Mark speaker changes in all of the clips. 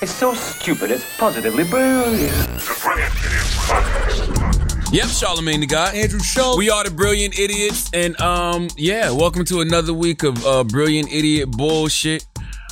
Speaker 1: It's so stupid, it's positively brilliant.
Speaker 2: Yep, Charlemagne the guy.
Speaker 3: Andrew Schultz.
Speaker 2: We are the Brilliant Idiots, and um, yeah, welcome to another week of uh, Brilliant Idiot bullshit.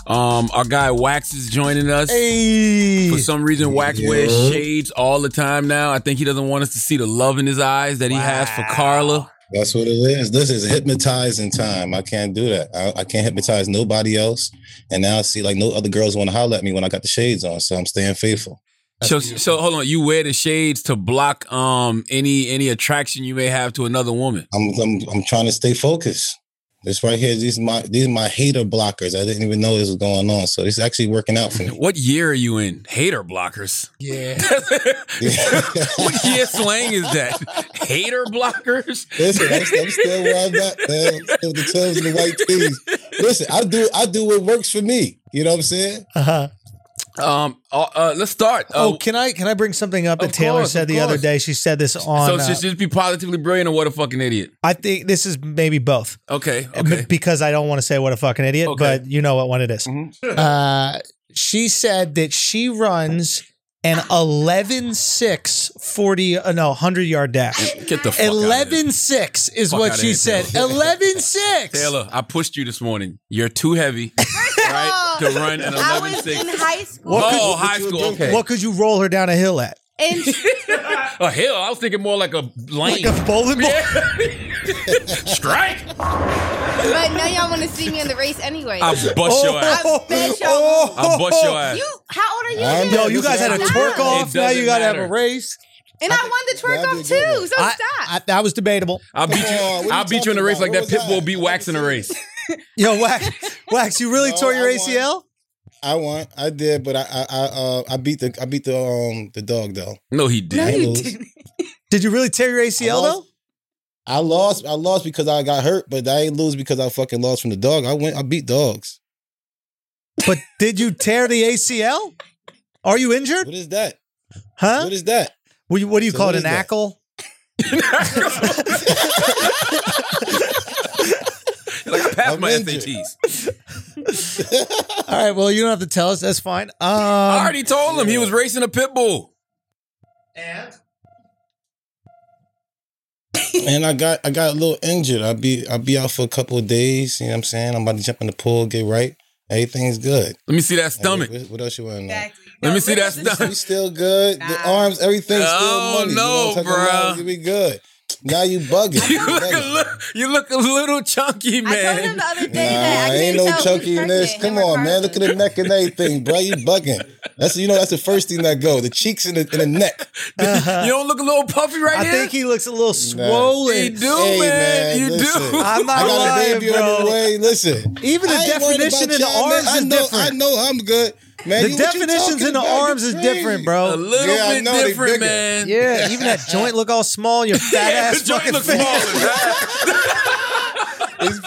Speaker 2: Um, our guy Wax is joining us.
Speaker 3: Hey.
Speaker 2: For some reason, Wax wears shades all the time now. I think he doesn't want us to see the love in his eyes that he has for Carla.
Speaker 4: That's what it is. This is hypnotizing time. I can't do that. I, I can't hypnotize nobody else. And now I see like no other girls want to holler at me when I got the shades on. So I'm staying faithful.
Speaker 2: So, so hold on. You wear the shades to block um any any attraction you may have to another woman.
Speaker 4: I'm I'm, I'm trying to stay focused. This right here, these my these my hater blockers. I didn't even know this was going on. So this is actually working out for me.
Speaker 2: What year are you in? Hater blockers.
Speaker 3: Yeah.
Speaker 2: what year slang is that? Hater blockers.
Speaker 4: Listen, I'm, st- I'm still where I'm at, man. I'm Still with the tails and the white tees. Listen, I do I do what works for me. You know what I'm saying?
Speaker 3: Uh-huh.
Speaker 2: Um, uh, uh, let's start. Uh,
Speaker 3: Oh, can I can I bring something up that
Speaker 2: Of
Speaker 3: Taylor
Speaker 2: course,
Speaker 3: said
Speaker 2: of
Speaker 3: the other
Speaker 2: course.
Speaker 3: day? She said this on.
Speaker 2: so
Speaker 3: uh,
Speaker 2: just, just be positively brilliant or what a fucking idiot.
Speaker 3: I think this is maybe both.
Speaker 2: Okay.
Speaker 3: b-
Speaker 2: Okay.
Speaker 3: because I don't want to say what a fucking idiot,
Speaker 2: Okay.
Speaker 3: but you know what one it is.
Speaker 2: Mhm.
Speaker 3: Uh, she said that she runs an 11 6 40 uh, no 100 yard dash.
Speaker 2: Get the fuck outta here.
Speaker 3: 11 6 is
Speaker 2: Fuck
Speaker 3: what
Speaker 2: outta
Speaker 3: she
Speaker 2: here,
Speaker 3: said.
Speaker 2: Taylor.
Speaker 3: 11 6.
Speaker 2: Taylor, I pushed you this morning. You're too heavy, right? To run an
Speaker 5: I
Speaker 2: 11
Speaker 5: was
Speaker 2: 6.
Speaker 5: in high school.
Speaker 3: What
Speaker 2: oh, high
Speaker 4: you
Speaker 2: school.
Speaker 4: doing?
Speaker 2: Okay.
Speaker 3: What could you roll her down a hill at?
Speaker 5: And
Speaker 2: A hill. I was thinking more like a lane.
Speaker 3: Like a bowling ball?
Speaker 2: Strike.
Speaker 5: but now y'all want to see me in the race anyway.
Speaker 2: I'll bust
Speaker 4: Oh,
Speaker 2: your ass.
Speaker 5: I bet y'all
Speaker 3: Oh.
Speaker 2: I'll bust your ass.
Speaker 5: you, how old are you?
Speaker 4: I'm
Speaker 5: again?
Speaker 3: Yo, you guys had a
Speaker 5: Stop.
Speaker 3: twerk off.
Speaker 2: It
Speaker 3: Now you got to have
Speaker 2: doesn't
Speaker 3: a
Speaker 2: matter.
Speaker 3: race.
Speaker 5: and I won the twerk
Speaker 4: That'd
Speaker 5: off
Speaker 4: be a good
Speaker 5: too. So
Speaker 3: I,
Speaker 5: stop.
Speaker 3: I, that was debatable.
Speaker 2: I'll beat
Speaker 4: Come on, Oh, what are
Speaker 2: you.
Speaker 4: you
Speaker 2: I'll beat you in a
Speaker 4: talking
Speaker 2: race like
Speaker 4: about?
Speaker 2: that.
Speaker 4: What was
Speaker 2: Pitbull
Speaker 4: that?
Speaker 2: beat Wax in a race.
Speaker 3: Yo, Wax, Wax, you really
Speaker 4: No,
Speaker 3: tore your
Speaker 4: I won.
Speaker 3: ACL?
Speaker 4: I want. I did, but I I I, uh, I beat the I beat the um the dog though.
Speaker 2: No, he
Speaker 5: no,
Speaker 2: didn't.
Speaker 4: I
Speaker 5: you
Speaker 4: lose.
Speaker 5: didn't.
Speaker 3: Did you really tear your ACL
Speaker 4: lost-
Speaker 3: though?
Speaker 4: I lost. I lost because I got hurt, but I ain't lose because I fucking lost from the dog. I went. I beat dogs.
Speaker 3: But did you tear the ACL? Are you injured?
Speaker 4: What is that?
Speaker 3: Huh?
Speaker 4: What is that?
Speaker 3: What, do you- what do you
Speaker 4: So
Speaker 3: call
Speaker 4: what
Speaker 3: it?
Speaker 4: is
Speaker 3: An
Speaker 4: that?
Speaker 3: ankle?
Speaker 2: like I passed
Speaker 4: I'm
Speaker 2: my
Speaker 4: injured.
Speaker 2: SATs.
Speaker 3: All right. Well, you don't have to tell us. That's fine. Um,
Speaker 2: I already told him he was racing a pit bull.
Speaker 4: And I got I got a little injured. I be I be out for a couple of days. You know what I'm saying? I'm about to jump in the pool, get right. Everything's good.
Speaker 2: Let me see that stomach.
Speaker 4: What, what else you want to know?
Speaker 5: Exactly.
Speaker 2: Let
Speaker 5: No,
Speaker 2: me see that
Speaker 5: this is-
Speaker 2: stomach.
Speaker 4: We still good. The
Speaker 5: Nah.
Speaker 4: arms, everything's still
Speaker 2: Oh,
Speaker 4: money. You know what I'm
Speaker 2: no,
Speaker 4: talking about?
Speaker 2: bruh.
Speaker 4: We good. Now you bugging.
Speaker 2: You
Speaker 4: You
Speaker 2: look, a
Speaker 4: bugging.
Speaker 2: little, you look a little chunky,
Speaker 5: I told him
Speaker 2: man.
Speaker 5: the other day
Speaker 4: Nah,
Speaker 5: that I
Speaker 4: ain't
Speaker 5: couldn't
Speaker 4: no
Speaker 5: tell
Speaker 4: chunky
Speaker 5: who's
Speaker 4: in this.
Speaker 5: pregnant
Speaker 4: Come
Speaker 5: and
Speaker 4: on, man. Look at
Speaker 5: regardless.
Speaker 4: the neck and everything, bro. You bugging. That's you know that's the first thing that go. The cheeks and the, and the neck.
Speaker 2: You don't look a little puffy right
Speaker 3: I
Speaker 2: here.
Speaker 3: think he looks a little swollen.
Speaker 2: you do, man. You
Speaker 4: listen.
Speaker 2: do.
Speaker 3: I'm not
Speaker 4: I got
Speaker 3: lying,
Speaker 4: a baby
Speaker 3: bro.
Speaker 4: on the way. Listen,
Speaker 3: Even the
Speaker 4: I ain't worried
Speaker 3: definition
Speaker 4: about
Speaker 3: in the
Speaker 4: y'all, man.
Speaker 3: arms
Speaker 4: I
Speaker 3: is
Speaker 4: know,
Speaker 3: different.
Speaker 4: I know I'm good, man. you- what
Speaker 3: The
Speaker 4: you
Speaker 3: definitions
Speaker 4: talking
Speaker 3: in the
Speaker 4: about? You
Speaker 3: arms is
Speaker 4: crazy.
Speaker 3: different,
Speaker 2: a
Speaker 3: bro.
Speaker 2: little
Speaker 4: Yeah, I
Speaker 2: bit
Speaker 4: know, they
Speaker 2: different,
Speaker 4: bigger.
Speaker 2: man.
Speaker 3: Yeah, even that joint look all small. and Your fat
Speaker 2: Yeah,
Speaker 3: ass
Speaker 2: the joint
Speaker 3: fucking
Speaker 2: looks
Speaker 3: fat.
Speaker 2: smaller.
Speaker 4: It's,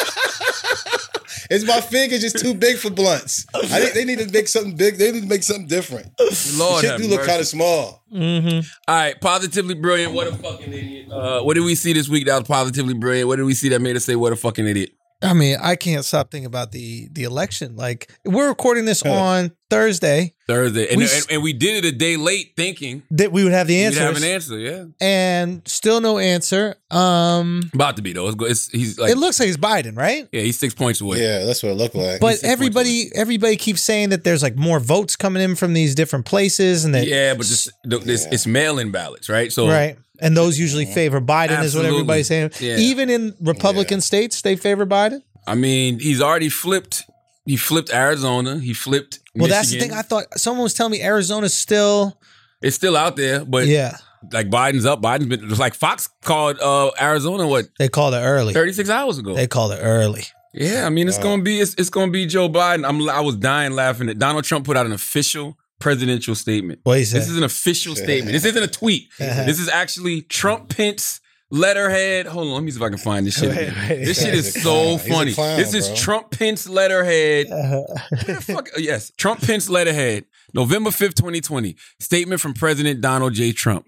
Speaker 4: big. it's my fingers just too big for blunts. I think they need to make something big. They need to make something different.
Speaker 2: Lord,
Speaker 4: Shit
Speaker 2: have
Speaker 4: do look
Speaker 2: mercy.
Speaker 4: kind of small.
Speaker 2: All right, positively brilliant. What a fucking idiot. Uh, what did we see this week that was positively brilliant? What did we see that made us say what a fucking idiot?
Speaker 3: I mean, I can't stop thinking about the the election. Like we're recording this on Thursday
Speaker 2: Thursday, and
Speaker 3: We
Speaker 2: and,
Speaker 3: s-
Speaker 2: and we did it a day late, thinking
Speaker 3: that we would have the
Speaker 2: we'd have
Speaker 3: answers,
Speaker 2: an answer. Yeah,
Speaker 3: and still no answer. Um,
Speaker 2: about to be though. It's, go- it's he's like
Speaker 3: it looks like it's Biden, right?
Speaker 2: yeah, he's six points away.
Speaker 4: Yeah, that's what it looked like.
Speaker 3: But everybody, everybody keeps saying that there's like more votes coming in from these different places, and that
Speaker 2: Yeah, but just the, It's, it's mail-in ballots, right? So
Speaker 3: right, and those usually favor Biden, is what
Speaker 2: Absolutely.
Speaker 3: everybody's saying.
Speaker 2: Yeah.
Speaker 3: Even in Republican states, they favor Biden.
Speaker 2: I mean, he's already flipped. He flipped Arizona. He flipped.
Speaker 3: Well, that's the thing.
Speaker 2: Michigan.
Speaker 3: I thought someone was telling me Arizona's still,
Speaker 2: it's still out there, but
Speaker 3: yeah,
Speaker 2: like Biden's up. Biden's been like Fox called uh, Arizona what
Speaker 3: they called it early.
Speaker 2: thirty six hours ago.
Speaker 3: They called it early.
Speaker 2: Yeah, I mean it's
Speaker 4: Wow.
Speaker 2: gonna be it's, it's gonna be Joe Biden. I'm I was dying laughing at Donald Trump put out an official presidential statement.
Speaker 3: What he said?
Speaker 2: This is an official statement. This isn't a tweet. This is actually Trump Pence letterhead. Hold on, let me see if I can find this shit.
Speaker 3: Right, right.
Speaker 2: This shit is
Speaker 4: He's a
Speaker 2: so
Speaker 4: clown. He's a
Speaker 2: funny.
Speaker 4: clown,
Speaker 2: this is
Speaker 4: bro.
Speaker 2: Trump Pence letterhead. Yeah, fuck- yes, Trump Pence letterhead. November 5th, 2020. Statement from President Donald J. Trump.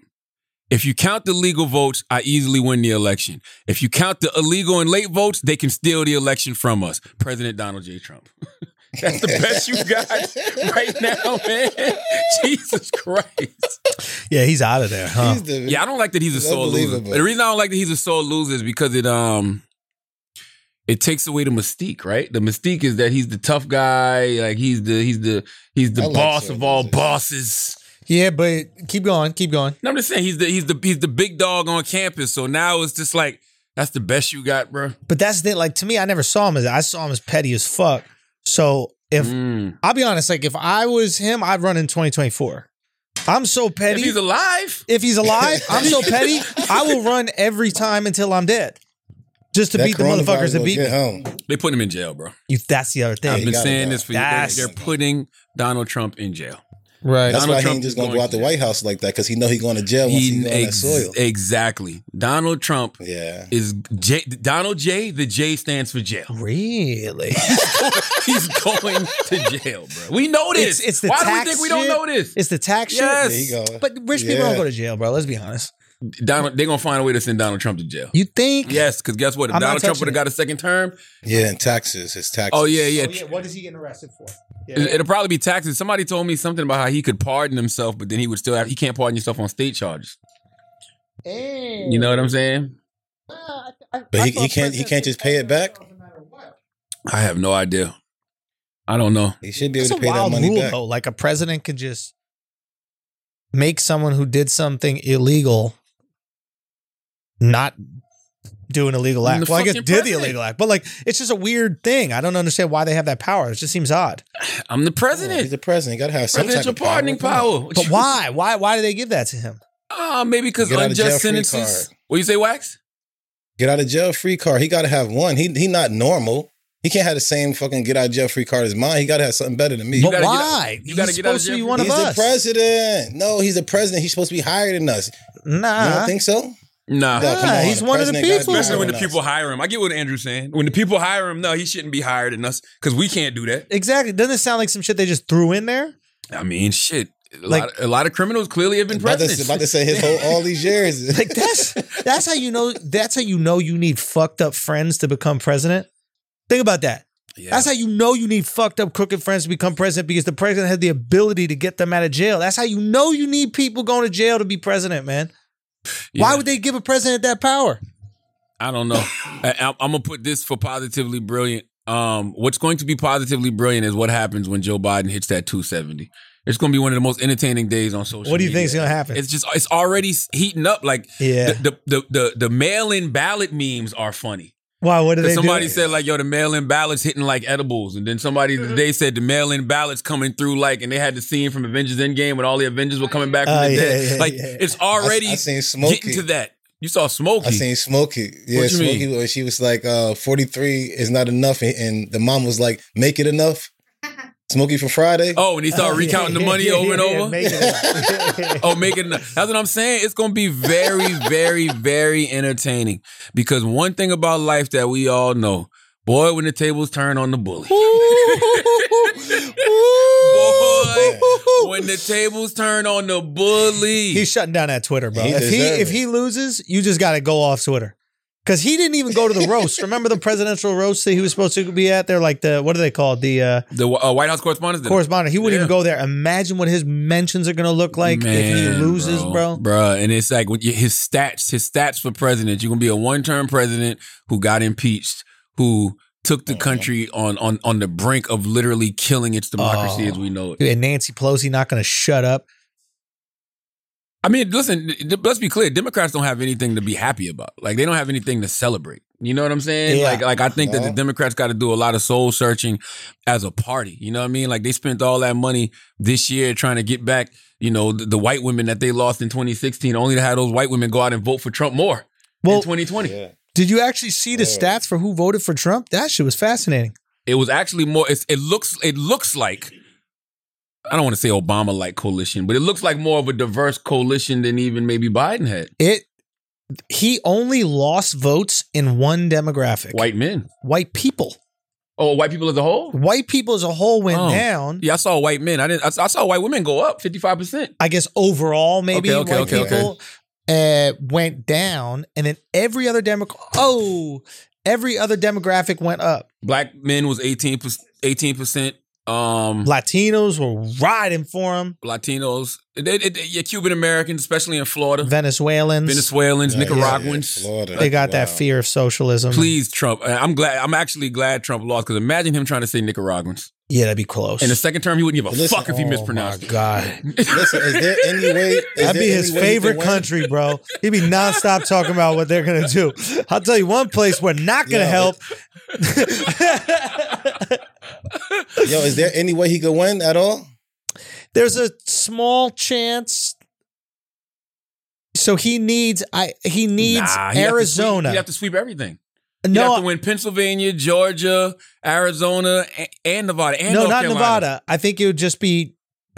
Speaker 2: If you count the legal votes, I easily win the election. If you count the illegal and late votes, they can steal the election from us. President Donald J. Trump. That's the best you got right now, man. Jesus Christ.
Speaker 3: Yeah, he's out of there, huh?
Speaker 4: He's the-
Speaker 2: Yeah, I don't like that he's a
Speaker 4: It's
Speaker 2: sore loser.
Speaker 4: unbelievable.
Speaker 2: The reason I don't like that he's a sore loser is because it um it takes away the mystique, right? The mystique is that he's the tough guy, like he's the he's the he's the
Speaker 4: I like
Speaker 2: boss
Speaker 4: sore
Speaker 2: of all
Speaker 4: losers.
Speaker 2: bosses.
Speaker 3: Yeah, but keep going, keep going.
Speaker 2: No, I'm just saying he's the he's the he's the big dog on campus. So now it's just like that's the best you got, bro.
Speaker 3: But that's the thing. Like to me, I never saw him as I saw him as petty as fuck. So if
Speaker 2: Mm.
Speaker 3: I'll be honest, like if I was him, I'd run in 2024. I'm so
Speaker 2: If
Speaker 3: petty.
Speaker 2: he's alive,
Speaker 3: if he's alive, I'm so petty. I will run every time until I'm dead, just to beat the motherfuckers that
Speaker 4: coronavirus
Speaker 3: beat
Speaker 4: gonna
Speaker 3: me.
Speaker 4: get home.
Speaker 2: they put him in jail, bro.
Speaker 3: You, that's the other
Speaker 2: I've
Speaker 4: you
Speaker 3: thing,
Speaker 2: been
Speaker 4: got it,
Speaker 2: saying
Speaker 4: dog.
Speaker 2: this for years.
Speaker 3: That's-
Speaker 2: They're putting Donald Trump in jail.
Speaker 3: right?
Speaker 4: That's
Speaker 2: Donald
Speaker 4: why he
Speaker 2: Trump
Speaker 4: ain't just
Speaker 2: is
Speaker 4: gonna
Speaker 2: going
Speaker 4: go out the
Speaker 2: to-
Speaker 4: White House like that because he know he going to jail once he,
Speaker 2: He-
Speaker 4: go on that
Speaker 2: ex-
Speaker 4: soil.
Speaker 2: exactly. Donald Trump
Speaker 4: Yeah,
Speaker 2: is J, Donald J. The J stands for jail.
Speaker 3: Really?
Speaker 2: He's going to jail, bro. We know this.
Speaker 3: It's, it's the
Speaker 2: Why do we
Speaker 3: tax
Speaker 2: think we don't
Speaker 3: shit.
Speaker 2: know this?
Speaker 3: It's the tax
Speaker 2: Yes.
Speaker 4: there you go.
Speaker 3: shit. But rich people don't
Speaker 4: Yeah.
Speaker 3: go to jail, bro. Let's be honest.
Speaker 2: Donald, they're gonna find a way to send Donald Trump to jail.
Speaker 3: You think?
Speaker 2: Yes, because guess what? If
Speaker 3: I'm not
Speaker 2: Donald Trump
Speaker 3: touching
Speaker 2: would have
Speaker 3: it.
Speaker 2: got a second term,
Speaker 4: yeah, and taxes, his taxes.
Speaker 2: oh yeah, yeah.
Speaker 3: What is he getting arrested for?
Speaker 2: It- It'll probably be taxes. Somebody told me something about how he could pardon himself, but then he would still have. He can't pardon yourself on state charges. You know what I'm saying?
Speaker 4: But he, he can't he can't just pay it back.
Speaker 2: I have no idea. I don't know.
Speaker 4: He should be
Speaker 3: It's
Speaker 4: able
Speaker 3: a
Speaker 4: to pay that
Speaker 3: wild
Speaker 4: money
Speaker 3: rule,
Speaker 4: back.
Speaker 3: though. Like a president could just make someone who did something illegal not do an illegal
Speaker 2: And
Speaker 3: act.
Speaker 2: the
Speaker 3: Well, I guess
Speaker 2: fucking
Speaker 3: did the
Speaker 2: president.
Speaker 3: illegal act, but like it's just a weird thing. I don't understand why they have that power. It just seems odd.
Speaker 2: I'm the
Speaker 4: He's
Speaker 2: president.
Speaker 4: the president. He got to have some
Speaker 2: Presidential
Speaker 4: type of power.
Speaker 2: pardoning
Speaker 4: Come on.
Speaker 2: power.
Speaker 3: But why? Why? Why do they give that to him?
Speaker 2: Uh, maybe because
Speaker 4: Get out of jail
Speaker 2: unjust
Speaker 4: free
Speaker 2: sentences.
Speaker 4: card.
Speaker 2: What you say, Wax?
Speaker 4: Get out of jail free card. He got to have one. He he not normal. He can't have the same fucking get out of jail free card as mine. He got to have something better than me.
Speaker 3: But
Speaker 2: gotta get out-
Speaker 3: why?
Speaker 2: you gotta
Speaker 3: He's
Speaker 2: get out of
Speaker 3: supposed to
Speaker 2: jail
Speaker 3: be
Speaker 2: for-
Speaker 3: one of
Speaker 4: he's the
Speaker 3: us.
Speaker 4: president. No, he's the president. He's supposed to be higher than us. You
Speaker 3: Nah.
Speaker 4: don't think so?
Speaker 2: Nah.
Speaker 4: No, come
Speaker 3: Yeah,
Speaker 4: on.
Speaker 3: Uh-huh. Ah, he's
Speaker 4: The
Speaker 3: one of the
Speaker 4: president gotta be
Speaker 3: people.
Speaker 4: higher
Speaker 2: Especially when the
Speaker 4: than us.
Speaker 2: people hire him. I get what Andrew's saying. When the people hire him, no, he shouldn't be higher than us because we can't do that.
Speaker 3: Exactly. Doesn't it sound like some shit they just threw in there?
Speaker 2: I mean, shit. A,
Speaker 3: Like-
Speaker 2: lot, a lot of criminals clearly have been
Speaker 4: About to, about
Speaker 2: presidents.
Speaker 4: to say his whole all these years.
Speaker 3: Like that's that's how you know that's how you know you need fucked up friends to become president. Think about that.
Speaker 2: Yeah.
Speaker 3: That's how you know you need fucked up crooked friends to become president because the president had the ability to get them out of jail. That's how you know you need people going to jail to be president, man. Why
Speaker 2: Yeah.
Speaker 3: would they give a president that power?
Speaker 2: I don't know. I, I'm, I'm gonna put this for positively brilliant. Um, what's going to be positively brilliant is what happens when Joe Biden hits that 270. It's gonna be one of the most entertaining days on social.
Speaker 3: What do you
Speaker 2: media.
Speaker 3: think's gonna happen?
Speaker 2: It's just it's already heating up. Like
Speaker 3: Yeah.
Speaker 2: the the the, the, the mail in ballot memes are funny.
Speaker 3: Why? What do they
Speaker 2: Somebody
Speaker 3: do?
Speaker 2: said like, yo, the mail in ballots hitting like edibles, and then somebody
Speaker 3: Mm-hmm.
Speaker 2: today said the mail in ballots coming through like, and they had the scene from Avengers Endgame when all the Avengers were coming back from
Speaker 3: Oh,
Speaker 2: the
Speaker 3: yeah,
Speaker 2: dead.
Speaker 3: yeah,
Speaker 2: like
Speaker 3: yeah.
Speaker 2: it's already
Speaker 4: I, I seen
Speaker 2: getting
Speaker 4: Smokey.
Speaker 2: to that. You saw Smokey.
Speaker 4: I seen Smokey. Yeah,
Speaker 2: What you mean?
Speaker 4: Smokey. Mean? She was like, uh, "43 is not enough," and, and the mom was like, "Make it enough." Smokey for Friday.
Speaker 2: Oh, and he started recounting the money over and over. oh, making that's what I'm saying. It's gonna be very, very, very entertaining because one thing about life that we all know, boy, when the tables turn on the bully. boy, when the tables turn on the bully.
Speaker 3: He's shutting down that Twitter, bro.
Speaker 4: He
Speaker 3: if he
Speaker 4: deserve
Speaker 3: if
Speaker 4: it.
Speaker 3: he loses, you just got to go off Twitter. Cause he didn't even go to the roast. Remember the presidential roast that he was supposed to be at? They're like the what are they called? The uh,
Speaker 2: the uh, White House correspondent.
Speaker 3: correspondent. He wouldn't even
Speaker 2: Yeah.
Speaker 3: go there. Imagine what his mentions are going to look like if he loses, bro.
Speaker 2: Bruh, and it's like when you, his stats, his stats for president. You're gonna be a one-term president who got impeached, who took
Speaker 3: Oh.
Speaker 2: the country on on on the brink of literally killing its democracy
Speaker 3: Oh.
Speaker 2: as we know it.
Speaker 3: Dude, and Nancy Pelosi not going to shut up.
Speaker 2: I mean, listen, th- th- let's be clear. Democrats don't have anything to be happy about. Like they don't have anything to celebrate. You know what I'm saying?
Speaker 3: Yeah.
Speaker 2: Like, like I think that the
Speaker 4: No.
Speaker 2: Democrats got to do a lot of soul searching as a party. You know what I mean? Like they spent all that money this year trying to get back, you know, the, the white women that they lost in 2016, only to have those white women go out and vote for Trump more in
Speaker 3: Well,
Speaker 2: 2020.
Speaker 4: Yeah.
Speaker 3: did you actually see the
Speaker 4: Yeah.
Speaker 3: stats for who voted for Trump? That shit was fascinating.
Speaker 2: It was actually more. It's, it looks. It looks like. I don't want to say Obama like coalition, but it looks like more of a diverse coalition than even maybe Biden had.
Speaker 3: It he only lost votes in one demographic.
Speaker 2: White men.
Speaker 3: White people.
Speaker 2: Oh, white people as a whole?
Speaker 3: White people as a whole went
Speaker 2: Oh.
Speaker 3: down.
Speaker 2: Yeah, I saw white men. I didn't. I, I saw white women go up fifty five percent.
Speaker 3: I guess overall, maybe
Speaker 2: Okay, okay,
Speaker 3: white
Speaker 2: okay, okay.
Speaker 3: people Uh, went down, and then every other demo. Oh, every other demographic went up.
Speaker 2: Black men was 18 percent. Um,
Speaker 3: Latinos were riding for him.
Speaker 2: Latinos, they, they, they- yeah, Cuban Americans, especially in Florida,
Speaker 3: Venezuelans.
Speaker 2: Venezuelans,
Speaker 4: Yeah, yeah,
Speaker 2: Nicaraguans.
Speaker 4: yeah, Florida.
Speaker 3: they got that
Speaker 4: Wow.
Speaker 3: fear of socialism.
Speaker 2: Please, Trump. I- I'm glad. I'm actually glad Trump lost because imagine him trying to say Nicaraguans
Speaker 3: Yeah, that'd be close.
Speaker 2: in the second term. He wouldn't give a
Speaker 4: Listen,
Speaker 2: fuck if he
Speaker 3: Oh
Speaker 2: mispronounced.
Speaker 3: my
Speaker 2: it.
Speaker 3: God.
Speaker 4: Listen, is there any way? is
Speaker 3: That'd
Speaker 4: there
Speaker 3: be
Speaker 4: any
Speaker 3: his
Speaker 4: way he
Speaker 3: favorite
Speaker 4: can win?
Speaker 3: country, bro. He'd be nonstop talking about what they're gonna do. I'll tell you one place we're not gonna
Speaker 4: Yo.
Speaker 3: help.
Speaker 4: Yo, is there any way he could win at all?
Speaker 3: There's a small chance. So he needs I he needs
Speaker 2: Nah, he'd have to
Speaker 3: Arizona.
Speaker 2: sweep- He'd have to sweep everything. You have
Speaker 3: no,
Speaker 2: to win Pennsylvania, Georgia, Arizona, a- and Nevada. And
Speaker 3: no,
Speaker 2: North
Speaker 3: not
Speaker 2: Carolina.
Speaker 3: Nevada. I think it would just be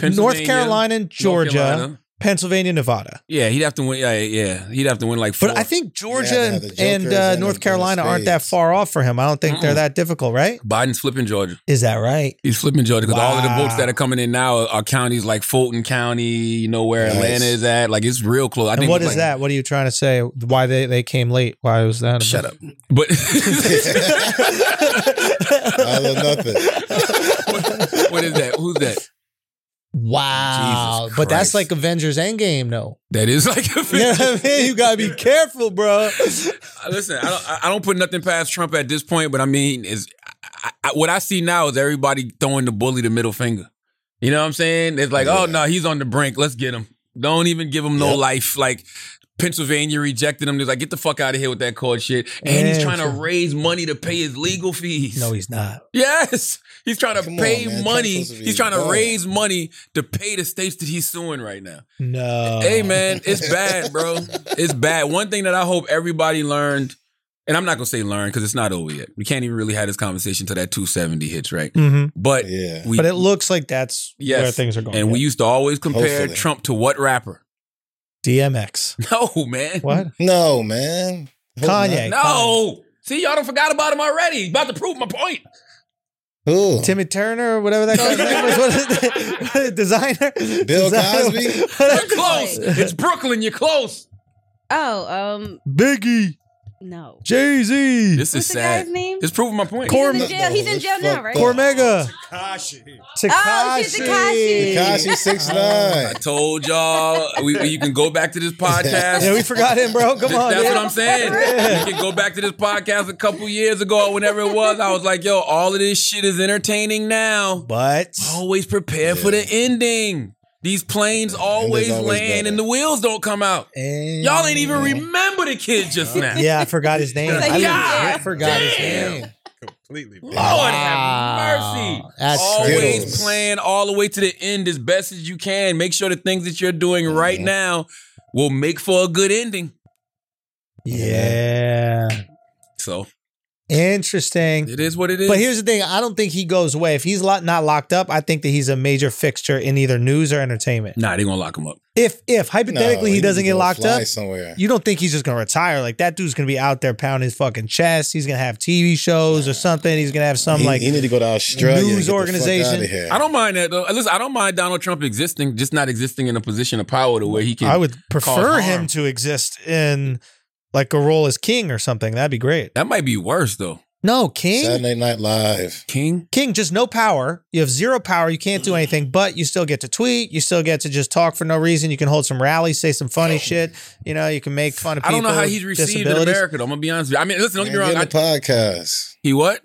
Speaker 3: North
Speaker 2: Pennsylvania,
Speaker 3: Carolina, and
Speaker 2: North
Speaker 3: Georgia,
Speaker 2: Carolina.
Speaker 3: Pennsylvania, Nevada.
Speaker 2: Yeah, he'd have to win. Yeah, yeah, he'd have to win like four.
Speaker 3: But I think Georgia
Speaker 4: Yeah,
Speaker 3: and,
Speaker 4: the Joker
Speaker 3: and
Speaker 4: is
Speaker 3: uh,
Speaker 4: in
Speaker 3: North
Speaker 4: the
Speaker 3: Carolina aren't that
Speaker 4: States.
Speaker 3: far off for him. I don't think they're
Speaker 2: Mm-mm.
Speaker 3: that difficult, right?
Speaker 2: Biden's flipping Georgia.
Speaker 3: Is that right?
Speaker 2: He's flipping Georgia because all of the
Speaker 3: Wow.
Speaker 2: votes that are coming in now are, are counties like Fulton County. You know where
Speaker 4: Nice.
Speaker 2: Atlanta is at. Like it's real close. I
Speaker 3: And
Speaker 2: think
Speaker 3: what is
Speaker 2: it's like-
Speaker 3: that? What are you trying to say? Why they, they came late? Why was that?
Speaker 2: Shut up. But
Speaker 4: I don't know nothing.
Speaker 2: What- what is that? Who's that?
Speaker 3: Wow.
Speaker 2: Jesus
Speaker 3: But that's
Speaker 2: Christ.
Speaker 3: like Avengers Endgame, though.
Speaker 2: That is like a
Speaker 3: You know what I mean? You got to be careful, bro.
Speaker 2: Listen, I don't, I- I don't put nothing past Trump at this point, but I mean, is I, I, what I see now is everybody throwing the bully the middle finger. You know what I'm saying? It's like, oh
Speaker 4: Yeah.
Speaker 2: no, he's on the brink. Let's get him. Don't even give him no
Speaker 4: Yep.
Speaker 2: life. Like Pennsylvania rejected him. They're like, get the fuck out of here with that court shit. And he's
Speaker 3: Yeah,
Speaker 2: trying to
Speaker 3: true.
Speaker 2: raise money to pay his legal fees.
Speaker 3: No, he's not.
Speaker 2: yes, he's trying to
Speaker 4: Come on,
Speaker 2: pay
Speaker 4: man. Trump's
Speaker 2: money.
Speaker 4: supposed to be
Speaker 2: he's trying to
Speaker 4: bald.
Speaker 2: raise money to pay the states that he's suing right now.
Speaker 3: No.
Speaker 2: Hey man, it's bad, bro. It's bad. One thing that I hope everybody learned, and I'm not gonna say learn because it's not over yet. We can't even really have this conversation till that 270 hits, right?
Speaker 3: hmm
Speaker 2: But
Speaker 4: Yeah.
Speaker 2: we
Speaker 3: But it looks like that's
Speaker 2: Yes.
Speaker 3: where things are going.
Speaker 2: and we used to always compare
Speaker 4: Hopefully.
Speaker 2: Trump to what rapper?
Speaker 3: DMX.
Speaker 2: No, man.
Speaker 3: What?
Speaker 4: No, man. Who,
Speaker 3: Kanye.
Speaker 2: No. See, y'all don't forgot about him already. He's about to prove my point.
Speaker 4: Who?
Speaker 3: Timmy Turner or whatever that guy's name was. What is it? Designer?
Speaker 4: Bill
Speaker 3: Designer-
Speaker 4: Cosby?
Speaker 2: You're close. it's Brooklyn. You're close.
Speaker 5: Oh, um,
Speaker 3: Biggie.
Speaker 5: no.
Speaker 3: Jay Z.
Speaker 2: This
Speaker 5: What's
Speaker 2: is
Speaker 5: the
Speaker 2: sad.
Speaker 5: guy's name?
Speaker 2: It's proving my point.
Speaker 3: Cor-
Speaker 5: He's in jail. He's in jail now, right?
Speaker 3: Cormega. Takashi.
Speaker 5: Oh, shit, Tekashi.
Speaker 4: Takashi six
Speaker 2: I
Speaker 4: nine.
Speaker 2: told y'all we, you can go back to this podcast.
Speaker 3: Yeah, we forgot him, bro. Come
Speaker 2: Th-
Speaker 3: on.
Speaker 2: That's
Speaker 3: yeah.
Speaker 2: what I'm saying.
Speaker 3: Yeah.
Speaker 2: You can go back to this podcast a couple years ago or whenever it was. I was like, yo, all of this shit is entertaining now.
Speaker 3: But
Speaker 2: Always prepare for the ending. These planes always,
Speaker 4: always
Speaker 2: land
Speaker 4: better.
Speaker 2: and the wheels don't come out.
Speaker 3: And-
Speaker 2: Y'all ain't even remember the kid just now.
Speaker 3: Yeah, I forgot his name.
Speaker 5: It's like,
Speaker 3: I legit
Speaker 2: yeah.
Speaker 3: forgot his
Speaker 2: Damn.
Speaker 3: name.
Speaker 6: completely. Bro.
Speaker 2: Lord
Speaker 3: Wow.
Speaker 2: have mercy.
Speaker 3: That's
Speaker 2: always
Speaker 4: Skittles.
Speaker 2: plan all the way to the end as best as you can. Make sure the things that you're doing right
Speaker 4: Mhm.
Speaker 2: now will make for a good ending.
Speaker 3: Yeah.
Speaker 2: So
Speaker 3: Interesting.
Speaker 2: it is what it is.
Speaker 3: But here's the thing. I don't think he goes away. If he's lo- not locked up, I think that he's a major fixture in either news or entertainment.
Speaker 2: nah, they're gonna lock him up.
Speaker 3: If if hypothetically he, doesn't get locked up,
Speaker 4: somewhere.
Speaker 3: you don't think he's just gonna retire? Like that dude's gonna be out there pounding his fucking chest. He's gonna have TV shows or something. He's gonna have some
Speaker 4: he,
Speaker 3: like
Speaker 4: he need to go to Australia. and
Speaker 3: news
Speaker 4: get the fuck
Speaker 3: organization.
Speaker 4: outta here.
Speaker 2: I don't mind that though. Listen, I don't mind Donald Trump existing, just not existing in a position of power to where he can.
Speaker 3: I would prefer
Speaker 2: harm.
Speaker 3: him to exist in like a role as king or something. That'd be great.
Speaker 2: that might be worse though.
Speaker 3: No, king.
Speaker 4: Saturday Night Live.
Speaker 2: King.
Speaker 3: King, just no power. You have zero power. You can't do anything, but you still get to tweet. You still get to just talk for no reason. You can hold some rallies, say some funny shit. You know, you can make fun of
Speaker 2: I
Speaker 3: people.
Speaker 2: don't know how
Speaker 3: with
Speaker 2: he's received in
Speaker 3: disabilities.
Speaker 2: America. Though, I'm gonna be honest with you. I mean, listen, don't get me
Speaker 4: Man,
Speaker 2: wrong.
Speaker 4: Give him
Speaker 2: I,
Speaker 4: a podcast.
Speaker 2: he what?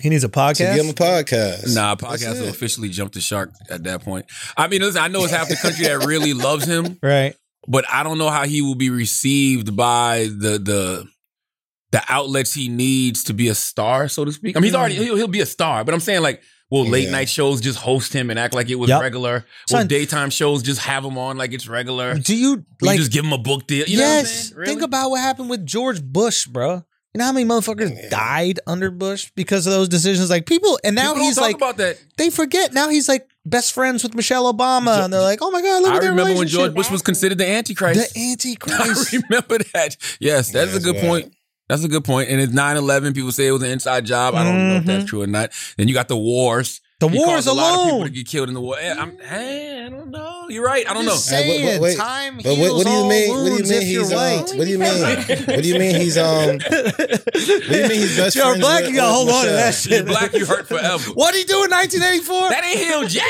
Speaker 3: He needs a
Speaker 4: To give him a
Speaker 3: podcast.
Speaker 4: podcast.
Speaker 2: Nah,
Speaker 4: That's
Speaker 2: podcasts will
Speaker 4: it.
Speaker 2: officially jump the shark at that point. I mean, listen, I know it's half the country that really loves him,
Speaker 3: Right.
Speaker 2: but I don't know how he will be received by the the the outlets he needs to be a star, so to speak. I mean, he's
Speaker 3: Mm.
Speaker 2: already he'll, he'll be a star, but I'm saying like, will late
Speaker 4: Yeah.
Speaker 2: night shows just host him and act like it was
Speaker 3: Yep.
Speaker 2: regular?
Speaker 3: Son-
Speaker 2: will daytime shows just have him on like it's regular?
Speaker 3: Do you
Speaker 2: Will
Speaker 3: like
Speaker 2: you just give him a book deal? You know what I'm
Speaker 3: yes.
Speaker 2: saying? Really?
Speaker 3: Think about what happened with George Bush, bro. You know how many motherfuckers
Speaker 4: Yeah.
Speaker 3: died under Bush because of those decisions? Like people, and now
Speaker 2: People don't
Speaker 3: he's
Speaker 2: talk
Speaker 3: like,
Speaker 2: about that.
Speaker 3: they forget. Now he's like best friends with Michelle Obama, and they're like, oh my god, look
Speaker 2: I
Speaker 3: at their
Speaker 2: remember when
Speaker 3: relationship.
Speaker 2: George Bush was considered the Antichrist.
Speaker 3: the Antichrist.
Speaker 2: I remember that. Yes, that's
Speaker 4: Yeah,
Speaker 2: a good
Speaker 4: that's
Speaker 2: point. That's a good point. And it's 9 11. People say it was an inside job. I don't know if
Speaker 3: Mhm.
Speaker 2: that's true or not. Then you got the wars.
Speaker 3: The
Speaker 2: He
Speaker 3: war
Speaker 2: caused
Speaker 3: is
Speaker 2: a lot of people
Speaker 3: alone.
Speaker 2: to get killed in the war. Eh, I'm, eh, I don't know. You're right. I don't
Speaker 3: I'm
Speaker 2: know.
Speaker 3: just
Speaker 4: Hey, wait,
Speaker 3: Saying,
Speaker 4: wait, wait.
Speaker 3: time
Speaker 4: But what,
Speaker 3: heals
Speaker 4: what do you
Speaker 3: all
Speaker 4: mean? What do you
Speaker 3: wounds
Speaker 4: mean
Speaker 3: if you're
Speaker 4: he's
Speaker 3: white.
Speaker 4: um? What do you mean? What do you mean he's um?
Speaker 3: what
Speaker 4: do you mean he's best
Speaker 3: You're
Speaker 4: friends
Speaker 3: black.
Speaker 4: with-
Speaker 3: You gotta
Speaker 4: with
Speaker 3: hold on to
Speaker 4: Michelle?
Speaker 3: that
Speaker 2: You're
Speaker 3: shit.
Speaker 2: black, you hurt forever.
Speaker 3: What did he do in 1984?
Speaker 2: That ain't healed yet.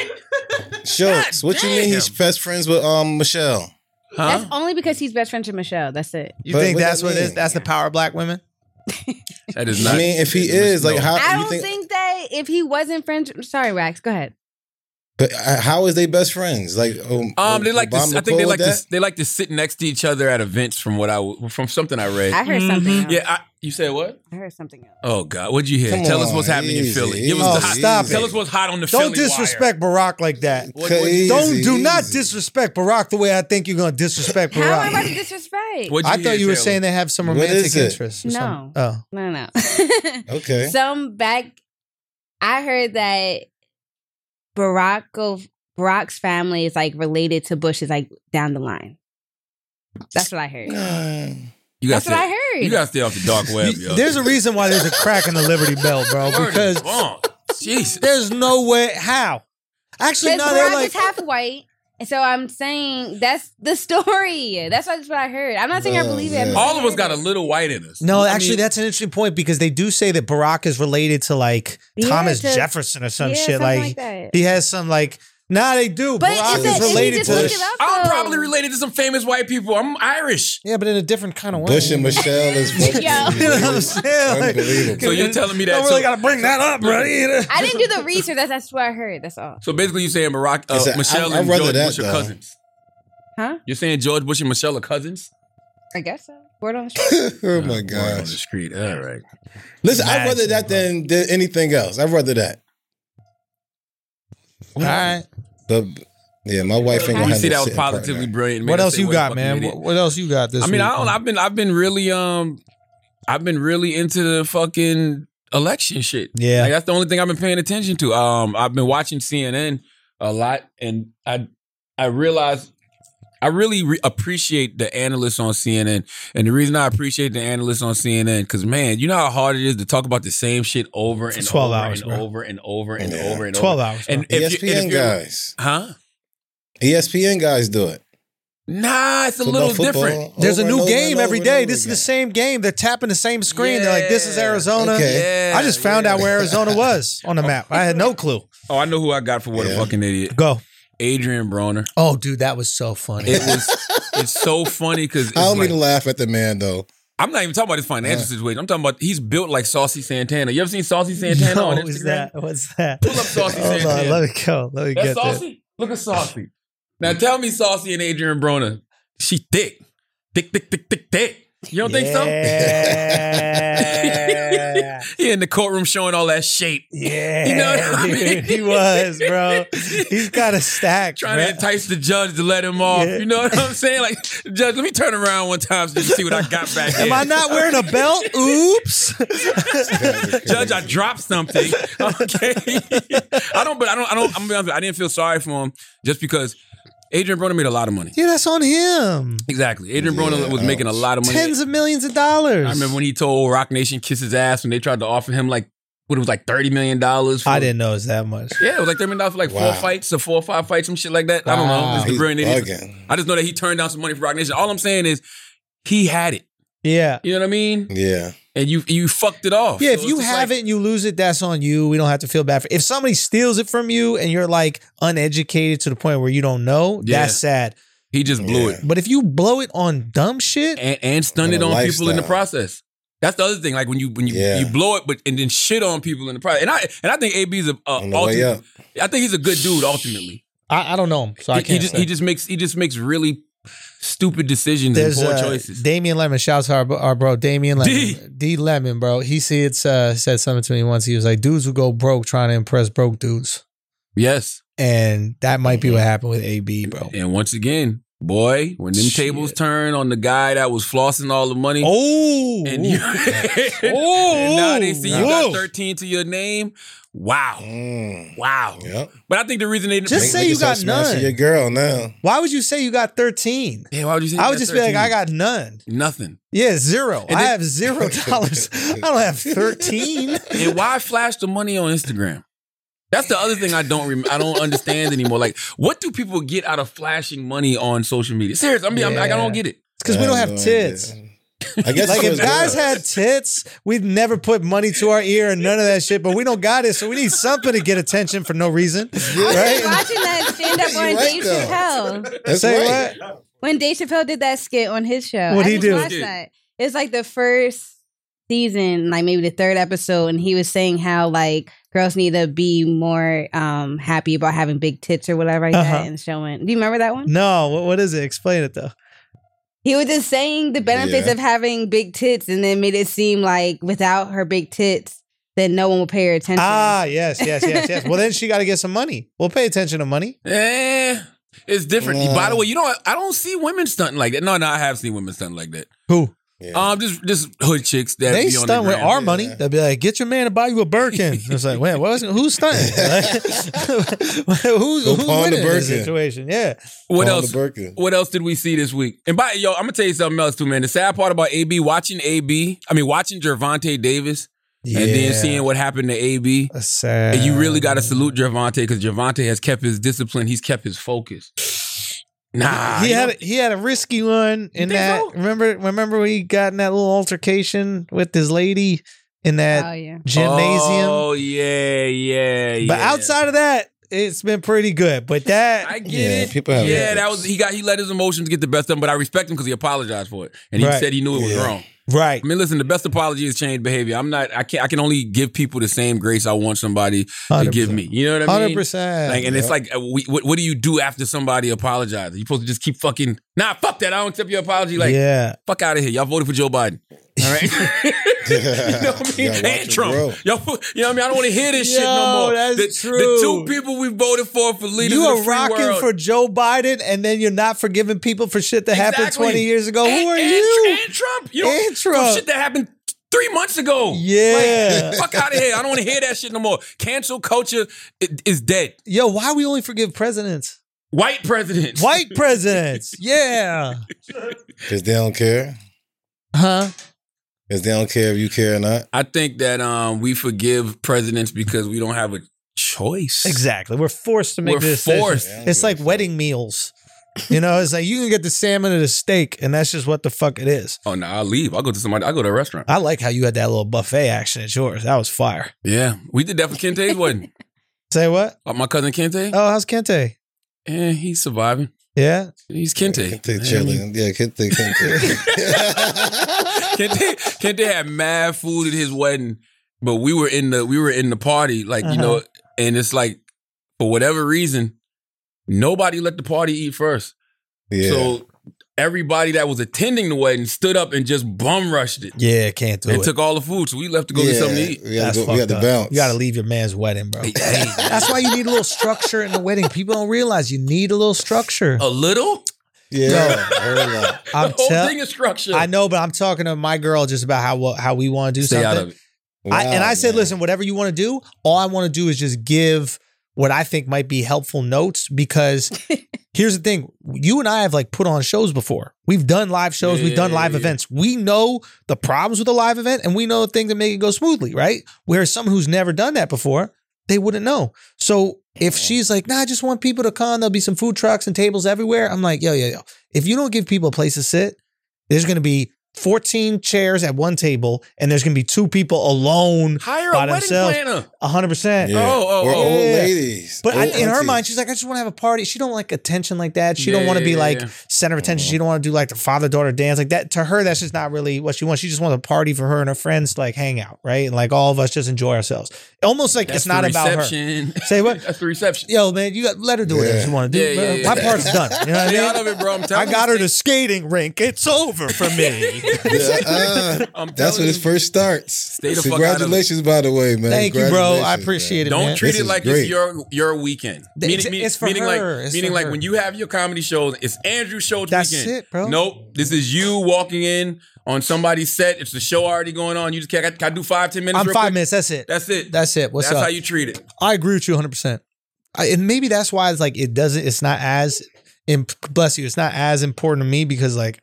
Speaker 4: Schultz, what you mean he's
Speaker 2: damn.
Speaker 4: best friends with um Michelle?
Speaker 2: Huh?
Speaker 5: That's only because he's best friends with Michelle. That's it.
Speaker 3: you
Speaker 4: But
Speaker 3: think
Speaker 4: what
Speaker 3: that's
Speaker 4: that
Speaker 3: what it is?
Speaker 4: mean?
Speaker 3: That's the power of black women.
Speaker 2: That is not.
Speaker 4: I mean, if he is like,
Speaker 2: No.
Speaker 4: how
Speaker 5: I
Speaker 4: Uh, you
Speaker 5: don't think, that if he wasn't friends, sorry, Wax, go ahead.
Speaker 4: But uh, how is they best friends? Like, um,
Speaker 2: Um, they like to.
Speaker 4: Obama
Speaker 2: I think they
Speaker 4: cool
Speaker 2: like
Speaker 4: with
Speaker 2: to. They like to sit next to each other at events. From what I w- from something I read.
Speaker 5: I heard something. Else.
Speaker 2: yeah, I, you said what?
Speaker 5: I heard something else.
Speaker 2: Oh God, what'd you hear?
Speaker 4: Come
Speaker 2: tell us
Speaker 4: on,
Speaker 2: what's happening in
Speaker 4: easy, Oh,
Speaker 2: Philly. Give us
Speaker 3: easy,
Speaker 2: the hot,
Speaker 3: stop it.
Speaker 2: Tell us what's hot on the
Speaker 3: Don't
Speaker 2: Philly
Speaker 3: disrespect Barack like that.
Speaker 2: What- what-
Speaker 4: Crazy,
Speaker 3: Don't do not
Speaker 4: easy.
Speaker 3: disrespect Barack the way I think you're gonna disrespect
Speaker 5: How am I about
Speaker 3: Barack.
Speaker 5: to disrespect?
Speaker 2: Wire. What'd
Speaker 3: I thought
Speaker 2: hear,
Speaker 3: you were
Speaker 2: Taylor?
Speaker 3: saying they have some
Speaker 4: What
Speaker 3: romantic
Speaker 4: is it?
Speaker 3: interests. or
Speaker 5: No.
Speaker 3: something. Oh.
Speaker 5: No, no.
Speaker 4: Okay.
Speaker 5: Some back. I heard that Barack of Barack's family is like related to Bush is like down the line. That's what I heard.
Speaker 4: Mm.
Speaker 2: You
Speaker 5: That's
Speaker 2: gotta
Speaker 5: what I
Speaker 2: stay,
Speaker 5: heard.
Speaker 2: you gotta stay off the dark web, yo.
Speaker 3: There's a reason why there's a crack in the Liberty Bell, bro.
Speaker 2: Word is
Speaker 3: Because
Speaker 2: wrong. Jesus.
Speaker 3: there's no way how. Actually,
Speaker 5: Because
Speaker 3: no,
Speaker 5: Barack
Speaker 3: they're like
Speaker 5: is half white. And so I'm saying that's the story. That's what, that's what I heard. I'm not saying I
Speaker 4: Oh,
Speaker 5: believe it.
Speaker 4: man.
Speaker 5: I'm just
Speaker 2: All
Speaker 5: saying
Speaker 2: of us
Speaker 5: I
Speaker 2: got a
Speaker 5: heard it.
Speaker 2: little white in us.
Speaker 3: No,
Speaker 2: I mean,
Speaker 3: actually, that's an interesting point because they do say that Barack is related to like
Speaker 5: Yeah,
Speaker 3: Thomas
Speaker 5: to-
Speaker 3: Jefferson or some
Speaker 5: Yeah,
Speaker 3: shit.
Speaker 5: something
Speaker 3: Like,
Speaker 5: that.
Speaker 3: he has some like. Nah, they do.
Speaker 5: But
Speaker 3: Barack
Speaker 4: it-
Speaker 3: is
Speaker 5: is that
Speaker 4: if you
Speaker 3: related
Speaker 5: just
Speaker 3: to.
Speaker 5: look
Speaker 4: Bush.
Speaker 5: it up,
Speaker 2: I'm
Speaker 5: though.
Speaker 2: probably related to some famous white people. I'm Irish.
Speaker 3: Yeah, but in a different kind of way.
Speaker 4: Bush and Michelle is fucking.
Speaker 5: Yo.
Speaker 3: You know what I'm saying? Like,
Speaker 4: Unbelievable.
Speaker 2: So you're telling me that.
Speaker 3: Don't
Speaker 2: so,
Speaker 3: really got to bring that up, bro.
Speaker 5: I didn't do the research. That's, that's what I heard. That's all.
Speaker 2: so basically, you're saying Barack, uh,
Speaker 4: It's a-
Speaker 2: Michelle,
Speaker 4: I- I'd
Speaker 2: and
Speaker 4: rather
Speaker 2: George
Speaker 4: that,
Speaker 2: Bush are
Speaker 4: though.
Speaker 2: cousins.
Speaker 5: Huh?
Speaker 2: You're saying George Bush and Michelle are cousins?
Speaker 5: I guess so. Word on the street.
Speaker 4: oh my
Speaker 2: Word on the
Speaker 4: gosh!
Speaker 2: street. All right.
Speaker 4: Listen, I'd rather
Speaker 3: Imagine,
Speaker 4: that than, than anything else. I'd rather that.
Speaker 3: All right.
Speaker 4: But yeah, my wife ain't
Speaker 2: We
Speaker 4: gonna have
Speaker 2: see
Speaker 4: no
Speaker 2: that was
Speaker 4: sitting partner.
Speaker 2: positively brilliant. Made
Speaker 3: What
Speaker 2: us
Speaker 3: else
Speaker 2: say
Speaker 3: you
Speaker 2: what a
Speaker 3: got,
Speaker 2: fucking
Speaker 3: man?
Speaker 2: idiot.
Speaker 3: What, what else you got this
Speaker 2: I mean, I
Speaker 3: week,
Speaker 2: don't,
Speaker 3: man?
Speaker 2: I've been I've been really um I've been really into the fucking election shit.
Speaker 3: Yeah.
Speaker 2: Like, that's the only thing I've been paying attention to. Um, I've been watching CNN a lot, and I I realize I really re- appreciate the analysts on CNN, and the reason I appreciate the analysts on CNN because man, you know how hard it is to talk about the same shit over
Speaker 3: For
Speaker 2: and
Speaker 3: 12
Speaker 2: over
Speaker 3: hours,
Speaker 2: and
Speaker 3: bro.
Speaker 2: over and over and
Speaker 4: Yeah. E
Speaker 2: over and
Speaker 3: 12
Speaker 2: over.
Speaker 3: hours.
Speaker 2: And
Speaker 3: bro.
Speaker 2: if you-
Speaker 4: ESPN
Speaker 2: and if you're-
Speaker 4: guys, E
Speaker 2: huh?
Speaker 4: ESPN guys do it.
Speaker 2: Nah, it's a
Speaker 4: It's about
Speaker 2: little
Speaker 4: football
Speaker 2: different.
Speaker 3: There's a
Speaker 4: over and
Speaker 3: new
Speaker 4: over
Speaker 3: game
Speaker 4: and over
Speaker 3: every
Speaker 4: and
Speaker 3: day.
Speaker 4: over
Speaker 3: This is the
Speaker 4: again.
Speaker 3: same game. They're tapping the same screen. They're like, this is
Speaker 2: Yeah.
Speaker 3: Arizona.
Speaker 4: Okay.
Speaker 3: I just found
Speaker 2: yeah.
Speaker 3: out where Arizona was on the map. I had no clue.
Speaker 2: Oh, I know who I got for what a
Speaker 4: Yeah.
Speaker 2: fucking idiot.
Speaker 3: Go.
Speaker 2: Adrian Broner.
Speaker 3: Oh, dude, that was so funny.
Speaker 2: It was. it's so funny because
Speaker 4: I don't
Speaker 2: like,
Speaker 4: mean to laugh at the man though.
Speaker 2: I'm not even talking about his financial situation. I'm talking about he's built like Saucy Santana. You ever seen Saucy Santana
Speaker 3: No,
Speaker 2: on
Speaker 3: what was
Speaker 2: Instagram?
Speaker 3: that? What's that?
Speaker 2: Pull up Saucy
Speaker 3: Hold
Speaker 2: Santana.
Speaker 3: on, let me go. Let me
Speaker 2: That's
Speaker 3: get that.
Speaker 2: Saucy. Look at Saucy. Now tell me, Saucy and Adrian Broner, she thick, thick, thick, thick, thick, thick. You don't think so?
Speaker 3: Yeah.
Speaker 2: He in the courtroom showing all that shape,
Speaker 3: Yeah.
Speaker 2: You know what I
Speaker 3: dude,
Speaker 2: mean?
Speaker 3: he was, bro. He's got a stack.
Speaker 2: trying
Speaker 3: bro.
Speaker 2: to entice the judge to let him off.
Speaker 3: Yeah.
Speaker 2: You know what I'm saying? Like, judge, let me turn around one time so you can see what I got back.
Speaker 3: Am
Speaker 2: here.
Speaker 3: I not wearing a belt? Oops.
Speaker 2: Judge, I dropped something. Okay, I don't, but I don't, I don't. I'm gonna be honest. with you, I didn't feel sorry for him just because Adrian Broner made a lot of money.
Speaker 3: Yeah, that's on him.
Speaker 2: Exactly, Adrian Broner
Speaker 4: Yeah,
Speaker 2: was making a lot of money.
Speaker 3: Tens of millions of dollars.
Speaker 2: I remember when he told Rock Nation kiss his ass when they tried to offer him like what it was like thirty million dollars. for-
Speaker 3: I didn't know it was that much.
Speaker 2: Yeah, it was like thirty million dollars for like four
Speaker 4: Wow.
Speaker 2: fights or four or five fights, some shit like that. I don't know.
Speaker 3: Wow.
Speaker 2: It's the
Speaker 4: He's
Speaker 2: brilliant idiot.
Speaker 4: bugging.
Speaker 2: I just know that he turned down some money for Rock Nation. All I'm saying is he had it.
Speaker 3: Yeah.
Speaker 2: You know what I mean?
Speaker 4: Yeah.
Speaker 2: And you you fucked it off.
Speaker 3: Yeah,
Speaker 2: So
Speaker 3: if
Speaker 2: it's
Speaker 3: you
Speaker 2: just
Speaker 3: have
Speaker 2: like-
Speaker 3: it and you lose it, that's on you. We don't have to feel bad for if somebody steals it from you and you're like uneducated to the point where you don't know,
Speaker 2: Yeah.
Speaker 3: that's sad.
Speaker 2: he just blew
Speaker 4: Yeah.
Speaker 2: it.
Speaker 3: But if you blow it on dumb shit,
Speaker 2: and, and stunted
Speaker 4: And a
Speaker 2: on people in the
Speaker 4: lifestyle.
Speaker 2: process. That's the other thing. Like when you when you,
Speaker 4: Yeah.
Speaker 2: you blow it, but and then shit on people in the process. And I and I think AB is a,
Speaker 3: Uh,
Speaker 2: a
Speaker 4: On the way
Speaker 2: ultimate,
Speaker 4: up.
Speaker 2: I think he's a good dude ultimately.
Speaker 3: I, I don't know him, so I
Speaker 2: He,
Speaker 3: can't.
Speaker 2: he just
Speaker 3: say.
Speaker 2: he just makes he just makes really stupid decisions
Speaker 3: There's
Speaker 2: and poor
Speaker 3: uh,
Speaker 2: choices.
Speaker 3: Damian Lemon. Shouts out our, our bro Damian Lemon.
Speaker 2: D.
Speaker 3: D. Lemon, bro. He said uh, said something to me once. He was like, "Dudes who go broke trying to impress broke dudes,"
Speaker 2: yes.
Speaker 3: and that might be what happened with AB, bro.
Speaker 2: Mm-hmm. And once again, boy, when them
Speaker 3: Shit.
Speaker 2: tables turn on the guy that was flossing all the money.
Speaker 3: Oh,
Speaker 2: And, you, and now they see you got 13 to your name. Wow.
Speaker 4: Mm.
Speaker 2: Wow.
Speaker 4: Yep.
Speaker 2: But I think the reason they didn't
Speaker 3: Just say you
Speaker 4: it start
Speaker 3: got
Speaker 4: smashing
Speaker 3: none.
Speaker 4: Your girl now.
Speaker 3: why would you say you got thirteen?
Speaker 2: yeah, why would you say
Speaker 3: I
Speaker 2: you
Speaker 3: would
Speaker 2: got
Speaker 3: just be like,
Speaker 2: 13?
Speaker 3: I got none.
Speaker 2: nothing.
Speaker 3: Yeah, zero.
Speaker 2: And
Speaker 3: I
Speaker 2: then-
Speaker 3: have zero dollars. I don't have thirteen.
Speaker 2: And why flash the money on Instagram? That's the other thing I don't rem- I don't understand anymore. Like, what do people get out of flashing money on social media? Seriously, I mean, I'm, like, I don't get it.
Speaker 3: because we
Speaker 4: I
Speaker 3: don't have
Speaker 4: no
Speaker 3: tits.
Speaker 4: idea. I guess
Speaker 3: Like
Speaker 4: so
Speaker 3: if
Speaker 4: as
Speaker 3: guys
Speaker 4: well.
Speaker 3: had tits, we'd never put money to our ear and none of that shit. But we don't got it, so we need something to get attention for no reason,
Speaker 5: I was
Speaker 3: right?
Speaker 5: watching that stand up
Speaker 4: You
Speaker 5: on
Speaker 4: right,
Speaker 5: Dave
Speaker 4: though.
Speaker 5: Chappelle.
Speaker 4: That's
Speaker 3: Say
Speaker 4: right.
Speaker 3: what?
Speaker 5: When Dave Chappelle did that skit on his show,
Speaker 3: What'd
Speaker 5: I
Speaker 3: he
Speaker 5: just
Speaker 3: do?
Speaker 5: watched
Speaker 2: Dude.
Speaker 5: that. It's like the first season, like maybe the third episode, and he was saying how like girls need to be more um happy about having big tits or whatever like
Speaker 3: Uh-huh.
Speaker 5: that and showing. Do you remember that one?
Speaker 3: No, what, what is it? Explain it though.
Speaker 5: He was just saying the benefits
Speaker 4: Yeah.
Speaker 5: of having big tits, and then made it seem like without her big tits, then no one would pay her attention.
Speaker 3: Ah, yes, yes, yes, yes. Well, then she got to get some money. We'll pay attention to money.
Speaker 2: Eh, it's different.
Speaker 4: Yeah.
Speaker 2: By the way, you know what? I don't see women stunting like that. No, no, I have seen women stunting like that.
Speaker 3: Who
Speaker 4: Yeah.
Speaker 2: Um, just just hood chicks that
Speaker 3: they
Speaker 2: be on the
Speaker 3: stunt with
Speaker 2: gram.
Speaker 3: our money?
Speaker 4: Yeah.
Speaker 3: They'd be like, "Get your man to buy you a Birkin." it's like, wait, what was, who's stunting? Like, who's
Speaker 4: Go
Speaker 3: who's
Speaker 4: pawn the
Speaker 3: winning in this
Speaker 4: Birkin.
Speaker 3: situation? Yeah,
Speaker 2: What
Speaker 4: Paul
Speaker 2: else?
Speaker 4: Burkin.
Speaker 2: What else did we see this week? And by yo, I'm gonna tell you something else too, man. The sad part about AB watching AB, I mean watching Gervonta Davis, and then seeing what happened to AB.
Speaker 3: That's sad.
Speaker 2: And you really got to salute Javante because Javante has kept his discipline. He's kept his focus. Nah,
Speaker 3: he
Speaker 2: you
Speaker 3: had
Speaker 2: know-
Speaker 3: a, he had a risky one in
Speaker 2: think
Speaker 3: that.
Speaker 2: so?
Speaker 3: Remember, remember when he got in that little altercation with his lady in that
Speaker 5: oh yeah.
Speaker 3: gymnasium.
Speaker 2: Oh yeah, yeah.
Speaker 3: but
Speaker 2: yeah.
Speaker 3: outside of that, it's been pretty good. But that
Speaker 2: I get
Speaker 4: Yeah,
Speaker 2: it.
Speaker 4: people have
Speaker 2: yeah,
Speaker 4: that.
Speaker 2: that was he got he let his emotions get the best of him. But I respect him because he apologized for it and he
Speaker 3: Right.
Speaker 2: said he knew it was
Speaker 4: Yeah.
Speaker 2: wrong.
Speaker 3: right,
Speaker 2: I mean, listen, the best apology is change behavior. I'm not. I can not I can only give people the same grace I want somebody to give me. You know what I
Speaker 3: hundred
Speaker 2: mean?
Speaker 3: percent.
Speaker 2: Like, and it's
Speaker 4: Yeah.
Speaker 2: like, uh, we, what, what do you do after somebody apologizes? You supposed to just keep fucking? Nah, fuck that. I don't accept your apology. Like,
Speaker 3: yeah,
Speaker 2: fuck out of here. Y'all voted for Joe Biden. All right. you know what I mean?
Speaker 4: You gotta watch
Speaker 2: And
Speaker 4: him
Speaker 2: Trump.
Speaker 4: grow.
Speaker 2: Yo, you know what I mean? I don't want to hear this shit
Speaker 3: Yo,
Speaker 2: no more.
Speaker 3: that's
Speaker 2: the,
Speaker 3: true.
Speaker 2: the two people we voted for for leaders
Speaker 3: you
Speaker 2: of
Speaker 3: are
Speaker 2: the free
Speaker 3: rocking
Speaker 2: world.
Speaker 3: for Joe Biden, and then you're not forgiving people for shit that happened
Speaker 2: Exactly.
Speaker 3: twenty years ago.
Speaker 2: and,
Speaker 3: Who are
Speaker 2: and-
Speaker 3: you?
Speaker 2: And Trump. You know,
Speaker 3: And Trump.
Speaker 2: some shit that happened three months ago.
Speaker 3: Yeah.
Speaker 2: Like, fuck out of here. I don't want to hear that shit no more. Cancel culture i- is dead.
Speaker 3: Yo, why we only forgive presidents?
Speaker 2: White presidents.
Speaker 3: White presidents. Yeah.
Speaker 4: Because they don't care.
Speaker 3: Huh?
Speaker 4: Because they don't care if you care or not.
Speaker 2: I think that um, we forgive presidents because we don't have a choice.
Speaker 3: Exactly. We're forced to make
Speaker 2: We're
Speaker 3: this decision.
Speaker 2: forced.
Speaker 4: Yeah, I don't
Speaker 3: It's
Speaker 4: give a
Speaker 3: like
Speaker 4: fuck.
Speaker 3: wedding meals. You know, it's like you can get the salmon or the steak, and that's just what the fuck it is.
Speaker 2: Oh no, I'll leave. I'll go to somebody. I'll go to a restaurant.
Speaker 3: I like how you had that little buffet action at yours. That was fire.
Speaker 2: yeah, we did that for Kente's wedding.
Speaker 3: Say what?
Speaker 2: Uh, My cousin Kente,
Speaker 3: Oh, how's Kente?
Speaker 2: eh, he's surviving.
Speaker 3: Yeah.
Speaker 2: He's Kente.
Speaker 4: Kente chilling. Yeah, Kente, Kente.
Speaker 2: Kente, Kente had mad food at his wedding, but we were in the we were in the party, like you know,
Speaker 3: Uh-huh.
Speaker 2: and it's like for whatever reason, nobody let the party eat first.
Speaker 4: yeah.
Speaker 2: So everybody that was attending the wedding stood up and just bum rushed it
Speaker 3: Yeah, can't do
Speaker 2: and
Speaker 3: it.
Speaker 2: took all the food. So we left to go get something to eat.
Speaker 4: We had
Speaker 3: That's
Speaker 4: to, go, we had
Speaker 3: fucked
Speaker 4: to
Speaker 3: up.
Speaker 4: bounce.
Speaker 3: You got to leave your man's wedding, bro. That's why you need a little structure in the wedding. People don't realize you need a little structure.
Speaker 2: A little?
Speaker 4: Yeah. hold on.
Speaker 3: I'm
Speaker 2: Oh, the whole
Speaker 3: tell-
Speaker 2: thing is structure.
Speaker 3: I know, but I'm talking to my girl just about how how we want to do
Speaker 2: Stay
Speaker 3: something.
Speaker 2: out of it.
Speaker 3: I, and
Speaker 4: Wow,
Speaker 3: I said,
Speaker 4: man.
Speaker 3: listen, whatever you want to do, all I want to do is just give what I think might be helpful notes because here's the thing. You and I have like put on shows before. We've done live shows, we've done
Speaker 2: Yeah,
Speaker 3: live
Speaker 2: yeah.
Speaker 3: events. We know the problems with a live event and we know the things that make it go smoothly, right? Whereas someone who's never done that before, they wouldn't know. So if she's like, nah, I just want people to come, there'll be some food trucks and tables everywhere. I'm like, yo, yo, yo. If you don't give people a place to sit, there's going to be 14 chairs at one table and there's going to be two people alone
Speaker 2: Hire
Speaker 3: By
Speaker 2: a wedding
Speaker 3: themselves.
Speaker 2: planner.
Speaker 3: hundred percent.
Speaker 4: Yeah.
Speaker 2: Oh, oh,
Speaker 4: We're
Speaker 2: oh.
Speaker 4: old
Speaker 3: Yeah.
Speaker 4: ladies.
Speaker 3: But I,
Speaker 4: Old
Speaker 3: in her
Speaker 4: aunties.
Speaker 3: mind, she's like, I just want to have a party. She don't like attention like that. She
Speaker 2: Yeah,
Speaker 3: don't want to be
Speaker 2: yeah,
Speaker 3: like
Speaker 2: yeah.
Speaker 3: center of attention. She don't want to do like the father daughter dance like that. To her, that's just not really what she wants. She just wants a party for her and her friends to like hang out, right? And like all of us just enjoy ourselves. Almost like
Speaker 2: That's
Speaker 3: it's not
Speaker 2: the
Speaker 3: about her.
Speaker 2: reception.
Speaker 3: Say what?
Speaker 2: That's the reception.
Speaker 3: Yo, man, you got let her do whatever
Speaker 4: Yeah.
Speaker 3: she want to do.
Speaker 2: Yeah, yeah,
Speaker 3: bro.
Speaker 2: yeah.
Speaker 3: My part's done. You know what I
Speaker 2: Stay
Speaker 3: mean?
Speaker 2: out of it, bro. I'm
Speaker 3: I
Speaker 2: telling
Speaker 3: got
Speaker 2: you,
Speaker 3: her to skating rink. It's over for me.
Speaker 4: Yeah, uh,
Speaker 2: I'm
Speaker 4: that's when
Speaker 2: telling
Speaker 4: it
Speaker 2: you.
Speaker 4: first starts.
Speaker 2: the fuck out of it.
Speaker 4: Congratulations, by the way, man.
Speaker 3: Thank you, bro. I
Speaker 4: Congratulations,
Speaker 3: appreciate it.
Speaker 2: Don't
Speaker 3: man.
Speaker 2: treat
Speaker 4: This
Speaker 2: it
Speaker 4: is
Speaker 2: like
Speaker 4: great.
Speaker 2: it's your your weekend.
Speaker 3: It's- it's for
Speaker 2: meaning
Speaker 3: her.
Speaker 2: like
Speaker 3: It's
Speaker 2: meaning
Speaker 3: for
Speaker 2: like
Speaker 3: her.
Speaker 2: when you have your comedy shows, it's Andrew Schultz
Speaker 3: That's
Speaker 2: weekend.
Speaker 3: it, bro.
Speaker 2: Nope. This is you walking in on somebody's set. It's the show already going on. You just can't can I do five, ten minutes.
Speaker 3: I'm
Speaker 2: real
Speaker 3: five
Speaker 2: quick?
Speaker 3: minutes. That's it.
Speaker 2: That's it.
Speaker 3: That's it. What's
Speaker 2: That's
Speaker 3: up?
Speaker 2: how you treat it.
Speaker 3: I agree with you 100. percent And maybe that's why it's like it doesn't. It's not as. imp- Bless you. It's not as important to me because like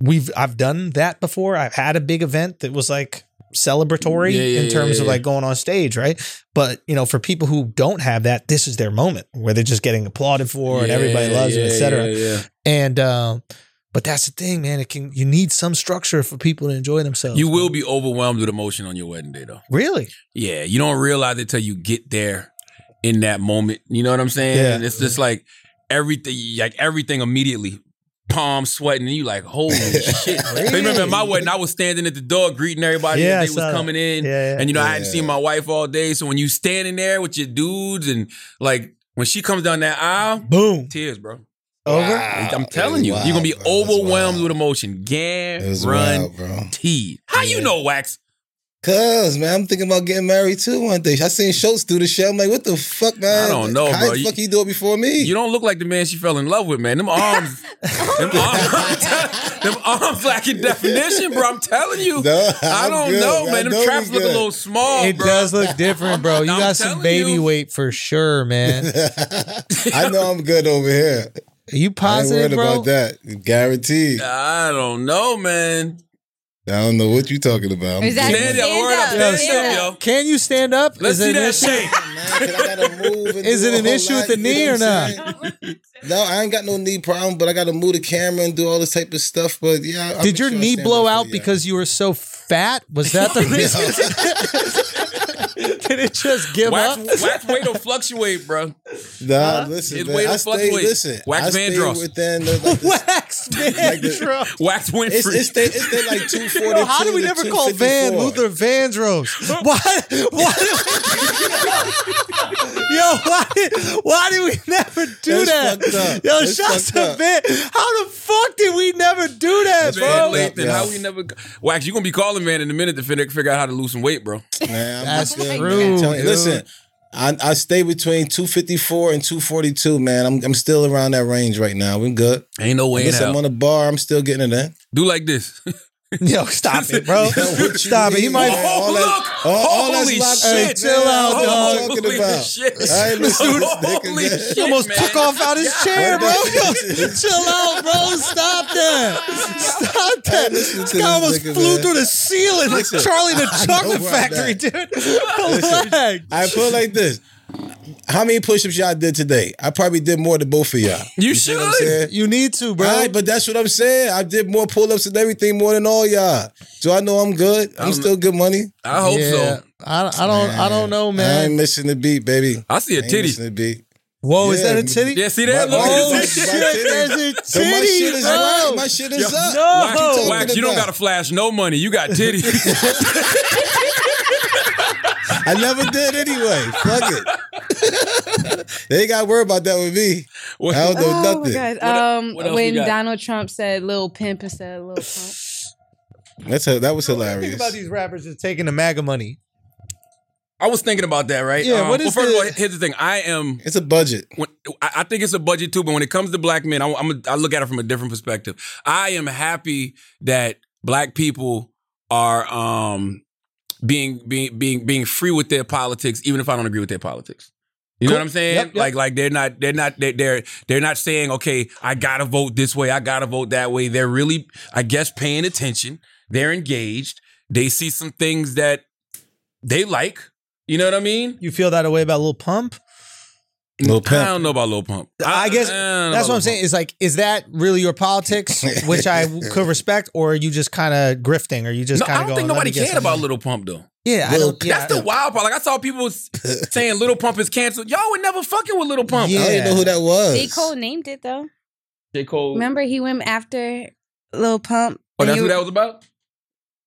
Speaker 3: we've I've done that before. I've had a big event that was like celebratory
Speaker 2: Yeah, yeah,
Speaker 3: in terms
Speaker 2: yeah,
Speaker 3: of
Speaker 2: yeah.
Speaker 3: like going on stage, right? But you know, for people who don't have that, this is their moment where they're just getting applauded for and everybody loves them,
Speaker 2: yeah,
Speaker 3: et cetera.
Speaker 2: Yeah, yeah.
Speaker 3: And um, but that's the thing, man. It can you need some structure for people to enjoy themselves.
Speaker 2: You will be overwhelmed with emotion on your wedding day, though.
Speaker 3: really.
Speaker 2: Yeah, you don't realize it till you get there in that moment. You know what I'm saying?
Speaker 3: Yeah.
Speaker 2: And it's just like everything, like everything immediately. Palm sweating, and you like, holy shit! I remember at my wedding, I was standing at the door greeting everybody
Speaker 3: Yeah, I
Speaker 2: as they
Speaker 3: saw
Speaker 2: was
Speaker 3: that.
Speaker 2: coming in,
Speaker 3: Yeah, yeah.
Speaker 2: and you know I hadn't
Speaker 4: Yeah.
Speaker 2: seen my wife all day. So when you standing there with your dudes, and like when she comes down that aisle,
Speaker 3: boom
Speaker 2: tears, bro.
Speaker 3: over.
Speaker 4: Wow,
Speaker 2: I'm
Speaker 4: Ah, it
Speaker 2: telling
Speaker 4: was
Speaker 2: you, you're gonna be
Speaker 4: wild, bro. It was
Speaker 2: overwhelmed
Speaker 4: wild.
Speaker 2: with emotion.
Speaker 4: It was
Speaker 2: Guaranteed.
Speaker 4: wild, bro.
Speaker 2: How you
Speaker 4: Yeah.
Speaker 2: know, Wax?
Speaker 4: Cause man, I'm thinking about getting married too one day. I seen Schultz do the shit. I'm like, what the fuck, man?
Speaker 2: I don't know,
Speaker 4: How
Speaker 2: bro.
Speaker 4: The
Speaker 2: You-
Speaker 4: fuck you do it before me?
Speaker 2: You don't look like the man she fell in love with, man. Them arms, them arms, them arms lacking definition, bro. I'm telling you.
Speaker 4: No,
Speaker 2: I
Speaker 4: I'm
Speaker 2: don't
Speaker 4: good.
Speaker 2: know,
Speaker 4: I
Speaker 2: man. Them
Speaker 4: know
Speaker 2: traps
Speaker 4: he's
Speaker 2: look a
Speaker 4: good.
Speaker 2: little small,
Speaker 3: it
Speaker 2: Oh, bro.
Speaker 3: does look different, bro. You
Speaker 2: I'm
Speaker 3: got some
Speaker 2: telling
Speaker 3: baby
Speaker 2: you.
Speaker 3: weight for sure, man.
Speaker 4: I know I'm good over here.
Speaker 3: Are you
Speaker 4: I ain't
Speaker 3: positive,
Speaker 4: worried
Speaker 3: bro?
Speaker 4: about that. Guaranteed.
Speaker 2: I don't know, man.
Speaker 4: I don't know what you talking about. I'm
Speaker 5: Is that-
Speaker 4: good.
Speaker 2: Stand up,
Speaker 5: Stand
Speaker 2: word up,
Speaker 5: up,
Speaker 2: stand
Speaker 5: stand
Speaker 2: up, yo.
Speaker 3: Can you stand up?
Speaker 2: Let's
Speaker 3: Is
Speaker 2: see
Speaker 3: it an
Speaker 2: that
Speaker 3: issue?
Speaker 2: shake.
Speaker 4: Man, 'cause I gotta move and
Speaker 3: Is
Speaker 4: do
Speaker 3: it
Speaker 4: a
Speaker 3: an
Speaker 4: whole
Speaker 3: issue with
Speaker 4: lot,
Speaker 3: the
Speaker 4: you know
Speaker 3: knee
Speaker 4: what
Speaker 3: or
Speaker 4: I'm
Speaker 3: not?
Speaker 4: saying? No, I ain't got no knee problem, but I gotta move the camera and do all this type of stuff. But yeah, I'll
Speaker 3: Did
Speaker 4: make
Speaker 3: your
Speaker 4: sure I
Speaker 3: knee
Speaker 4: stand up
Speaker 3: blow
Speaker 4: for
Speaker 3: out
Speaker 4: you.
Speaker 3: because you were so fat? Was that the reason? Did it just give up?
Speaker 2: Wax, wax weight will fluctuate, bro.
Speaker 4: Nah, listen,
Speaker 2: It
Speaker 4: man,
Speaker 2: weight
Speaker 4: I
Speaker 2: of fuck
Speaker 4: stay,
Speaker 2: weight.
Speaker 4: listen,
Speaker 2: Wax
Speaker 4: I
Speaker 2: Van
Speaker 4: stay
Speaker 2: Dross.
Speaker 4: within the, like, the
Speaker 3: Wax Van
Speaker 4: the-
Speaker 3: Vandross.
Speaker 2: Wax Winfrey.
Speaker 4: It's it's they, it's they like two forty.
Speaker 3: Yo, how do we never call Van Luther Vandross? Why? Why? do- Yo, why? did- Why did we never do
Speaker 4: That's fucked
Speaker 3: that?
Speaker 4: up.
Speaker 3: Yo,
Speaker 4: That's
Speaker 3: shots
Speaker 4: fucked
Speaker 3: to
Speaker 4: up.
Speaker 3: Van. How the fuck did we never do that,
Speaker 2: Man,
Speaker 3: bro?
Speaker 4: fucked up,
Speaker 2: Lathan,
Speaker 4: yo.
Speaker 2: how we never wax? You gonna be calling man in a minute to fin- figure out how to lose some weight, bro.
Speaker 4: Man, I'm
Speaker 3: That's
Speaker 4: good, man.
Speaker 3: true,
Speaker 4: I'm telling you.
Speaker 3: dude.
Speaker 4: Listen, I, I stay between two fifty four and two forty two. Man, I'm I'm still around that range right now. We're good.
Speaker 2: Ain't no way in
Speaker 4: Listen, I'm
Speaker 2: hell.
Speaker 4: on a bar. I'm still getting it in.
Speaker 2: Do like this.
Speaker 3: Yo, stop it, bro.
Speaker 4: Yo, what you
Speaker 3: Stop it. You
Speaker 4: mean,
Speaker 3: might.
Speaker 4: man?
Speaker 2: Oh,
Speaker 4: all
Speaker 2: look!
Speaker 4: that- all- all that's
Speaker 2: Holy
Speaker 4: locked
Speaker 2: shit!
Speaker 3: up. Hey, chill out,
Speaker 2: Holy
Speaker 3: dog.
Speaker 4: Talking about.
Speaker 2: shit.
Speaker 4: I ain't listening to this nigga,
Speaker 2: Holy
Speaker 4: Oh, man.
Speaker 2: shit,
Speaker 3: He almost
Speaker 2: man.
Speaker 3: took off out his chair,
Speaker 4: What
Speaker 3: bro.
Speaker 4: the-
Speaker 3: Yo, Chill out, bro. Stop that. Stop
Speaker 4: I
Speaker 3: that.
Speaker 4: ain't listening
Speaker 3: This
Speaker 4: to
Speaker 3: guy
Speaker 4: this
Speaker 3: almost
Speaker 4: nigga,
Speaker 3: flew
Speaker 4: man.
Speaker 3: through the ceiling like
Speaker 4: Listen,
Speaker 3: Charlie the
Speaker 4: I know
Speaker 3: Chocolate
Speaker 4: where I'm
Speaker 3: Factory,
Speaker 4: at.
Speaker 3: dude. Relax.
Speaker 4: I put it like this. How many push-ups y'all did today? I probably did more than both of y'all.
Speaker 2: You
Speaker 4: see what I'm
Speaker 2: should.
Speaker 4: saying?
Speaker 3: You need to, bro.
Speaker 4: Right, but that's what I'm saying. I did more pull-ups and everything more than all y'all. Do I know I'm good? I'm
Speaker 2: I'm-
Speaker 4: still good money.
Speaker 2: I hope
Speaker 3: Yeah.
Speaker 2: so.
Speaker 3: I, I don't I don't know,
Speaker 4: I ain't
Speaker 3: man.
Speaker 4: missing the beat, baby.
Speaker 2: I see a
Speaker 4: I ain't
Speaker 2: titty.
Speaker 4: missing the beat.
Speaker 3: Whoa, is that
Speaker 4: Yeah.
Speaker 3: a titty?
Speaker 2: Yeah, see that?
Speaker 4: My-
Speaker 2: Look
Speaker 3: Oh
Speaker 2: at
Speaker 4: my-
Speaker 3: shit,
Speaker 2: this.
Speaker 4: my titty.
Speaker 3: there's a
Speaker 4: So my shit
Speaker 3: titty,
Speaker 4: is
Speaker 3: bro.
Speaker 4: right. My shit is up.
Speaker 3: No.
Speaker 4: What you talking
Speaker 2: Wax, you don't
Speaker 4: about?
Speaker 2: gotta flash no money. You got titty.
Speaker 4: I never did anyway. Fuck it. they ain't got to worry about that with me.
Speaker 2: What-
Speaker 4: I don't know
Speaker 5: oh
Speaker 4: nothing.
Speaker 5: my
Speaker 2: What-
Speaker 5: god! Um,
Speaker 2: what else we
Speaker 5: when
Speaker 2: got?
Speaker 5: Donald Trump said "little pimp" instead of "little pump,"
Speaker 4: That's a, that was
Speaker 3: Think
Speaker 4: hilarious.
Speaker 3: about these rappers that's taking the MAGA money.
Speaker 2: I was thinking about that, right? Um,
Speaker 3: Yeah, what is
Speaker 2: well, first
Speaker 3: the-
Speaker 2: of all, here's the thing. I am
Speaker 4: It's a budget.
Speaker 2: when, I I think it's a budget too, but when it comes to black men, I, I'm a, am ai look at it from a different perspective. I am happy that black people are um, being being being being free with their politics, even if I don't agree with their politics. You know what I'm saying?
Speaker 3: Yep, yep.
Speaker 2: Like like they're not they're not they're, they're they're not saying okay I gotta vote this way I gotta vote that way. They're really I guess paying attention. They're engaged. They see some things that they like. You know what I mean?
Speaker 3: You feel that way about Lil Pump?
Speaker 4: Lil
Speaker 2: I
Speaker 4: Pimp.
Speaker 2: don't know about Lil Pump.
Speaker 3: I guess
Speaker 2: I don't know about
Speaker 3: that's what I'm
Speaker 2: Lil Pump.
Speaker 3: saying. Is like, is that really your politics, which I could respect, or are you just kind of grifting? Or you just
Speaker 2: No,
Speaker 3: kind
Speaker 2: I
Speaker 3: of
Speaker 2: don't
Speaker 3: going?
Speaker 2: think
Speaker 3: "Let me
Speaker 2: nobody
Speaker 3: get
Speaker 2: cared
Speaker 3: some-"
Speaker 2: about Little Pump though.
Speaker 3: Yeah, I
Speaker 4: Lil-
Speaker 3: don't. Yeah,
Speaker 2: That's the wild part. Like I saw people s- saying Little Pump is canceled. Y'all would never fucking with Little Pump. Oh,
Speaker 4: I
Speaker 3: Yeah.
Speaker 4: don't even know who that was.
Speaker 5: J. Cole named it though.
Speaker 2: J. Cole.
Speaker 5: Remember, he went after "little pump."
Speaker 2: Oh, that's
Speaker 5: and
Speaker 2: what
Speaker 5: you-
Speaker 2: that was about.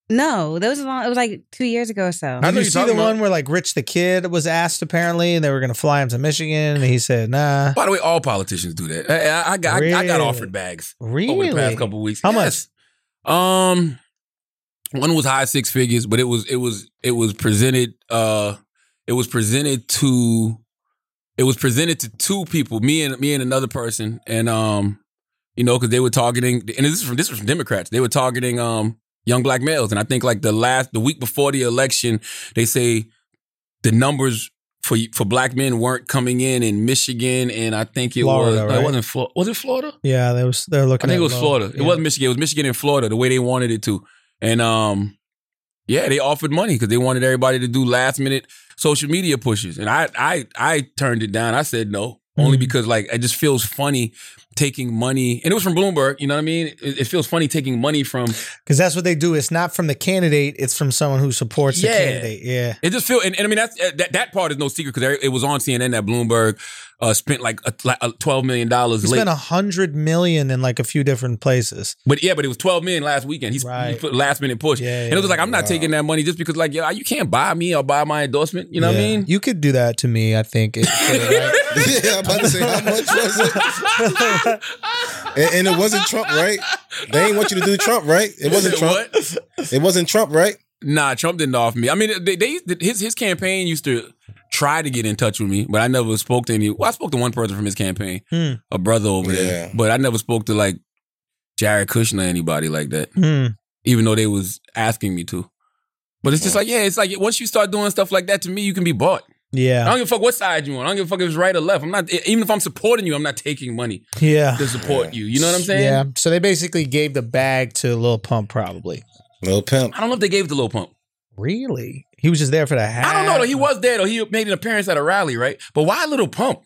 Speaker 5: No, that was a long. It was like two years ago or so.
Speaker 2: I
Speaker 3: Did
Speaker 2: know
Speaker 3: you
Speaker 2: you're
Speaker 3: see the
Speaker 2: talking about-
Speaker 3: one where like Rich the Kid was asked apparently, and they were going to fly him to Michigan, and he said, "Nah,
Speaker 2: By the way, all politicians do that. I, I- I got I, I got
Speaker 3: Really?
Speaker 2: offered bags over the
Speaker 3: really."
Speaker 2: past couple weeks.
Speaker 3: How much?
Speaker 2: much? Um, one was high six figures, but it was it was it was presented. Uh, it was presented to it was presented to two people, me and me and another person, and um, you know, because they were targeting, and this is from this was from Democrats. They were targeting um young black males, and I think like the last the week before the election, they say the numbers. For, for black men weren't coming in in Michigan and I think it was
Speaker 3: Florida,
Speaker 2: no, it
Speaker 3: right?
Speaker 2: wasn't Florida was it Florida
Speaker 3: Yeah, they was they're
Speaker 2: I
Speaker 3: looking.
Speaker 2: think
Speaker 3: at
Speaker 2: it was
Speaker 3: low.
Speaker 2: Florida. It
Speaker 3: Yeah.
Speaker 2: wasn't Michigan. It was Michigan and Florida, the way they wanted it to. And um, Yeah, they offered money because they wanted everybody to do last minute social media pushes, and I I I turned it down. I said no, only
Speaker 3: Mhm.
Speaker 2: because like it just feels funny taking money, and it was from Bloomberg. You know what I mean? It, it feels funny taking money from.
Speaker 3: Because that's what they do. It's not from the candidate, it's from someone who supports
Speaker 2: Yeah.
Speaker 3: the candidate. Yeah.
Speaker 2: It just feel and, and I mean that's that that part is no secret because it was on CNN that Bloomberg uh, spent like a, like a twelve million dollars
Speaker 3: He
Speaker 2: late.
Speaker 3: spent a hundred million in like a few different places.
Speaker 2: But yeah, but it was 12 million last weekend. He's
Speaker 3: Right.
Speaker 2: put last minute push.
Speaker 3: Yeah,
Speaker 2: and it was
Speaker 3: yeah,
Speaker 2: like, I'm not
Speaker 4: wow.
Speaker 2: taking that money just because, like, yo, you can't buy me or buy my endorsement. You know what I
Speaker 3: Yeah.
Speaker 2: mean?
Speaker 3: You could do that to me, I think. It-
Speaker 4: yeah, I'm about to say how much was it? And, and it wasn't Trump, right? They ain't want you to do Trump, right? It wasn't Trump.
Speaker 2: What?
Speaker 4: It wasn't Trump, right?
Speaker 2: Nah, Trump didn't offer me. I mean, they, they his his campaign used to try to get in touch with me, but I never spoke to any. Well, I spoke to one person from his campaign,
Speaker 3: Hmm.
Speaker 2: a brother over
Speaker 4: Yeah.
Speaker 2: there, but I never spoke to like Jared Kushner, or anybody like that.
Speaker 3: Hmm.
Speaker 2: even though they was asking me to. But it's just like, yeah, it's like once you start doing stuff like that to me, you can be bought. I
Speaker 3: Yeah.
Speaker 2: don't give a fuck what side you on. I don't give a fuck if it's right or left. I'm not e, even if I'm supporting you, I'm not taking money
Speaker 3: Yeah.
Speaker 2: to support you. You know what I'm saying?
Speaker 3: Yeah. So they basically gave the bag to Lil Pump, probably.
Speaker 4: Lil Pimp.
Speaker 2: I don't know if they gave it to Lil Pump.
Speaker 3: Really? He was just there for the half.
Speaker 2: I don't know though. He was there though. He made an appearance at a rally, right? But why Little Pump?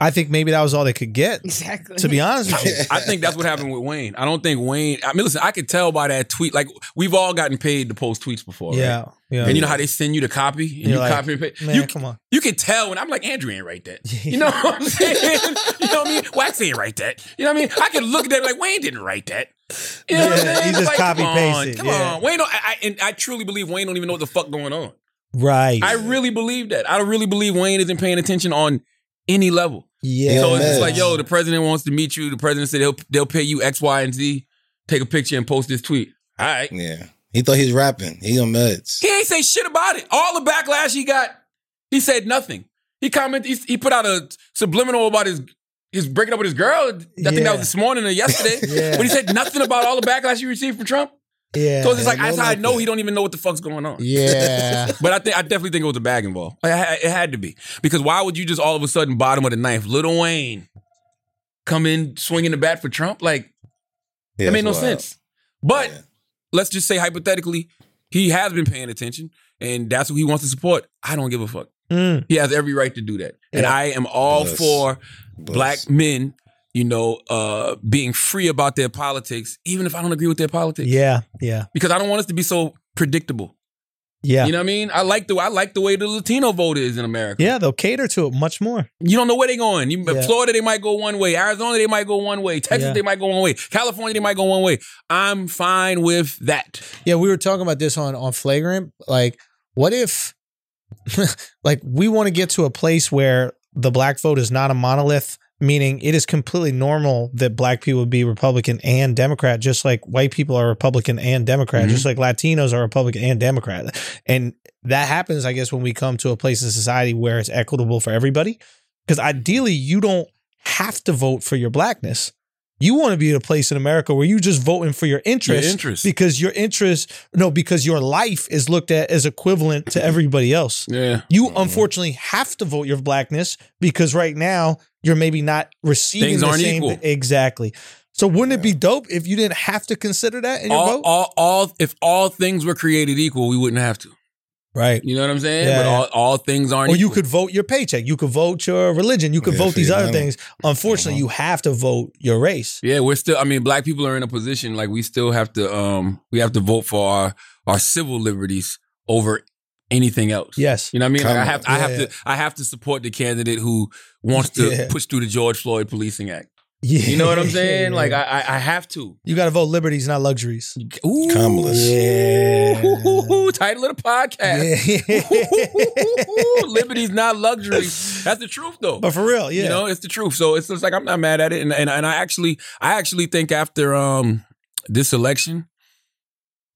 Speaker 3: I think maybe that was all they could get.
Speaker 5: Exactly.
Speaker 3: To be honest with you,
Speaker 4: Yeah.
Speaker 2: I think that's what happened with Wayne. I don't think Wayne. I mean, listen, I could tell by that tweet. Like we've all gotten paid to post tweets before, right?
Speaker 3: yeah, yeah.
Speaker 2: And you know how they send you the copy and
Speaker 3: You're
Speaker 2: you
Speaker 3: like,
Speaker 2: copy and paste.
Speaker 3: man,
Speaker 2: you,
Speaker 3: come on.
Speaker 2: you can tell when I'm like Andrew ain't write that. You know what I'm saying? you know what I mean? Wax ain't write that. You know what I mean? I can look at that and be like Wayne didn't write that. You know what I'm
Speaker 3: Yeah,
Speaker 2: saying?
Speaker 3: he just
Speaker 2: Like, come
Speaker 3: copy
Speaker 2: on,
Speaker 3: pasted,
Speaker 2: Come
Speaker 3: yeah.
Speaker 2: on, Wayne. Don't, I, I, and I truly believe Wayne don't even know what the fuck going on.
Speaker 3: right?
Speaker 2: I really believe that. I really believe Wayne isn't paying attention on any level.
Speaker 3: yeah.
Speaker 2: so it's just
Speaker 4: man.
Speaker 2: like, yo, the president wants to meet you. The president said he'll they'll pay you X, Y, and Z. Take a picture and post this tweet. All right.
Speaker 4: Yeah. He thought he was rapping. He on meds.
Speaker 2: He ain't say shit about it. All the backlash he got, he said nothing. He commented. He, he put out a subliminal about his his breaking up with his girl. I think that
Speaker 3: Yeah.
Speaker 2: was this morning or yesterday.
Speaker 3: Yeah.
Speaker 2: But he said nothing about all the backlash he received from Trump.
Speaker 3: yeah,
Speaker 2: So it's just like
Speaker 4: I
Speaker 2: that's
Speaker 4: know
Speaker 2: how I
Speaker 4: like
Speaker 2: know
Speaker 4: that.
Speaker 2: he don't even know what the fuck's going on.
Speaker 3: yeah,
Speaker 2: But I think I definitely think it was a bag involved. It, ha- it had to be because why would you just all of a sudden bottom of the knife, Little Wayne, come in swinging the bat for Trump? Like
Speaker 4: Yeah,
Speaker 2: it made no
Speaker 4: that's wild.
Speaker 2: sense. But
Speaker 4: Yeah.
Speaker 2: let's just say hypothetically, he has been paying attention and that's what he wants to support. I don't give a fuck.
Speaker 3: Mm,
Speaker 2: He has every right to do that. And
Speaker 3: Yeah.
Speaker 2: I am all
Speaker 4: Yes.
Speaker 2: for
Speaker 4: But-
Speaker 2: black men, you know, uh, being free about their politics, even if I don't agree with their politics.
Speaker 3: yeah, yeah,
Speaker 2: Because I don't want us to be so predictable.
Speaker 3: yeah,
Speaker 2: You know what I mean? I like the I like the way the Latino vote is in America.
Speaker 3: yeah. They'll cater to it much more.
Speaker 2: You don't know where they're going. You,
Speaker 3: Yeah.
Speaker 2: Florida, they might go one way. Arizona, they might go one way. Texas,
Speaker 3: Yeah.
Speaker 2: they might go one way. California, they might go one way. I'm fine with that.
Speaker 3: Yeah, we were talking about this on on flagrant. Like, what if, like, we want to get to a place where the black vote is not a monolith, meaning it is completely normal that black people would be Republican and Democrat, just like white people are Republican and Democrat,
Speaker 2: Mhm.
Speaker 3: just like Latinos are Republican and Democrat, and that happens, I guess, when we come to a place in society where it's equitable for everybody. Because ideally, you don't have to vote for your blackness. You want to be in a place in America where you're just voting for your interests
Speaker 2: interest.
Speaker 3: because your interest no because your life is looked at as equivalent to everybody else
Speaker 2: Yeah.
Speaker 3: you unfortunately have to vote your blackness because right now you're maybe not receiving
Speaker 2: Things
Speaker 3: the
Speaker 2: aren't
Speaker 3: same
Speaker 2: equal.
Speaker 3: exactly so wouldn't it be dope if you didn't have to consider that in your
Speaker 2: all,
Speaker 3: vote
Speaker 2: all, all, if all things were created equal, we wouldn't have to.
Speaker 3: right
Speaker 2: You know what I'm saying?
Speaker 3: Yeah,
Speaker 2: but
Speaker 3: yeah.
Speaker 2: All, all things aren't.
Speaker 3: or you
Speaker 2: equal.
Speaker 3: could vote your paycheck you could vote your religion you could
Speaker 4: Yeah,
Speaker 3: vote
Speaker 4: for
Speaker 3: these
Speaker 4: your
Speaker 3: other
Speaker 4: money.
Speaker 3: things unfortunately
Speaker 4: Mhm.
Speaker 2: Uh-huh.
Speaker 3: you have to vote your race
Speaker 2: Yeah, we're still. I mean, black people are in a position like we still have to. Um, we have to vote for our our civil liberties over anything else.
Speaker 3: yes
Speaker 2: You know what I mean? Like I
Speaker 4: Come
Speaker 2: have,
Speaker 4: on.
Speaker 2: I have
Speaker 3: Yeah,
Speaker 2: to, I have to support the candidate who wants to
Speaker 3: Yeah.
Speaker 2: push through the George Floyd Policing Act.
Speaker 3: yeah.
Speaker 2: You know what I'm saying?
Speaker 3: Yeah.
Speaker 2: Like I, I, I have to.
Speaker 3: you got to vote liberties not luxuries
Speaker 2: Ooh,
Speaker 4: Kamala's.
Speaker 2: Ooh, title of the podcast. Ooh, liberty's not luxury. That's the truth, though.
Speaker 3: but for real yeah
Speaker 2: You know, it's the truth. So it's just like I'm not mad at it, and and, and I actually I actually think after um this election,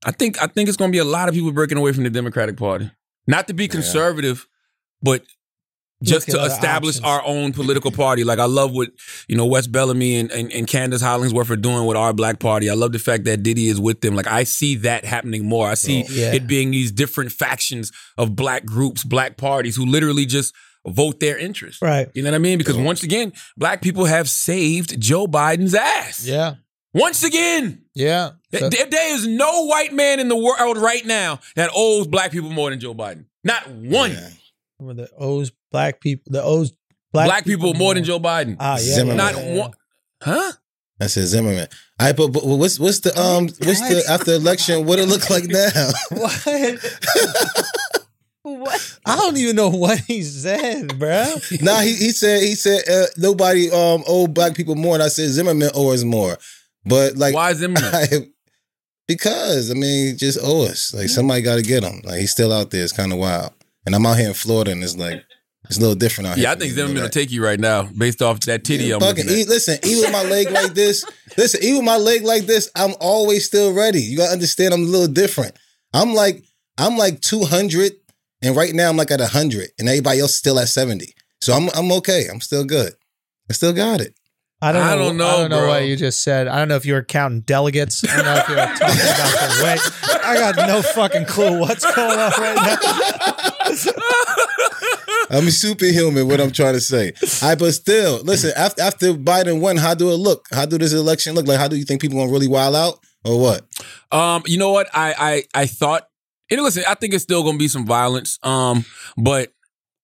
Speaker 2: I think I think it's going to be a lot of people breaking away from the Democratic Party. Not to be conservative, but just
Speaker 3: Look at
Speaker 2: to
Speaker 3: other
Speaker 2: establish
Speaker 3: options.
Speaker 2: our own political party. Like I love what you know Wes Bellamy and, and and Candace Hollingsworth are doing with our black party. I love the fact that Diddy is with them. Like I see that happening more. I see
Speaker 3: Oh, yeah.
Speaker 2: it being these different factions of black groups, black parties who literally just vote their interest.
Speaker 3: right
Speaker 2: You know what I mean? Because
Speaker 4: Yeah.
Speaker 2: once again, black people have saved Joe Biden's ass.
Speaker 3: yeah
Speaker 2: Once again,
Speaker 3: Yeah.
Speaker 2: th- there- there is no white man in the world right now that owes black people more than Joe Biden. Not one.
Speaker 4: Yeah.
Speaker 3: Where the O's black people, the O's
Speaker 2: Black, people, more than Joe Biden.
Speaker 3: Ah, yeah.
Speaker 4: Zimmerman.
Speaker 2: Not
Speaker 3: yeah, yeah.
Speaker 2: one. Huh?
Speaker 4: That's his Zimmerman. I but, but what's what's the
Speaker 2: Oh
Speaker 4: um what's the after election? What it look like now?
Speaker 3: What?
Speaker 5: What?
Speaker 3: I don't even know what he said, bruh.
Speaker 4: nah, he, he said he said uh, nobody um owe black people more, and I said Zimmerman owes more, but like
Speaker 2: Why is him?
Speaker 4: I- because I mean, he just owe us. Like somebody got to get him. Like he's still out there. It's kind of wild. And I'm out here in Florida, and it's like it's a little different out here.
Speaker 2: Yeah, I
Speaker 4: for
Speaker 2: think
Speaker 4: me,
Speaker 2: Zimmerman will
Speaker 4: like-
Speaker 2: take you right now based off that titty I'm
Speaker 4: Fucking
Speaker 2: looking at.
Speaker 4: eat, listen, eat with my leg like this. Listen, eat with my leg like this. I'm always still ready. You gotta understand. I'm a little different. I'm like I'm like 200, and right now I'm like at 100, and everybody else still at 70. So I'm I'm okay. I'm still good. I still got it.
Speaker 3: I don't know.
Speaker 2: I don't know,
Speaker 3: I don't know
Speaker 2: bro.
Speaker 3: what you just said. I don't know if you were counting delegates. I don't know if you were talking about the way. I got no fucking clue what's going on right now.
Speaker 4: I'm superhuman. What I'm trying to say. I but still, listen. After after Biden won, how do it look? How do this election look like? How do you think people gonna really wild out or what?
Speaker 2: Um, you know what? I I I thought and listen, I think it's still gonna be some violence. Um, but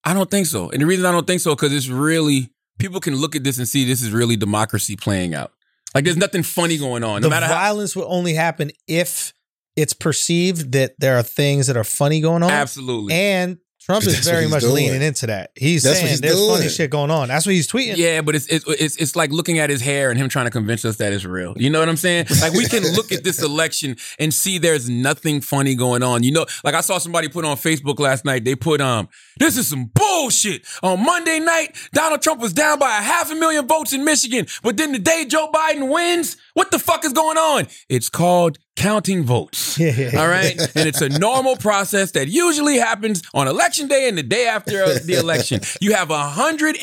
Speaker 2: I don't think so. And the reason I don't think so, because it's really people can look at this and see this is really democracy playing out. Like there's nothing funny going on. No
Speaker 3: the
Speaker 2: matter how
Speaker 3: violence will only happen if it's perceived that there are things that are funny going on.
Speaker 2: absolutely.
Speaker 3: And Trump is
Speaker 4: That's what
Speaker 3: very
Speaker 4: he's
Speaker 3: much
Speaker 4: doing.
Speaker 3: leaning into that. He's
Speaker 4: That's what
Speaker 3: saying
Speaker 4: he's
Speaker 3: there's funny
Speaker 4: doing.
Speaker 3: shit going on. That's what he's tweeting.
Speaker 2: yeah, but it's, it's it's it's like looking at his hair and him trying to convince us that it's real. You know what I'm saying? Like we can look at this election and see there's nothing funny going on. You know, like I saw somebody put on Facebook last night. They put um, this is some bullshit. On Monday night, Donald Trump was down by a half a million votes in Michigan, but then the day Joe Biden wins, what the fuck is going on? It's called counting votes. All right. And it's a normal process that usually happens on election day and the day after uh, the election. You have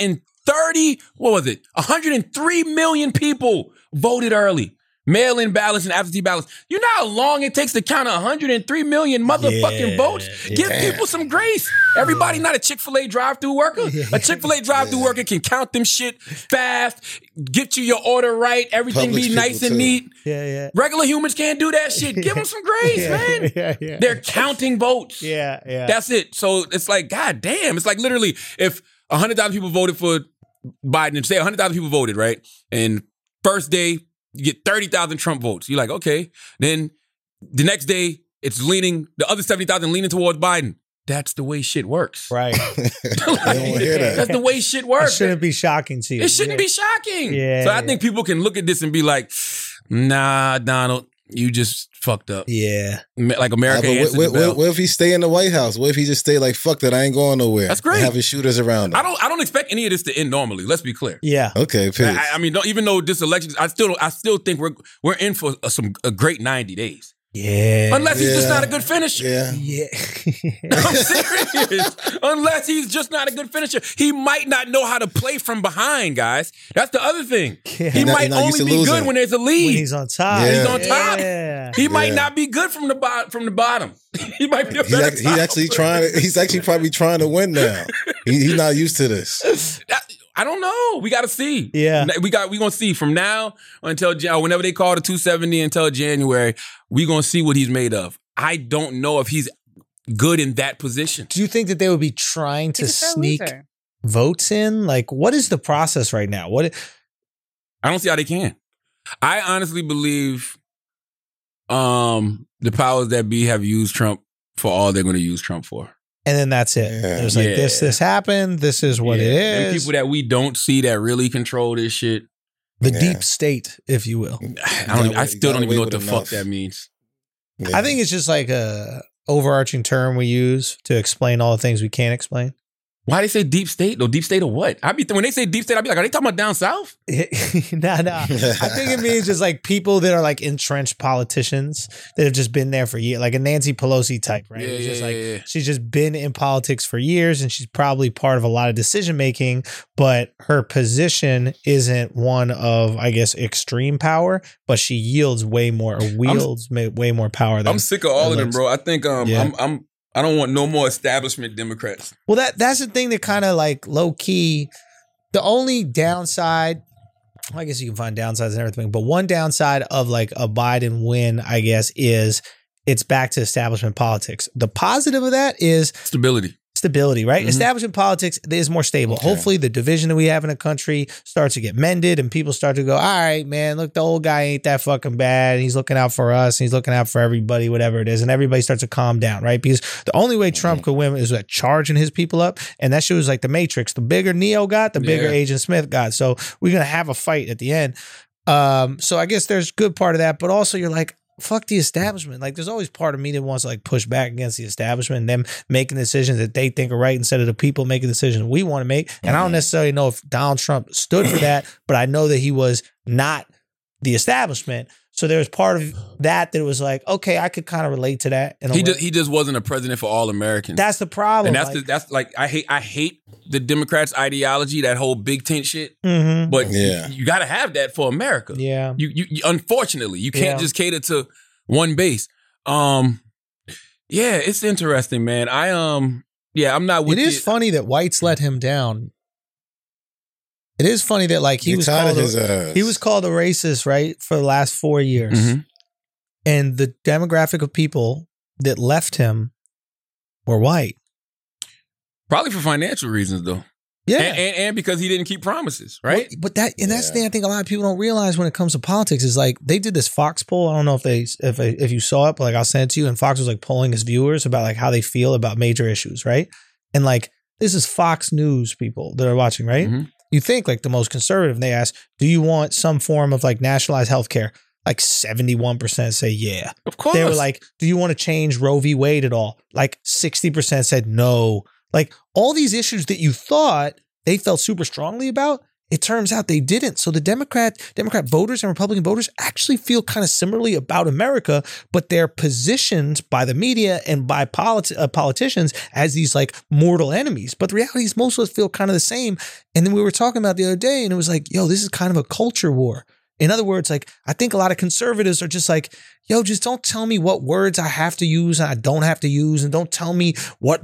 Speaker 2: 130, what was it? 103 million people voted early. Mail in ballots and absentee ballots. You know how long it takes to count 103 million motherfucking
Speaker 3: Yeah,
Speaker 2: votes? Give
Speaker 4: yeah.
Speaker 2: people some grace. Everybody not a Chick fil A drive through worker. A Chick fil A drive through worker can count them shit fast, get you your order right, everything
Speaker 4: Publix
Speaker 2: be nice
Speaker 4: people
Speaker 2: and
Speaker 4: too.
Speaker 2: neat.
Speaker 3: Yeah, yeah.
Speaker 2: Regular humans can't do that shit. Give them some grace, man.
Speaker 3: Yeah, yeah.
Speaker 2: They're counting votes.
Speaker 3: yeah, yeah.
Speaker 2: That's it. So it's like, god damn. It's like literally if 100,000 people voted for Biden, and say 100,000 people voted, right? And first day, you get 30,000 Trump votes. You're like, okay. Then the next day, it's leaning, the other 70,000 leaning towards Biden. That's the way shit works.
Speaker 3: right.
Speaker 4: I don't wanna hear that.
Speaker 2: That's the way shit
Speaker 3: It
Speaker 2: works.
Speaker 3: shouldn't be shocking to you.
Speaker 2: It shouldn't
Speaker 3: Yeah.
Speaker 2: be shocking.
Speaker 3: Yeah,
Speaker 2: so I
Speaker 3: yeah.
Speaker 2: think people can look at this and be like, nah, Donald, you just fucked up.
Speaker 3: Yeah.
Speaker 2: Ma- Like America
Speaker 4: Uh, but
Speaker 2: answered
Speaker 4: what,
Speaker 2: the
Speaker 4: what-
Speaker 2: bell.
Speaker 4: what if he stay in the White House? What if he just stay like fuck that? I ain't going nowhere.
Speaker 2: That's great.
Speaker 4: And have his shooters around him.
Speaker 2: I don't I don't expect any of this to end normally. Let's be clear.
Speaker 3: Yeah.
Speaker 4: Okay, peace.
Speaker 2: I, I mean, don't, even though this election, I still I still think we're we're in for a, some a great ninety days,
Speaker 3: Yeah.
Speaker 2: unless he's just
Speaker 4: Yeah.
Speaker 2: not a good finisher.
Speaker 4: yeah.
Speaker 3: yeah.
Speaker 2: I'm serious. Unless he's just not a good finisher, he might not know how to play from behind, guys. That's the other thing.
Speaker 3: Yeah.
Speaker 2: He
Speaker 4: He's not-
Speaker 2: might
Speaker 4: he's not
Speaker 2: only
Speaker 4: used to
Speaker 2: be good
Speaker 4: losing.
Speaker 2: when there's a
Speaker 3: when
Speaker 2: lead.
Speaker 3: he's on top.
Speaker 4: Yeah. He's
Speaker 2: on top.
Speaker 3: Yeah.
Speaker 2: he might
Speaker 4: Yeah.
Speaker 2: not be good from the bottom. From the bottom, he might be a
Speaker 4: He's,
Speaker 2: better.
Speaker 4: act- he's actually
Speaker 2: top.
Speaker 4: trying. To, he's actually probably trying to win now. He, he's not used to this.
Speaker 2: That- I don't know. We got to see.
Speaker 3: Yeah.
Speaker 2: we got we gonna see from now until Jan- whenever they call the 270 until January. We gonna see what he's made of. I don't know if he's good in that position.
Speaker 3: Do you think that they would be trying to
Speaker 5: He's a fair
Speaker 3: sneak
Speaker 5: loser.
Speaker 3: votes in? Like, what is the process right now? What?
Speaker 2: I don't see how they can. I honestly believe, um, the powers that be have used Trump for all they're gonna use Trump for.
Speaker 3: And then that's it.
Speaker 4: Yeah.
Speaker 3: There's like this.
Speaker 2: Yeah.
Speaker 3: This happened. This is what it
Speaker 2: Yeah. Them
Speaker 3: is.
Speaker 2: people that we don't see that really control this shit.
Speaker 3: the
Speaker 4: Yeah.
Speaker 3: deep state, if you will.
Speaker 2: I don't. e, I
Speaker 4: You
Speaker 2: still
Speaker 4: gotta
Speaker 2: don't even know
Speaker 4: wait
Speaker 2: what the
Speaker 4: with
Speaker 2: fuck
Speaker 4: enough.
Speaker 2: that means.
Speaker 4: Yeah.
Speaker 3: I think it's just like a overarching term we use to explain all the things we can't explain.
Speaker 2: Why they say deep state? No, deep state of what? I be when they say deep state, I be like, are they talking about down south?
Speaker 3: nah, nah. I think it means just like people that are like entrenched politicians that have just been there for years, like a Nancy Pelosi type, right? It's just like
Speaker 2: yeah.
Speaker 3: she's just been in politics for years and she's probably part of a lot of decision making, but her position isn't one of, I guess, extreme power, but she yields way more or wields ma- way more power than
Speaker 2: I'm sick of all of them,
Speaker 3: Alex.
Speaker 2: bro. I think um,
Speaker 3: Yeah.
Speaker 2: I'm, I'm I don't want no more establishment Democrats.
Speaker 3: Well, that that's the thing that kind of like low key. The only downside I guess you can find downsides and everything, but one downside of like a Biden win, I guess, is it's back to establishment politics. The positive of that is
Speaker 2: Stability.
Speaker 3: stability, right?
Speaker 2: Mhm.
Speaker 3: Establishment politics is more stable.
Speaker 4: Okay.
Speaker 3: Hopefully, the division that we have in the country starts to get mended, and people start to go, "All right, man, look, the old guy ain't that fucking bad. and He's looking out for us, and he's looking out for everybody, whatever it is." And everybody starts to calm down, right? Because the only way Trump could win is that charging his people up, and that shit was like the Matrix. The bigger Neo got, the bigger
Speaker 2: Yeah.
Speaker 3: Agent Smith got. So we're gonna have a fight at the end. Um, so I guess there's good part of that, but also you're like, fuck the establishment. Like there's always part of me that wants to like push back against the establishment and them making decisions that they think are right instead of the people making decisions we want to make. And I don't
Speaker 2: Mm-hmm.
Speaker 4: Mhm.
Speaker 3: necessarily know if Donald Trump stood for that, but I know that he was not the establishment. So there was part of that that was like, okay, I could kind of relate to that. In a
Speaker 2: He
Speaker 3: way.
Speaker 2: just, he just wasn't a president for all Americans.
Speaker 3: that's the problem.
Speaker 2: and that's
Speaker 3: like,
Speaker 2: the, that's like I hate I hate the Democrats' ideology, that whole big tent shit.
Speaker 3: Mhm.
Speaker 2: But
Speaker 4: Yeah.
Speaker 2: you, got to have that for America.
Speaker 3: yeah.
Speaker 2: You, you you unfortunately you can't
Speaker 3: Yeah.
Speaker 2: just cater to one base. Um, yeah, it's interesting, man. I um, yeah, I'm not with
Speaker 3: it is
Speaker 2: the-
Speaker 3: funny that whites let him down. It is funny that like he
Speaker 4: You're
Speaker 3: was
Speaker 4: tired
Speaker 3: called
Speaker 4: of his uh,
Speaker 3: a,
Speaker 4: ass.
Speaker 3: he was called a racist right for the last four years,
Speaker 2: Mhm.
Speaker 3: and the demographic of people that left him were white.
Speaker 2: probably for financial reasons though,
Speaker 3: Yeah,
Speaker 2: and, and and because he didn't keep promises, right?
Speaker 3: Well, but that and that's the
Speaker 4: Yeah.
Speaker 3: thing I think a lot of people don't realize when it comes to politics is like they did this Fox poll. I don't know if they if if you saw it, but like I'll send it to you. And Fox was like polling his viewers about like how they feel about major issues, right? And like this is Fox News people that are watching, right?
Speaker 2: Mhm.
Speaker 3: You think like the most conservative, and they ask, "Do you want some form of like nationalized health care?" Like seventy one percent say yeah.
Speaker 2: Of course,
Speaker 3: They were like, "Do you want to change Roe v. Wade at all?" Like sixty percent said no. Like all these issues that you thought they felt super strongly about, it turns out they didn't. So the Democrat Democrat voters and Republican voters actually feel kind of similarly about America, but they're positioned by the media and by polit- uh, politicians as these like mortal enemies. But the reality is, most of us feel kind of the same. And then we were talking about the other day, and it was like, yo, this is kind of a culture war. In other words, like I think a lot of conservatives are just like, yo, just don't tell me what words I have to use and I don't have to use, and don't tell me what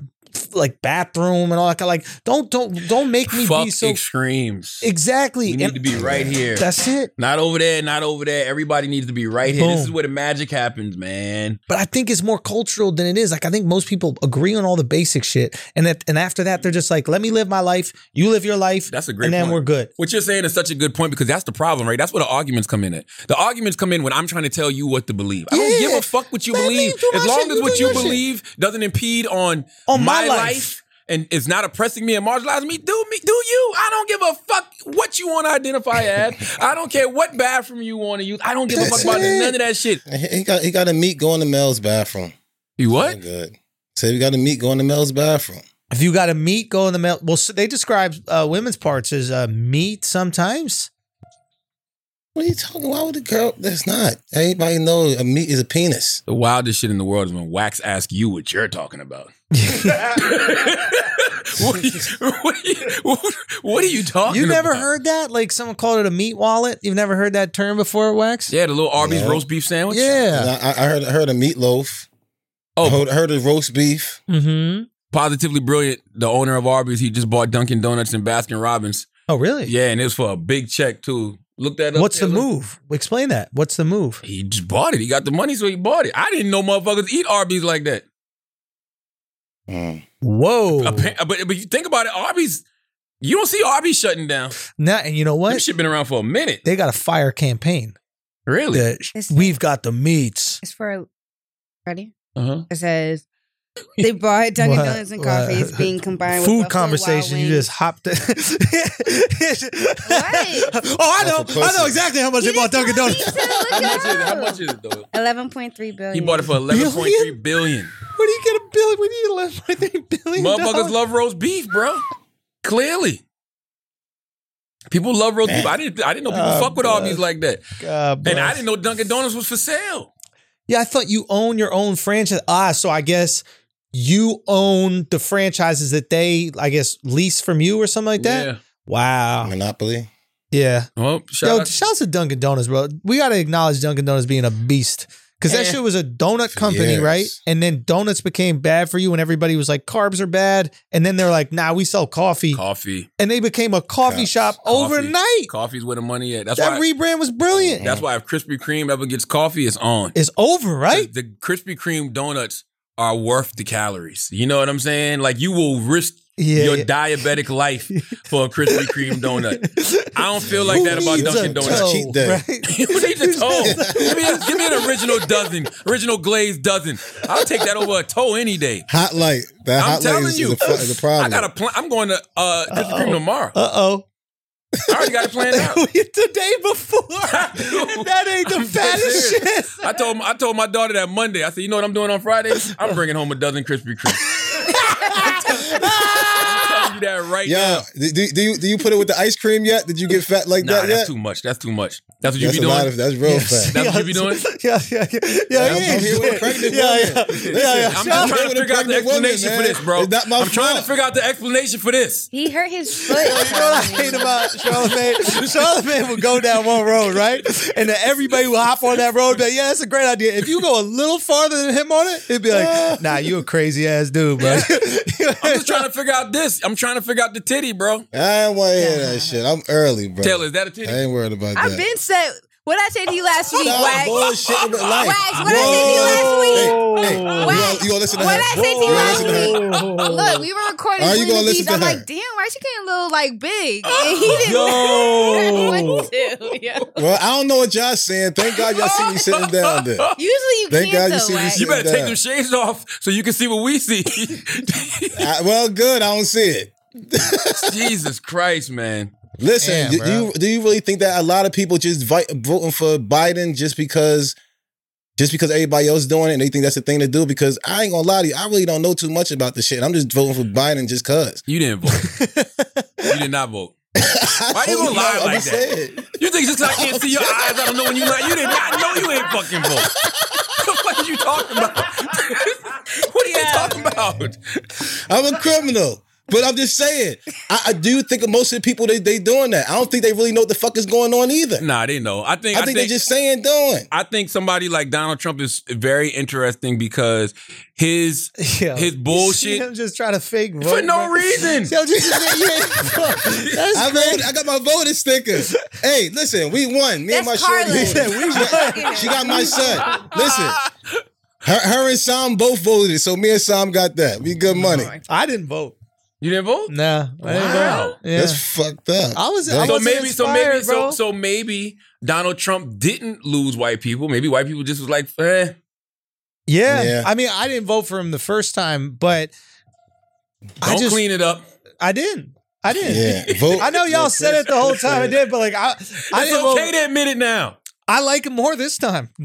Speaker 3: like bathroom and all that. kind of- Like, don't don't don't make me
Speaker 2: fuck
Speaker 3: be so
Speaker 2: extremes.
Speaker 3: exactly.
Speaker 2: We need
Speaker 3: And
Speaker 2: to be right here.
Speaker 3: That's it.
Speaker 2: Not over there, not over there. Everybody needs to be right here. This
Speaker 3: Boom.
Speaker 2: is where the magic happens, man.
Speaker 3: But I think it's more cultural than it is. Like I think most people agree on all the basic shit, and that, and after that, they're just like, "Let me live my life. You live your life,
Speaker 2: That's a great
Speaker 3: and then
Speaker 2: point.
Speaker 3: we're good."
Speaker 2: What you're saying is such a good point because that's the problem, right? That's where the arguments come in at. The arguments come in when I'm trying to tell you what to believe. I don't
Speaker 3: Yeah.
Speaker 2: give a fuck what you
Speaker 3: Let me
Speaker 2: believe.
Speaker 3: do my
Speaker 2: As long
Speaker 3: shit,
Speaker 2: as
Speaker 3: you
Speaker 2: what
Speaker 3: do
Speaker 2: you
Speaker 3: your shit.
Speaker 2: believe doesn't impede on,
Speaker 3: On my life.
Speaker 2: and is not oppressing me and marginalizing me, do me, do you. I don't give a fuck what you want to identify as. I don't care what bathroom you want to use. I don't give a fuck
Speaker 4: That's
Speaker 2: about
Speaker 4: it.
Speaker 2: none of that shit.
Speaker 4: He he got he got a meat going to Mel's bathroom.
Speaker 2: You what?
Speaker 4: Good. So we got a meat going to Mel's bathroom.
Speaker 3: If you got a meat, go in the mail. Well, s they describe uh, women's parts as uh, meat sometimes.
Speaker 4: What are you talking? Why would a girl? That's not. Everybody know a meat is a penis.
Speaker 2: The wildest shit in the world is when Wax asks you what you're talking about. what, are you, what, are you, what are you talking
Speaker 3: You never
Speaker 2: about?
Speaker 3: heard that? Like someone called it a meat wallet. You've never heard that term before, Wax?
Speaker 2: Yeah, the little Arby's
Speaker 4: No.
Speaker 2: roast beef sandwich.
Speaker 4: And
Speaker 3: Yeah.
Speaker 4: I, I heard I heard a meatloaf.
Speaker 2: Oh.
Speaker 4: I heard, heard a roast beef.
Speaker 3: Mm-hmm.
Speaker 2: Positively brilliant. The owner of Arby's, he just bought Dunkin' Donuts and Baskin Robbins.
Speaker 3: Oh, really?
Speaker 2: Yeah, and it was for a big check too. Look that up.
Speaker 3: What's the
Speaker 2: Taylor.
Speaker 3: move? Explain that. What's the move?
Speaker 2: He just bought it. He got the money, so he bought it. I didn't know motherfuckers eat Arby's like that.
Speaker 4: Mm.
Speaker 3: Whoa.
Speaker 2: Appa- uh, But but you think about it, Arby's. You don't see Arby's shutting down.
Speaker 3: Now, and you know
Speaker 2: This
Speaker 3: what?
Speaker 2: shit been around for a minute.
Speaker 3: They got a fire campaign.
Speaker 2: Really?
Speaker 3: The-
Speaker 5: It's-
Speaker 3: we've got the meats.
Speaker 5: It's for ready.
Speaker 2: Uh-huh.
Speaker 5: It says they brought Dunkin'
Speaker 3: What?
Speaker 5: Donuts and coffee. It's
Speaker 3: What?
Speaker 5: being combined with
Speaker 3: Food
Speaker 5: Buffalo
Speaker 3: conversation.
Speaker 5: Wild
Speaker 3: You
Speaker 5: Wings.
Speaker 3: just hopped. In. oh, I know.
Speaker 4: That's a
Speaker 3: I know
Speaker 4: pussy.
Speaker 3: exactly
Speaker 2: "Oh,
Speaker 3: how much they
Speaker 5: You
Speaker 3: bought Dunkin'
Speaker 5: didn't
Speaker 3: Donuts.
Speaker 5: tell me to
Speaker 2: How
Speaker 5: look
Speaker 2: much is it?
Speaker 5: it
Speaker 2: How
Speaker 5: up.
Speaker 2: much is it though?
Speaker 5: 11.3
Speaker 3: Oh,
Speaker 5: billion.
Speaker 2: He bought it for eleven point three billion.
Speaker 3: Where do you get a billion? Where do you get eleven point three billion?
Speaker 2: Motherfuckers
Speaker 3: dollars?
Speaker 2: love roast beef, bro. Clearly. People love roast
Speaker 4: Man.
Speaker 2: beef. I didn't I didn't know people
Speaker 3: Ah,
Speaker 2: fuck with
Speaker 3: bless.
Speaker 2: Arby's like that.
Speaker 3: God
Speaker 2: And I
Speaker 3: bless.
Speaker 2: didn't know Dunkin' Donuts was for sale.
Speaker 3: Yeah, I thought you own your own franchise. Ah, so I guess you own the franchises that they, I guess, lease from you or something like that.
Speaker 2: Yeah.
Speaker 3: Wow.
Speaker 4: Monopoly.
Speaker 3: Yeah.
Speaker 2: Well, shout
Speaker 3: Yo,
Speaker 2: out.
Speaker 3: shouts to Dunkin' Donuts, bro. We got to acknowledge Dunkin' Donuts being a beast Because that
Speaker 2: Eh.
Speaker 3: shit was a donut
Speaker 4: For
Speaker 3: company,
Speaker 4: years.
Speaker 3: right? And then donuts became bad for you, and everybody was like, carbs are bad. And then they're like, nah, we sell coffee.
Speaker 2: Coffee.
Speaker 3: and they became a coffee
Speaker 4: Coffee.
Speaker 3: shop
Speaker 2: Coffee.
Speaker 3: overnight.
Speaker 2: Coffee's where the money at. That's
Speaker 3: that
Speaker 2: why.
Speaker 3: rebrand was brilliant.
Speaker 2: that's why if Krispy Kreme ever gets coffee, it's on.
Speaker 3: it's over, right?
Speaker 2: The, the Krispy Kreme donuts are worth the calories. You know what I'm saying? Like you will risk
Speaker 3: Yeah.
Speaker 2: your
Speaker 3: yeah.
Speaker 2: diabetic life for a Krispy Kreme donut. I don't feel like
Speaker 3: Who
Speaker 2: that about
Speaker 3: needs
Speaker 2: Dunkin'
Speaker 3: a
Speaker 2: Donuts.
Speaker 3: toe,
Speaker 4: Cheat day.
Speaker 3: right?
Speaker 2: You need a toe. Give me, a, give me an original dozen, original glazed dozen. I'll take that over a toe any day.
Speaker 4: Hot light. That
Speaker 2: I'm
Speaker 4: hot light
Speaker 2: telling
Speaker 4: is,
Speaker 2: you,
Speaker 4: is, a, is a problem.
Speaker 2: I got a plan. I'm going to uh, Krispy Kreme tomorrow.
Speaker 3: Uh oh.
Speaker 2: I already got it planned out.
Speaker 3: the day before.
Speaker 2: Dude,
Speaker 3: that ain't the
Speaker 2: I'm dead
Speaker 3: fattest shit.
Speaker 2: I told I told my daughter that Monday. I said, you know what I'm doing on Friday? I'm bringing home a dozen Krispy Kreme. I'm telling you that right
Speaker 4: Yo,
Speaker 2: now.
Speaker 4: do, do, do you do you put it with the ice cream yet? Did you get fat like
Speaker 2: Nah,
Speaker 4: that
Speaker 2: that's
Speaker 4: yet?
Speaker 2: too much. That's too much. That's what you
Speaker 4: that's
Speaker 2: be
Speaker 4: a lot
Speaker 2: doing.
Speaker 4: of that's real fat.
Speaker 2: That's what you be doing?
Speaker 3: Yeah, yeah, yeah.
Speaker 4: I'm-
Speaker 3: Yeah,
Speaker 4: I'm
Speaker 3: yeah,
Speaker 4: here with a
Speaker 3: yeah.
Speaker 4: pregnant
Speaker 3: yeah,
Speaker 4: woman.
Speaker 3: yeah.
Speaker 4: Listen,
Speaker 3: yeah, yeah.
Speaker 2: I'm
Speaker 4: Shout out
Speaker 2: just trying to
Speaker 4: to
Speaker 2: figure out the
Speaker 4: pregnant women,
Speaker 2: explanation
Speaker 4: man.
Speaker 2: for this, bro.
Speaker 4: It's not my
Speaker 2: I'm trying to
Speaker 4: fault.
Speaker 2: figure out the explanation for this.
Speaker 5: He hurt his foot.
Speaker 3: You know what I hate about Charlemagne? Charlemagne would go down one road, right? And then everybody would hop on that road. But yeah, that's a great idea. If you go a little farther than him on it, it'd be like, nah, you a crazy ass dude, bro.
Speaker 2: I'm just trying to figure out this. I'm trying to figure out the titty, bro.
Speaker 4: I don't want to hear that shit. I'm early, bro.
Speaker 2: Taylor, is that a
Speaker 4: I
Speaker 2: titty?
Speaker 4: ain't worried about
Speaker 5: I've
Speaker 4: that.
Speaker 5: been said. What I said to you last week,
Speaker 4: Stop
Speaker 5: Wax.
Speaker 4: bullshitting with life.
Speaker 5: Wax, what I said to you last week.
Speaker 4: Hey, you gonna- you gonna listen to
Speaker 5: What I
Speaker 4: her?
Speaker 5: said to you
Speaker 4: Whoa.
Speaker 5: last
Speaker 4: Listen to her.
Speaker 5: week. Look, we were recording
Speaker 4: Are Oh, you
Speaker 5: Queen
Speaker 4: gonna
Speaker 5: of the
Speaker 4: listen
Speaker 5: Beach.
Speaker 4: to
Speaker 5: I'm
Speaker 4: her?
Speaker 5: like, damn, why she getting a little like big? And he didn't
Speaker 3: Yo.
Speaker 5: want to. Yeah.
Speaker 4: Well, I don't know what y'all saying. Thank God y'all see me sitting down there.
Speaker 5: Usually you
Speaker 4: Thank God
Speaker 5: can't
Speaker 4: you
Speaker 5: though,
Speaker 4: see this
Speaker 5: Wax.
Speaker 2: You better take
Speaker 4: Yeah.
Speaker 2: them shades off so you can see what we see.
Speaker 4: I- well, good. I don't see it.
Speaker 2: Jesus Christ, man.
Speaker 4: Listen,
Speaker 3: Damn,
Speaker 4: do,
Speaker 3: bro.
Speaker 4: do you do you really think that a lot of people just vi- voting for Biden just because just because everybody else doing it and they think that's the thing to do? Because I ain't gonna lie to you, I really don't know too much about this shit. I'm just voting for Biden just cause.
Speaker 2: You didn't vote. you did not vote. Why you gonna lie like that? You think just 'cause I can't see your eyes, I don't know when you lie. You didn't. I know you ain't fucking vote. What the fuck are you talking about? what are you talking about?
Speaker 4: I'm a criminal. But I'm just saying, I, I do think most of the people they they doing that. I don't think they really know what the fuck is going on either.
Speaker 2: Nah, they know. I think.
Speaker 4: I, think they just saying doing.
Speaker 2: I think somebody like Donald Trump is very interesting because his
Speaker 3: Yo,
Speaker 2: his
Speaker 3: you see
Speaker 2: bullshit-
Speaker 3: him just trying to fake
Speaker 2: for
Speaker 3: vote,
Speaker 2: no
Speaker 3: bro.
Speaker 2: reason.
Speaker 3: Yo, just- that's
Speaker 4: I voted, I got my voting sticker. Hey, listen, we won. Me and my
Speaker 5: That's Carla.
Speaker 4: shorty voted. She got my son. Listen, her, her and Sam both voted, so me and Sam got that. We
Speaker 3: Oh
Speaker 4: good money.
Speaker 3: I didn't vote.
Speaker 2: You didn't vote.
Speaker 3: Nah, I didn't
Speaker 2: Wow.
Speaker 3: vote. Yeah.
Speaker 4: That's fucked up.
Speaker 3: I was.
Speaker 4: So
Speaker 3: I
Speaker 2: So
Speaker 3: was
Speaker 2: maybe, so maybe, so
Speaker 3: bro.
Speaker 2: so maybe Donald Trump didn't lose white people. Maybe white people just was like, eh.
Speaker 3: Yeah.
Speaker 4: Yeah.
Speaker 3: I mean, I didn't vote for him the first time, but I
Speaker 2: Don't
Speaker 3: just
Speaker 2: clean it up.
Speaker 3: I didn't. I didn't.
Speaker 4: yeah, vote.
Speaker 3: I know y'all said it the whole time I did, but like I, I
Speaker 2: It's
Speaker 3: didn't
Speaker 2: okay
Speaker 3: vote.
Speaker 2: to admit it now.
Speaker 3: I like him more this time.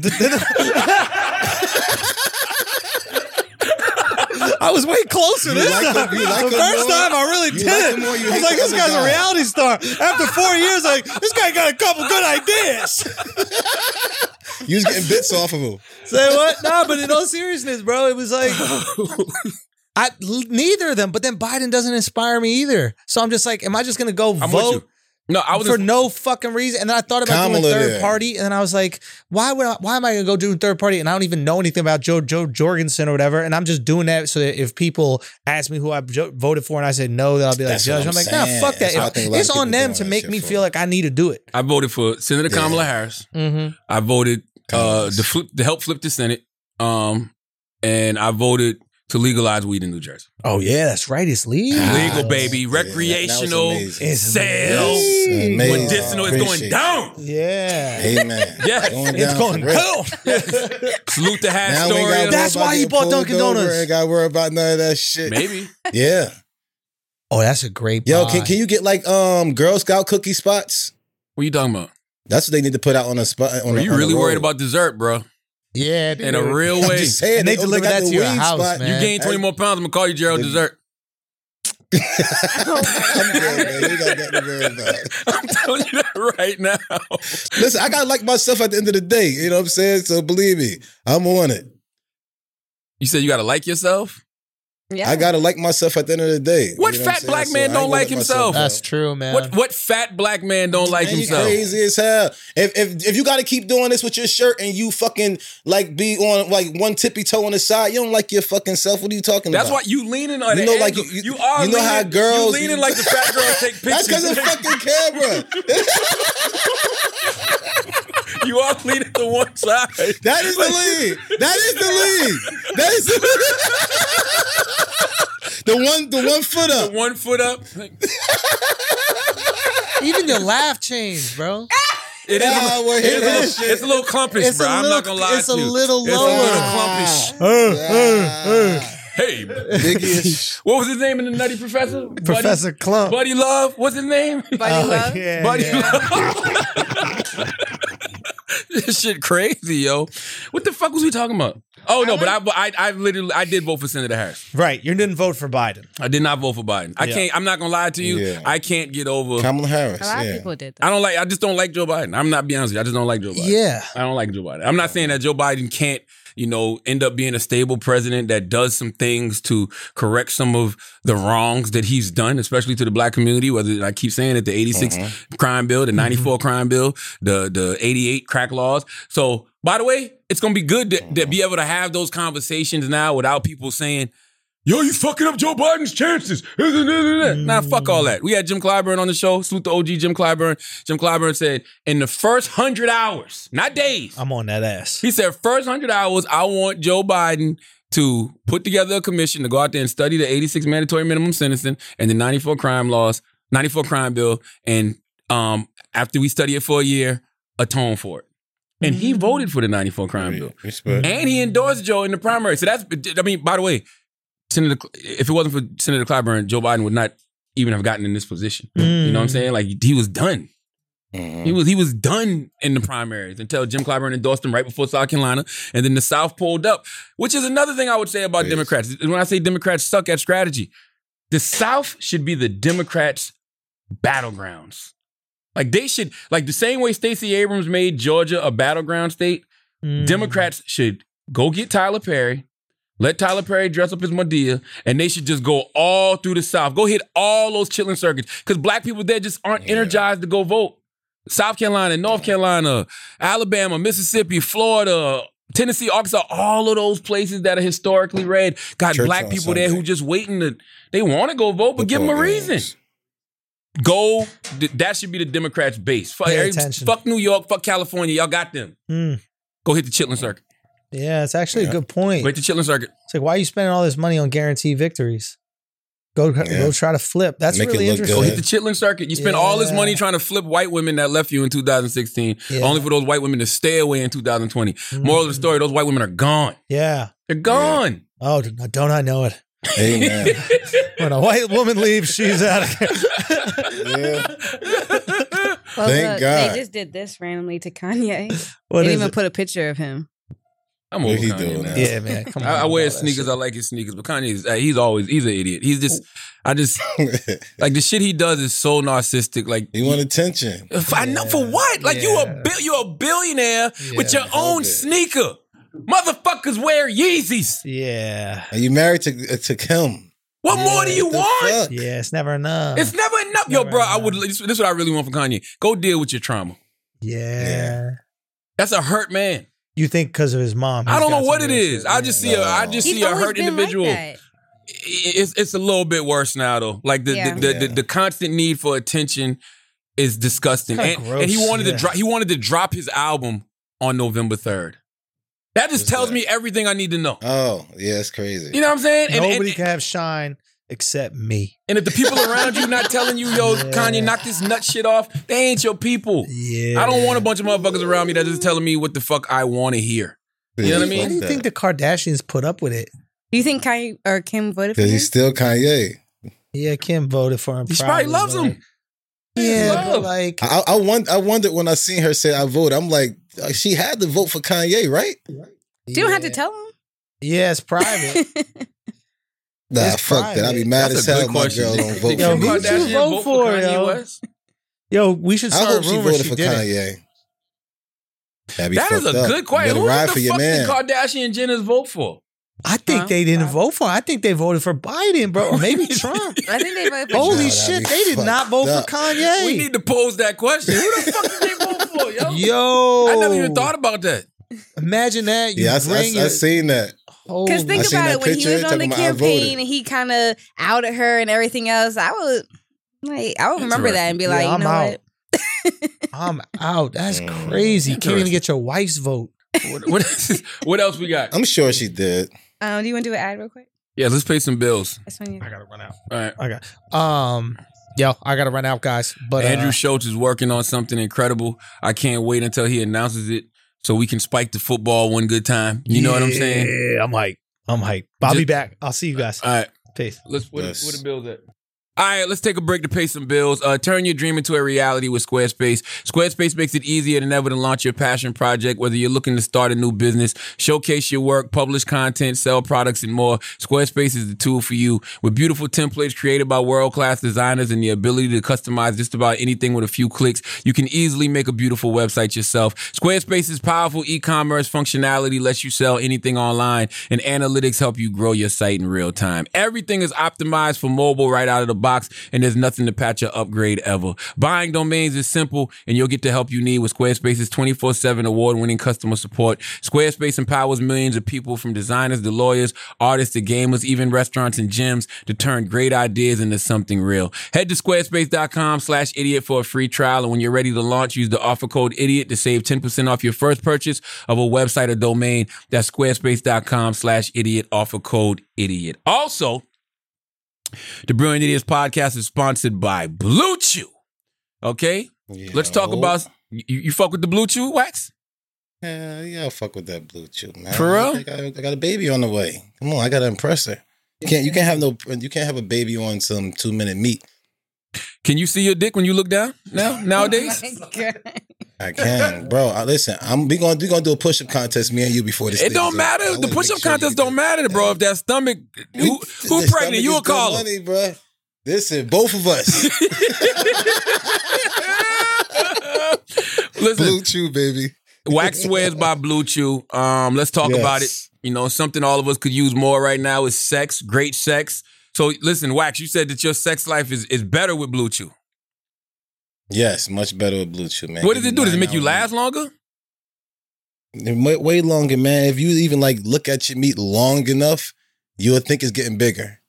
Speaker 3: I was way closer this
Speaker 4: like
Speaker 3: time.
Speaker 4: him- you like
Speaker 3: the
Speaker 4: him
Speaker 3: first
Speaker 4: more?
Speaker 3: time I really
Speaker 4: You
Speaker 3: did.
Speaker 4: like
Speaker 3: it.
Speaker 4: him more, you
Speaker 3: I was
Speaker 4: hate
Speaker 3: like,
Speaker 4: the
Speaker 3: this
Speaker 4: other
Speaker 3: guy's a
Speaker 4: guy.
Speaker 3: reality star. After four years, like this guy got a couple good ideas.
Speaker 4: You was getting bits off of him.
Speaker 3: Say what? Nah, but in all seriousness, bro, it was like I l- neither of them. But then Biden doesn't inspire me either. So I'm just like, am I just gonna go
Speaker 2: I'm with
Speaker 3: vote
Speaker 2: you. No, I was
Speaker 3: for no fucking reason? And then I thought about
Speaker 4: Kamala
Speaker 3: doing third
Speaker 4: there.
Speaker 3: party, and then I was like, why would I, why am I gonna go do third party? And I don't even know anything about Joe Joe Jorgensen or whatever. And I'm just doing that so that if people ask me who I jo- voted for, and I say no, then I'll be like,
Speaker 4: That's what
Speaker 3: judge.
Speaker 4: I'm
Speaker 3: I'm, like, nah,
Speaker 4: saying.
Speaker 3: fuck that.
Speaker 4: That's what I think a lot
Speaker 3: it's
Speaker 4: of people
Speaker 3: on them
Speaker 4: doing
Speaker 3: to
Speaker 4: that
Speaker 3: make
Speaker 4: shit
Speaker 3: me
Speaker 4: for.
Speaker 3: feel like I need to do it.
Speaker 2: I voted for Senator
Speaker 4: Yeah.
Speaker 2: Kamala Harris.
Speaker 3: Mm-hmm.
Speaker 2: I voted uh,
Speaker 4: Congress.
Speaker 2: to flip to help flip the Senate. Um, and I voted to legalize weed in New Jersey.
Speaker 3: Oh yeah, that's right. It's legal.
Speaker 2: Legal, baby.
Speaker 4: Yeah, that was
Speaker 2: Recreational.
Speaker 4: amazing.
Speaker 3: It's
Speaker 2: Sales.
Speaker 3: legal.
Speaker 4: Amazing.
Speaker 2: Medicinal is going
Speaker 4: Appreciate
Speaker 2: down.
Speaker 3: Yeah.
Speaker 4: Amen.
Speaker 2: Yes.
Speaker 3: It's going
Speaker 4: for real.
Speaker 3: down.
Speaker 2: Salute the half
Speaker 4: Now we ain't gotta
Speaker 2: story.
Speaker 4: worry
Speaker 3: That's-
Speaker 4: about
Speaker 3: why he
Speaker 4: getting
Speaker 3: bought
Speaker 4: pulled
Speaker 3: Dunkin'
Speaker 4: over,
Speaker 3: Donuts.
Speaker 4: Ain't gotta worry about none of that shit.
Speaker 2: Maybe.
Speaker 4: Yeah.
Speaker 3: Oh, that's a great.
Speaker 4: Yo,
Speaker 3: pod.
Speaker 4: can, can you get like um Girl Scout cookie spots?
Speaker 2: What you talking about?
Speaker 4: That's what they need to put out on a spot. On
Speaker 2: Are
Speaker 4: a,
Speaker 2: you
Speaker 4: on a
Speaker 2: really
Speaker 4: road.
Speaker 2: worried about dessert, bro?
Speaker 3: Yeah,
Speaker 2: In a
Speaker 3: dude.
Speaker 2: real
Speaker 4: I'm
Speaker 2: way.
Speaker 4: just saying,
Speaker 3: And they
Speaker 4: only
Speaker 3: deliver
Speaker 4: got
Speaker 3: that
Speaker 4: the
Speaker 3: to your
Speaker 4: weed
Speaker 3: house,
Speaker 4: spot.
Speaker 3: man.
Speaker 2: You gain 20 more pounds, I'm going to call you Gerald
Speaker 4: Hey.
Speaker 2: Dessert.
Speaker 4: I'm good, man. You ain't got nothing to worry about.
Speaker 2: I'm telling you that right now.
Speaker 4: Listen, I gotta like myself at the end of the day. You know what I'm saying? So believe me, I'm on it.
Speaker 2: You said you got to like yourself?
Speaker 5: Yeah.
Speaker 4: I gotta like myself at the end of the day.
Speaker 2: What
Speaker 4: I'm
Speaker 2: fat
Speaker 4: saying?
Speaker 2: black man
Speaker 4: I ain't
Speaker 2: don't
Speaker 4: gonna
Speaker 2: like
Speaker 4: let myself
Speaker 2: himself?
Speaker 4: down.
Speaker 3: That's true, man.
Speaker 2: What what fat black man don't like
Speaker 4: Man, you
Speaker 2: himself?
Speaker 4: crazy as hell. If, if if you gotta keep doing this with your shirt and you fucking like be on like one tippy toe on the side, you don't like your fucking self. What are you talking
Speaker 2: That's why
Speaker 4: about?
Speaker 2: you leaning on
Speaker 4: You
Speaker 2: the
Speaker 4: know, like,
Speaker 2: angle.
Speaker 4: you- you-
Speaker 2: are.
Speaker 4: you know how
Speaker 2: leaning-
Speaker 4: girls-
Speaker 2: you leaning like the fat girls take
Speaker 4: That's
Speaker 2: pictures.
Speaker 4: because of fucking camera.
Speaker 2: you are leaning to one side.
Speaker 4: That is the lead. That is the lead. That is the, the one. The one foot up.
Speaker 2: one foot up. It is
Speaker 3: Even your laugh changed, bro.
Speaker 2: a-
Speaker 4: Nah, we're
Speaker 2: it is a
Speaker 4: hitting that
Speaker 2: little-
Speaker 4: shit.
Speaker 2: it's a little clumpish,
Speaker 3: It's
Speaker 2: bro.
Speaker 3: a
Speaker 2: I'm not
Speaker 3: little-
Speaker 2: gonna lie
Speaker 3: it's
Speaker 2: to
Speaker 3: a
Speaker 2: you.
Speaker 3: little
Speaker 2: It's a
Speaker 3: lower.
Speaker 2: little clumpish. Hey,
Speaker 4: Biggie.
Speaker 2: what was his name in the Nutty Professor? Buddy-
Speaker 3: Professor Clump.
Speaker 2: Buddy Love. What's his name?
Speaker 5: Buddy Love.
Speaker 3: yeah,
Speaker 2: Buddy
Speaker 3: yeah.
Speaker 2: Love. this shit crazy, yo. What the fuck was we talking about? Oh no, but I, but I, I literally, I did vote for Senator Harris.
Speaker 3: Right. You didn't vote for Biden.
Speaker 2: I did not vote for Biden. I
Speaker 3: Yeah.
Speaker 2: can't. I'm not gonna lie to you.
Speaker 4: Yeah.
Speaker 2: I can't get over.
Speaker 4: Kamala Harris.
Speaker 5: A lot
Speaker 4: yeah.
Speaker 5: of people did
Speaker 2: I
Speaker 5: that.
Speaker 2: don't like. I just don't like Joe Biden. I'm not being honest with you. I just don't like Joe Biden.
Speaker 3: Yeah.
Speaker 2: I don't like Joe Biden. I'm not saying that Joe Biden can't, you know, end up being a stable president that does some things to correct some of the wrongs that he's done, especially to the black community. Whether I keep saying it, the 86 crime bill, the 94 crime bill, the the 88 crack laws. So, by the way, it's gonna be good to, to be able to have those conversations now without people saying. Yo, you fucking up Joe Biden's chances. Nah, fuck all that. We had Jim Clyburn on the show. Salute the OG Jim Clyburn. Jim Clyburn said, in the first hundred hours, not days,
Speaker 3: I'm on that ass.
Speaker 2: he said, first hundred hours, I want Joe Biden to put together a commission to go out there and study the 86 mandatory minimum sentencing and the 94 crime laws, 94 crime bill, and um, after we study it for a year, atone for it. And he voted for the 94 crime bill.
Speaker 4: Respect.
Speaker 2: And he endorsed Joe in the primary. So that's, I mean, by the way, Senator, if it wasn't for Senator Clyburn, Joe Biden would not even have gotten in this position. You know what I'm saying? Like he was done.
Speaker 4: Mm-hmm.
Speaker 2: He was he was done in the primaries until Jim Clyburn endorsed him right before South Carolina, and then the South pulled up, which is another thing I would say about
Speaker 4: Yes.
Speaker 2: Democrats. And When I say Democrats suck at strategy, the South should be the Democrats' battlegrounds. Like they should, like the same way Stacey Abrams made Georgia a battleground state.
Speaker 3: Mm.
Speaker 2: Democrats should go get Tyler Perry, let Tyler Perry dress up as Medea, and they should just go all through the South. Go hit all those chilling circuits because black people there just aren't
Speaker 4: Yeah.
Speaker 2: energized to go vote. South Carolina, North Carolina, Alabama, Mississippi, Florida, Tennessee, Arkansas, all of those places that are historically red got
Speaker 4: Church
Speaker 2: black
Speaker 4: on
Speaker 2: people there who
Speaker 4: Sunday.
Speaker 2: just waiting to, they want to go vote, but give them a
Speaker 4: Football games.
Speaker 2: reason. Go, th- that should be the Democrats' base. Fuck,
Speaker 3: Pay
Speaker 2: every-
Speaker 3: attention.
Speaker 2: fuck New York, fuck California, y'all got them.
Speaker 3: Mm.
Speaker 2: Go hit the Chitlin Circuit.
Speaker 3: Yeah, it's actually a
Speaker 4: Yeah.
Speaker 3: good point.
Speaker 2: Go hit the Chitlin Circuit.
Speaker 3: It's like, why are you spending all this money on guaranteed victories? Go, go try to flip. That's
Speaker 4: Make it
Speaker 3: really
Speaker 4: look
Speaker 3: interesting.
Speaker 2: Go
Speaker 4: good.
Speaker 2: Oh, hit the Chitlin circuit. You spent all this
Speaker 3: Yeah.
Speaker 2: money trying to flip white women that left you in 2016,
Speaker 3: Yeah. Mm-hmm.
Speaker 2: only for those white women to stay away in 2020. Moral of the story: those white women are gone.
Speaker 3: Mm. Yeah.
Speaker 2: They're gone.
Speaker 3: Oh, d- don't I know it?
Speaker 4: Amen.
Speaker 3: When a white woman leaves, she's out of here.
Speaker 4: yeah.
Speaker 5: Well,
Speaker 4: Thank
Speaker 5: look,
Speaker 4: God.
Speaker 5: They just did this randomly to Kanye.
Speaker 3: What
Speaker 5: they didn't
Speaker 3: is
Speaker 5: even
Speaker 3: it?
Speaker 5: put a picture of him.
Speaker 2: I'm
Speaker 4: What
Speaker 2: over
Speaker 4: he
Speaker 2: Kanye,
Speaker 4: doing
Speaker 2: man.
Speaker 4: now?
Speaker 3: yeah, man. Come on.
Speaker 2: I, I wear
Speaker 3: All
Speaker 2: his
Speaker 3: that
Speaker 2: sneakers. I
Speaker 3: shit.
Speaker 2: like his sneakers, but Kanye's uh, he's always he's an idiot. He's just I just like the shit he does is so narcistic. Like
Speaker 4: you want attention.
Speaker 2: If I know for what? Like you a
Speaker 3: Yeah.
Speaker 2: bi- you a billionaire with your
Speaker 3: Yeah.
Speaker 2: own
Speaker 4: Okay.
Speaker 2: sneaker. Motherfuckers wear Yeezys.
Speaker 3: Yeah.
Speaker 4: And you married to uh, to Kim.
Speaker 2: What more do you
Speaker 4: What the
Speaker 2: want?
Speaker 4: fuck?
Speaker 3: Yeah, it's never enough.
Speaker 2: It's never enough, yo,
Speaker 3: Never
Speaker 2: bro. I
Speaker 3: enough.
Speaker 2: would. This, this is what I really want from Kanye. Go deal with your trauma.
Speaker 3: yeah.
Speaker 4: Yeah.
Speaker 2: That's a hurt man.
Speaker 3: You think because of his mom.
Speaker 2: I
Speaker 3: he's
Speaker 2: don't know
Speaker 3: got
Speaker 2: what
Speaker 3: some
Speaker 2: it
Speaker 3: real
Speaker 2: is.
Speaker 3: shit.
Speaker 2: I just see a. I
Speaker 4: No.
Speaker 2: just
Speaker 5: He's
Speaker 2: see a
Speaker 5: always
Speaker 2: hurt
Speaker 5: been
Speaker 2: individual.
Speaker 5: Like that.
Speaker 2: I- It's it's a little bit worse now though. Like the
Speaker 5: Yeah.
Speaker 2: the, the, the,
Speaker 4: Yeah.
Speaker 2: the constant need for attention is disgusting.
Speaker 3: Kinda
Speaker 2: And,
Speaker 3: gross,
Speaker 2: and he wanted to
Speaker 3: yeah.
Speaker 2: drop. He wanted to drop his album on November third. That just
Speaker 4: What's
Speaker 2: tells
Speaker 4: that?
Speaker 2: me everything I need to know.
Speaker 4: Oh, yeah, it's crazy.
Speaker 2: You know what I'm saying? And,
Speaker 3: Nobody
Speaker 2: and,
Speaker 3: can have shine except me.
Speaker 2: and if the people around you not telling you, yo,
Speaker 3: Yeah.
Speaker 2: Kanye, knock this nut shit off, they ain't your people.
Speaker 3: Yeah.
Speaker 2: I don't want a bunch of motherfuckers around me that is telling me what the fuck I want to hear.
Speaker 4: Yeah,
Speaker 2: You know what I
Speaker 4: fuck
Speaker 2: mean?
Speaker 3: Why do you
Speaker 4: that.
Speaker 3: think the Kardashians put up with it?
Speaker 5: Do you think Kanye or Kim voted for
Speaker 4: Cause
Speaker 5: him?
Speaker 4: he's still Kanye.
Speaker 3: Yeah, Kim voted for him.
Speaker 2: He probably loves
Speaker 3: but-
Speaker 2: him.
Speaker 3: Yeah, but
Speaker 2: love.
Speaker 3: like,
Speaker 4: I I, won- I wondered when I seen her say I vote. I'm like, uh, she had to vote for Kanye, right?
Speaker 5: You don't have to
Speaker 3: yeah.
Speaker 5: tell
Speaker 3: Yeah, it's private.
Speaker 5: him.
Speaker 4: Nah,
Speaker 3: It's
Speaker 4: fuck that. I'd be mad
Speaker 2: That's
Speaker 4: as
Speaker 2: a
Speaker 4: hell
Speaker 2: good
Speaker 4: if my
Speaker 2: question.
Speaker 4: girl don't vote
Speaker 2: Did
Speaker 3: Yo,
Speaker 2: Kim
Speaker 4: for
Speaker 3: who
Speaker 4: me.
Speaker 3: would you
Speaker 2: Kardashian
Speaker 3: vote for,
Speaker 2: Kanye
Speaker 3: yo?
Speaker 2: West?
Speaker 3: Yo, we should
Speaker 4: I
Speaker 3: start
Speaker 4: hope
Speaker 3: a
Speaker 4: she
Speaker 3: rumor
Speaker 4: voted
Speaker 3: she
Speaker 4: for
Speaker 3: did it.
Speaker 4: Kanye. That'd be
Speaker 2: That is
Speaker 4: fucked
Speaker 2: a
Speaker 4: up.
Speaker 2: good question.
Speaker 4: You
Speaker 2: Who the
Speaker 4: better ride
Speaker 2: fuck
Speaker 4: for your
Speaker 2: did
Speaker 4: man.
Speaker 2: Kardashian Jenners vote for?
Speaker 3: I think
Speaker 2: Huh?
Speaker 3: they didn't vote for. him. I think they voted for Biden, bro, or maybe Trump.
Speaker 5: I think they voted for
Speaker 3: Holy
Speaker 4: that'd
Speaker 3: shit,
Speaker 4: be
Speaker 3: they did not
Speaker 4: fucked
Speaker 3: vote
Speaker 4: up.
Speaker 3: for Kanye.
Speaker 2: We need to pose that question. Who the fuck did they vote for, yo?
Speaker 3: Yo,
Speaker 2: I never even thought about that.
Speaker 3: Imagine that. You
Speaker 4: Yeah, I,
Speaker 3: bring
Speaker 4: I, I
Speaker 3: your-
Speaker 4: seen that.
Speaker 5: Because
Speaker 3: Holy-
Speaker 4: I
Speaker 5: think
Speaker 4: seen
Speaker 5: about
Speaker 4: that
Speaker 5: it, when he
Speaker 4: picture,
Speaker 5: was on the
Speaker 4: talking about I voted.
Speaker 5: campaign and he kind of outed her and everything else, I would like I would remember that and be
Speaker 3: Yeah,
Speaker 5: like, you
Speaker 3: I'm
Speaker 5: know
Speaker 3: out.
Speaker 5: what?
Speaker 3: I'm out. That's
Speaker 4: Mm.
Speaker 3: crazy. Can't even
Speaker 2: Interesting.
Speaker 3: get your wife's vote.
Speaker 2: What, what, what else we got?
Speaker 4: I'm sure she did.
Speaker 5: Um, do you want to do an ad real quick?
Speaker 2: Yeah, let's pay some bills.
Speaker 5: That's when you.
Speaker 3: gotta run out.
Speaker 2: All right.
Speaker 3: I got. Um, yo, I gotta run out, guys. But
Speaker 2: Andrew
Speaker 3: uh,
Speaker 2: Schultz is working on something incredible. I can't wait until he announces it so we can spike the football one good time. You know what I'm saying?
Speaker 3: Yeah, I'm hyped. I'm hyped. I'll be
Speaker 2: Just-
Speaker 3: back. I'll see you guys.
Speaker 6: Uh,
Speaker 2: All right.
Speaker 3: Peace.
Speaker 2: Let's what,
Speaker 4: Yes.
Speaker 2: what the bills at? All right, let's take a break to pay some bills. Uh, turn your dream into a reality with Squarespace. Squarespace makes it easier than ever to launch your passion project, whether you're looking to start a new business, showcase your work, publish content, sell products, and more. Squarespace is the tool for you. With beautiful templates created by world class designers and the ability to customize just about anything with a few clicks, you can easily make a beautiful website yourself. Squarespace's powerful e commerce functionality lets you sell anything online, and analytics help you grow your site in real time. Everything is optimized for mobile right out of the box, and there's nothing to patch or upgrade ever. Buying domains is simple, and you'll get the help you need with Squarespace's 24 7 award winning customer support. Squarespace empowers millions of people from designers to lawyers, artists to gamers, even restaurants and gyms to turn great ideas into something real. Head to squarespace.com slash idiot for a free trial. And when you're ready to launch, use the offer code idiot to save 10% off your first purchase of a website or domain. That's squarespace.com slash idiot, offer code idiot. Also, the Brilliant Idiots podcast is sponsored by Blue Chew. Okay? Let's talk
Speaker 4: Yo.
Speaker 2: about. You, you fuck with the Blue Chew wax?
Speaker 4: Yeah, yeah, I'll fuck with that blue chew, man.
Speaker 2: For real?
Speaker 4: I got, I got a baby on the way. Come on, I gotta impress her. You can't you can't have no you can't have a baby on some two minute meat.
Speaker 2: Can you see your dick when you look down now nowadays?
Speaker 5: Oh my God.
Speaker 4: I can, bro. I, listen, I'm we gonna we gonna do a push up contest, me and you before this.
Speaker 2: It
Speaker 4: thing
Speaker 2: don't
Speaker 4: is
Speaker 2: matter.
Speaker 4: over. I
Speaker 2: the
Speaker 4: wanna
Speaker 2: push up
Speaker 4: make sure
Speaker 2: contest
Speaker 4: you-
Speaker 2: don't matter, bro. If that stomach, who who pregnant?
Speaker 4: The stomach
Speaker 2: You
Speaker 4: is
Speaker 2: a
Speaker 4: good
Speaker 2: caller?
Speaker 4: Money, bro. Listen, both of us.
Speaker 2: Listen,
Speaker 4: blue chew, baby.
Speaker 2: wax swears by Blue Chew. Um, let's talk
Speaker 4: Yes.
Speaker 2: about it. You know, something all of us could use more right now is sex, great sex. So listen, Wax, you said that your sex life is, is better with Blue Chew.
Speaker 4: Yes, much better with blue chew, man.
Speaker 2: What does
Speaker 4: Give me
Speaker 2: it do? Does it
Speaker 4: nine
Speaker 2: make you
Speaker 4: hours.
Speaker 2: last longer?
Speaker 4: It might Way longer, man. If you even like look at your meat long enough, you'll think it's getting bigger.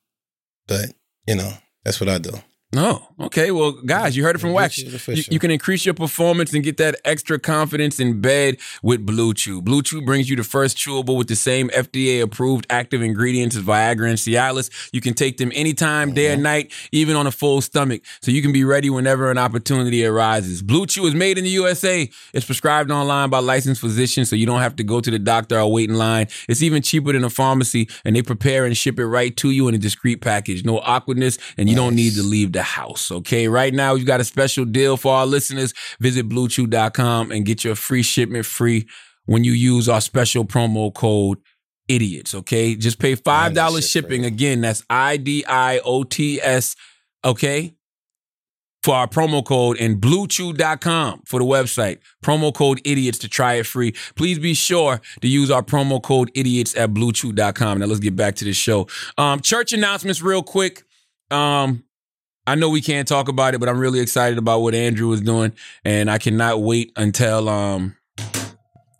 Speaker 4: But you know, that's what I do.
Speaker 2: No. Okay. Well, guys, you heard it from
Speaker 4: Blue
Speaker 2: Wax.
Speaker 4: Chew is
Speaker 2: You,
Speaker 4: official.
Speaker 2: you can increase your performance and get that extra confidence in bed with Blue Chew. Blue Chew brings you the first chewable with the same FDA approved active ingredients as Viagra and Cialis. You can take them anytime, day or night, even on a full stomach, so you can be ready whenever an opportunity arises. Blue Chew is made in the USA. It's prescribed online by licensed physicians, so you don't have to go to the doctor or wait in line. It's even cheaper than a pharmacy, and they prepare and ship it right to you in a discreet package. No awkwardness, and you don't need to leave the house. Okay, right now we've got a special deal for our listeners. Visit bluechew.com and get your free shipment free when you use our special promo code idiots. Okay, just pay five
Speaker 4: Man, that
Speaker 2: dollars
Speaker 4: shit's
Speaker 2: shipping.
Speaker 4: real.
Speaker 2: Again, that's I D I O T S. Okay. For our promo code and bluechew.com for the website. Promo code idiots to try it free. Please be sure to use our promo code idiots at bluechew.com. Now let's get back to the show. Um, church announcements, real quick. Um, I know we can't talk about it, but I'm really excited about what Andrew is doing, and I cannot wait until um,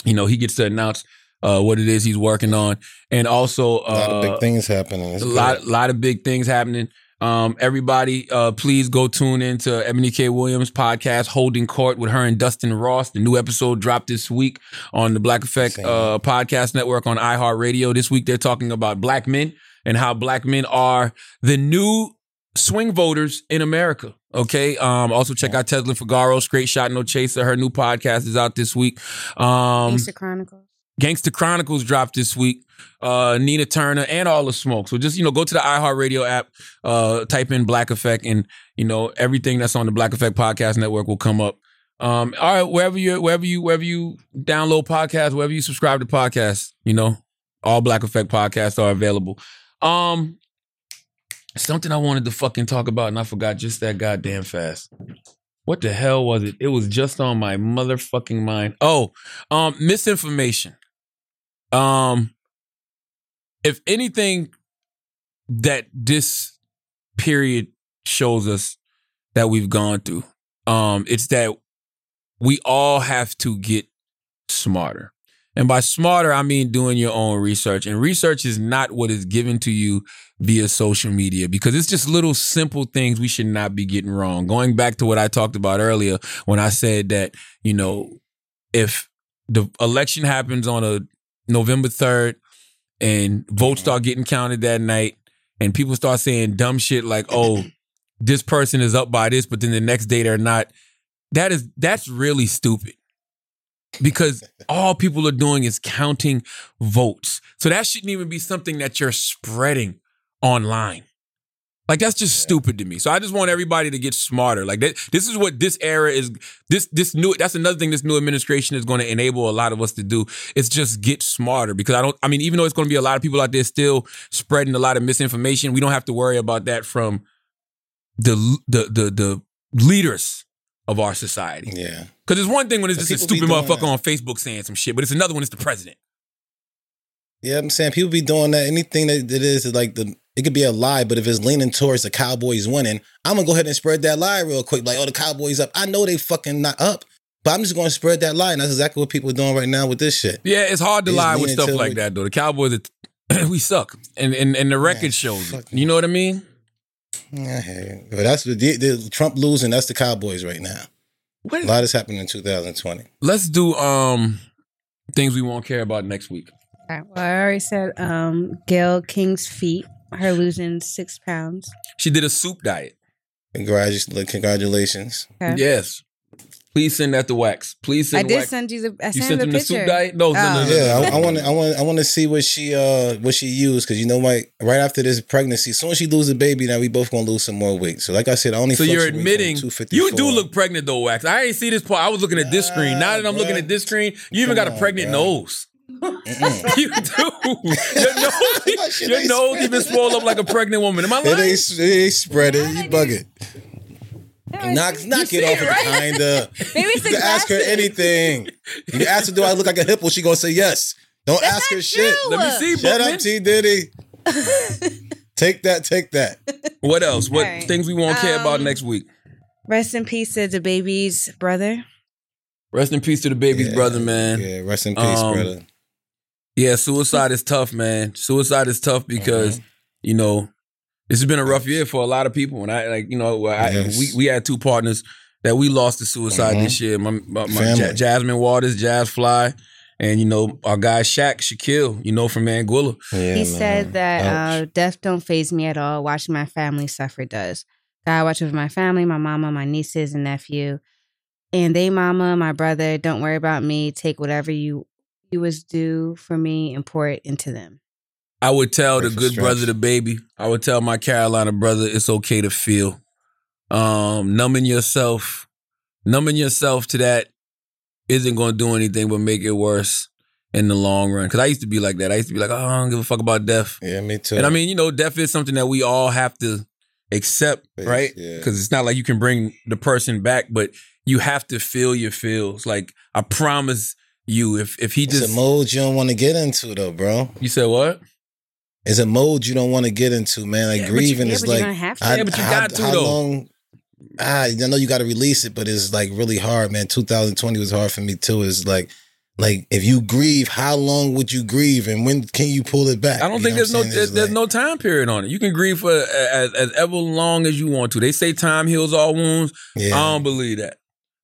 Speaker 2: you know, he gets to announce uh what it is he's working on, and also
Speaker 4: a lot of
Speaker 2: uh,
Speaker 4: big things happening. It's
Speaker 2: a lot,
Speaker 4: good.
Speaker 2: lot of big things happening. Um, everybody, uh, please go tune in to Ebony K. Williams podcast, Holding Court with her and Dustin Ross. The new episode dropped this week on the Black Effect
Speaker 4: Same.
Speaker 2: uh, podcast network on iHeartRadio. This week they're talking about black men and how black men are the new swing voters in America. Okay. Um, also check out Tesla Figaro, Straight Shot No Chaser. Her new podcast is out this week. Um,
Speaker 5: Gangsta Chronicles.
Speaker 2: Gangsta Chronicles dropped this week. Uh, Nina Turner and all the smoke. So just you know, go to the iHeartRadio app, uh, type in Black Effect, and you know everything that's on the Black Effect Podcast Network will come up. Um, all right, wherever you wherever you wherever you download podcasts, wherever you subscribe to podcasts, you know all Black Effect podcasts are available. Um, something I wanted to fucking talk about and I forgot just that goddamn fast. What the hell was it? It was just on my motherfucking mind. Oh, um, misinformation. Um, if anything that this period shows us that we've gone through, um, it's that we all have to get smarter. And by smarter, I mean doing your own research. And research is not what is given to you via social media because it's just little simple things we should not be getting wrong. Going back to what I talked about earlier when I said that, you know, if the election happens on a November 3rd and votes start getting counted that night and people start saying dumb shit like, "Oh, this person is up by this," but then the next day they're not. That is that's really stupid. Because all people are doing is counting votes. So that shouldn't even be something that you're spreading online. Like that's just stupid to me. So I just want everybody to get smarter. Like that, this is what this era is. This this new that's another thing this new administration is going to enable a lot of us to do. It's just get smarter because I don't. I mean, even though it's going to be a lot of people out there still spreading a lot of misinformation, we don't have to worry about that from the the the, the leaders of our society.
Speaker 4: Yeah.
Speaker 2: Because it's one thing when it's
Speaker 4: But
Speaker 2: just a
Speaker 4: people be
Speaker 2: stupid
Speaker 4: doing
Speaker 2: motherfucker
Speaker 4: that.
Speaker 2: on Facebook saying some shit, but it's another one. It's the president.
Speaker 4: Yeah, I'm saying people be doing that. Anything that it is is like the it could be a lie, but if it's leaning towards the Cowboys winning, I'm gonna go ahead and spread that lie real quick. Like, oh, the Cowboys up. I know they fucking not up, but I'm just gonna spread that lie, and that's exactly what people are doing right now with this shit.
Speaker 2: Yeah, it's hard to
Speaker 4: It's
Speaker 2: lie with
Speaker 4: leaning
Speaker 2: stuff
Speaker 4: to-
Speaker 2: like that though. The Cowboys, are we suck, and and and the record shows it.
Speaker 4: fuck
Speaker 2: You know what I mean?
Speaker 4: Yeah, hey. but that's the, the, the Trump losing. That's the Cowboys right now.
Speaker 2: What
Speaker 4: A lot is happening in 2020.
Speaker 2: let's do um things we won't care about next week.
Speaker 5: All right, well, I already said um, Gail King's feet, her losing six pounds.
Speaker 2: She did a soup diet.
Speaker 4: Congratu- congratulations.
Speaker 5: Okay.
Speaker 2: Yes. Please send that to Wax. Please
Speaker 5: I
Speaker 2: send
Speaker 5: did
Speaker 2: Wax.
Speaker 5: send you the. I
Speaker 2: you
Speaker 5: sent
Speaker 2: sent
Speaker 5: the
Speaker 2: him the
Speaker 5: picture.
Speaker 2: soup diet? No, no, no,
Speaker 5: Oh.
Speaker 2: no, no,
Speaker 4: Yeah,
Speaker 2: no,
Speaker 4: I
Speaker 2: no.
Speaker 4: want to, I want, I want to see what she, uh, what she used, because you know what? Right after this pregnancy, as soon as she loses a baby, now we both gonna lose some more weight. So, like I said, I only
Speaker 2: So you're
Speaker 4: fluctuate from
Speaker 2: admitting
Speaker 4: 254.
Speaker 2: you do look pregnant though, Wax. I ain't see this part. I was looking at this screen. Now that I'm
Speaker 4: bruh.
Speaker 2: looking at this screen, you even
Speaker 4: Come
Speaker 2: got a
Speaker 4: on,
Speaker 2: pregnant
Speaker 4: bruh.
Speaker 2: nose. you do. Your
Speaker 4: My
Speaker 2: nose,
Speaker 4: shit
Speaker 2: your
Speaker 4: ain't
Speaker 2: nose
Speaker 4: spreading.
Speaker 2: even swole up like a pregnant woman. Am I
Speaker 4: It
Speaker 2: lying?
Speaker 4: ain't, it ain't spreading. You bug it.
Speaker 5: Yeah,
Speaker 4: Knock, knock it off. Kinda.
Speaker 5: Maybe it's the
Speaker 4: You can ask her
Speaker 5: glasses.
Speaker 4: anything. If you ask her, do I look like a hippo? She gonna say yes. Don't
Speaker 5: That's
Speaker 4: ask
Speaker 5: not
Speaker 4: her shit.
Speaker 5: true.
Speaker 2: Let me see,
Speaker 4: Shut up,
Speaker 2: Bookman.
Speaker 4: T Diddy. take that. Take that.
Speaker 2: What else? What
Speaker 5: All right.
Speaker 2: things we won't care about
Speaker 5: Um,
Speaker 2: next week?
Speaker 5: Rest in peace to the baby's brother.
Speaker 2: Rest in peace to the baby's
Speaker 4: Yeah,
Speaker 2: brother, man.
Speaker 4: Yeah. Rest in peace,
Speaker 2: Um,
Speaker 4: brother.
Speaker 2: Yeah, suicide is tough, man. Suicide is tough
Speaker 4: Mm-hmm.
Speaker 2: because you know this has been a rough year for a lot of people. And I like you know I,
Speaker 4: Yes.
Speaker 2: we we had two partners that we lost to suicide
Speaker 4: Mhm.
Speaker 2: this year. My, my, my
Speaker 4: Family.
Speaker 2: Ja- Jasmine Waters, Jazz Fly, and you know our guy Shaq Shaquille, you know from Anguilla.
Speaker 4: Yeah,
Speaker 5: he
Speaker 4: man. um,
Speaker 5: said that uh,
Speaker 4: Ouch.
Speaker 5: death don't phase me at all. Watching my family suffer does. God watch over my family, my mama, my nieces and nephew, and they mama, my brother. Don't worry about me. Take whatever you you was due for me and pour it into them.
Speaker 2: I would tell the
Speaker 4: Perfect
Speaker 2: good
Speaker 4: stretch.
Speaker 2: brother the baby. I would tell my Carolina brother it's okay to feel. Um, numbing yourself, numbing yourself to that isn't going to do anything but make it worse in the long run. Because I used to be like that. I used to be like, oh, I don't give a fuck about death.
Speaker 4: Yeah, me too.
Speaker 2: And I mean, you know, death is something that we all have to accept,
Speaker 4: Face,
Speaker 2: right?
Speaker 4: yeah.
Speaker 2: Because it's not like you can bring the person back, but you have to feel your feels. Like I promise you, if if he
Speaker 4: it's
Speaker 2: just
Speaker 4: a mode you don't want to get into, though, bro.
Speaker 2: you said what?
Speaker 4: It's a mode you don't want to get into, man. Like
Speaker 2: Yeah, but you-
Speaker 4: grieving
Speaker 5: yeah,
Speaker 4: is
Speaker 5: but you're
Speaker 4: like,
Speaker 5: gonna have to.
Speaker 2: Yeah, but you got to,
Speaker 4: how
Speaker 2: though.
Speaker 4: long? Ah, I know you got to release it, but it's like really hard, man. 2020 was hard for me too. Is like, like if you grieve, how long would you grieve, and when can you pull it back?
Speaker 2: I don't
Speaker 4: You
Speaker 2: think
Speaker 4: know what
Speaker 2: there's no
Speaker 4: I'm saying?
Speaker 2: there's,
Speaker 4: It's
Speaker 2: there's
Speaker 4: like-
Speaker 2: no time period on it. You can grieve for as, as ever long as you want to. They say time heals all wounds.
Speaker 4: Yeah.
Speaker 2: I don't believe that.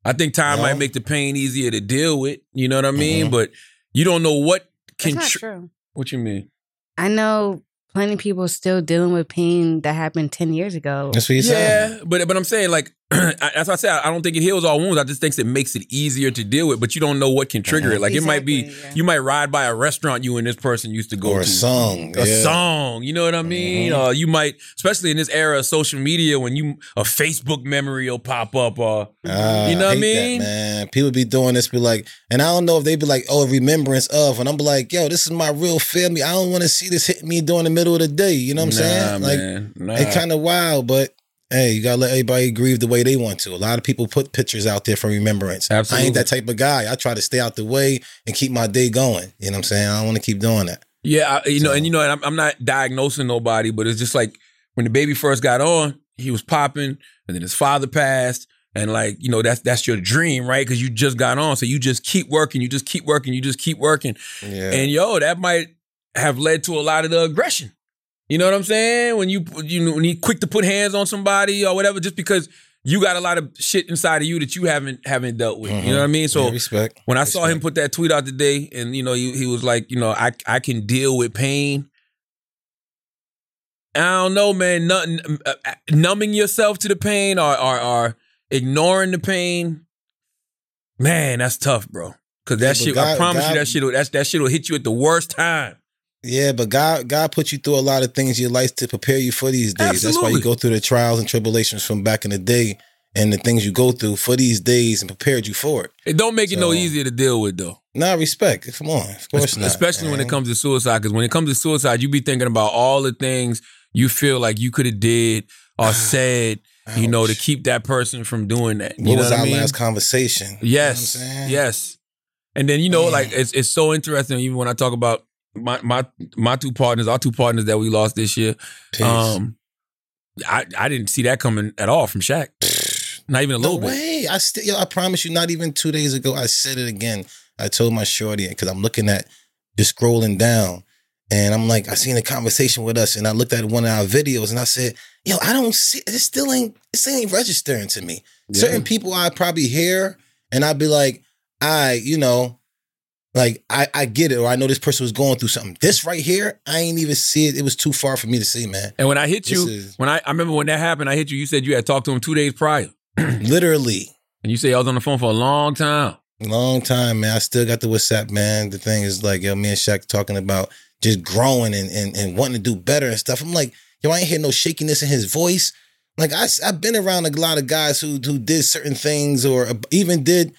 Speaker 2: I think time
Speaker 4: No.
Speaker 2: might make the pain easier to deal with. You know what I mean?
Speaker 4: Mhm.
Speaker 2: But you don't know what
Speaker 5: That's
Speaker 2: can.
Speaker 5: not
Speaker 2: tr-
Speaker 5: true.
Speaker 2: what you mean?
Speaker 5: I know plenty of people still dealing with pain that happened ten years ago.
Speaker 4: That's what he said.
Speaker 2: Yeah, but but I'm saying like I- that's why I say I I don't think it heals all wounds. I just think it makes it easier to deal with. But you don't know what can trigger it. Like it might be
Speaker 5: Exactly, yeah.
Speaker 2: you might ride by a restaurant you and this person used to go
Speaker 4: Or a
Speaker 2: to.
Speaker 4: song.
Speaker 2: a
Speaker 4: yeah. Mm-hmm.
Speaker 2: song. You know what I mean? Uh, you might, especially in this era of social media, when you a Facebook memory will pop up. Uh,
Speaker 4: Ah,
Speaker 2: You know what I
Speaker 4: hate that,
Speaker 2: mean?
Speaker 4: man, people be doing this, be like, and I don't know if they be like, oh, remembrance of, and I'm like, yo, this is my real family. I don't want to see this hit me during the middle of the day. You know what I'm saying? Like, It's kind of wild, but hey, you gotta let everybody grieve the way they want to. A lot of people put pictures out there for remembrance. I
Speaker 2: Absolutely.
Speaker 4: ain't that type of guy. I try to stay out the way and keep my day going. You know what I'm saying? I don't want to keep doing that.
Speaker 2: Yeah, I, you know,
Speaker 4: So-
Speaker 2: and you know, and I'm, I'm not diagnosing nobody, but it's just like when the baby first got on, he was popping, and then his father passed, and like you know, that's that's your dream, right? Because you just got on, so you just keep working, you just keep working, you just keep working,
Speaker 4: Yeah.
Speaker 2: and yo, that might have led to a lot of the aggression. You know what I'm saying? When you you know, when you quick to put hands on somebody or whatever, just because you got a lot of shit inside of you that you haven't haven't dealt with. You know what I mean? So
Speaker 4: Mm-hmm. Yeah, respect.
Speaker 2: when I saw him
Speaker 4: Respect.
Speaker 2: put that tweet out today, and you know, he, he was like, you know, I I can deal with pain. I don't know, man. Nothing, uh, uh, numbing yourself to the pain or, or or ignoring the pain, man, that's tough, bro. Cause that
Speaker 4: Yeah, but
Speaker 2: shit, I
Speaker 4: God-
Speaker 2: promise
Speaker 4: God-
Speaker 2: you, that shit, will- that's that shit will hit you at the worst time.
Speaker 4: Yeah, but God, God put you through a lot of things in your life to prepare you for these days. That's why
Speaker 2: Absolutely.
Speaker 4: you go through the trials and tribulations from back in the day and the things you go through for these days and prepared you for it.
Speaker 2: It don't make it no
Speaker 4: So-
Speaker 2: easier to deal with though.
Speaker 4: Nah, respect. Come on, of course not.
Speaker 2: Especially when it
Speaker 4: man.
Speaker 2: comes to suicide, because when it comes to suicide, you be thinking about all the things you feel like you could have did or said, you know, to
Speaker 4: Ouch.
Speaker 2: keep that person from doing that. You
Speaker 4: What
Speaker 2: know
Speaker 4: was
Speaker 2: what I
Speaker 4: our
Speaker 2: mean?
Speaker 4: last conversation? You know
Speaker 2: Yes,
Speaker 4: what I'm saying?
Speaker 2: yes. And then you know,
Speaker 4: Man.
Speaker 2: like it's it's so interesting. Even when I talk about my my my two partners, our two partners that we lost this year,
Speaker 4: Peace.
Speaker 2: um, I I didn't see that coming at all from Shaq. Not even a
Speaker 4: no
Speaker 2: little bit.
Speaker 4: way. I still, yo, I promise you, not even two days ago, I said it again. I told my shorty because I'm looking at just scrolling down, and I'm like, I seen a conversation with us, and I looked at one of our videos, and I said, yo, I don't see. This still ain't. This ain't registering to me. Certain people I probably hear, and I'd be like, I, you know. Like I, I get it, or I know this person was going through something. This right here, I ain't even see it. It was too far for me to see, man.
Speaker 2: And when I hit you,
Speaker 4: This is-
Speaker 2: when I, I remember when that happened, I hit you. You said you had talked to him two days prior,
Speaker 4: Literally,
Speaker 2: and you said I was on the phone for a long time.
Speaker 4: Long time, man. I still got the WhatsApp, man. The thing is like, yo, me and Shaq talking about just growing and, and, and wanting to do better and stuff. I'm like, yo, I ain't hear no shakiness in his voice. Like I, have been around a lot of guys who who did certain things or even did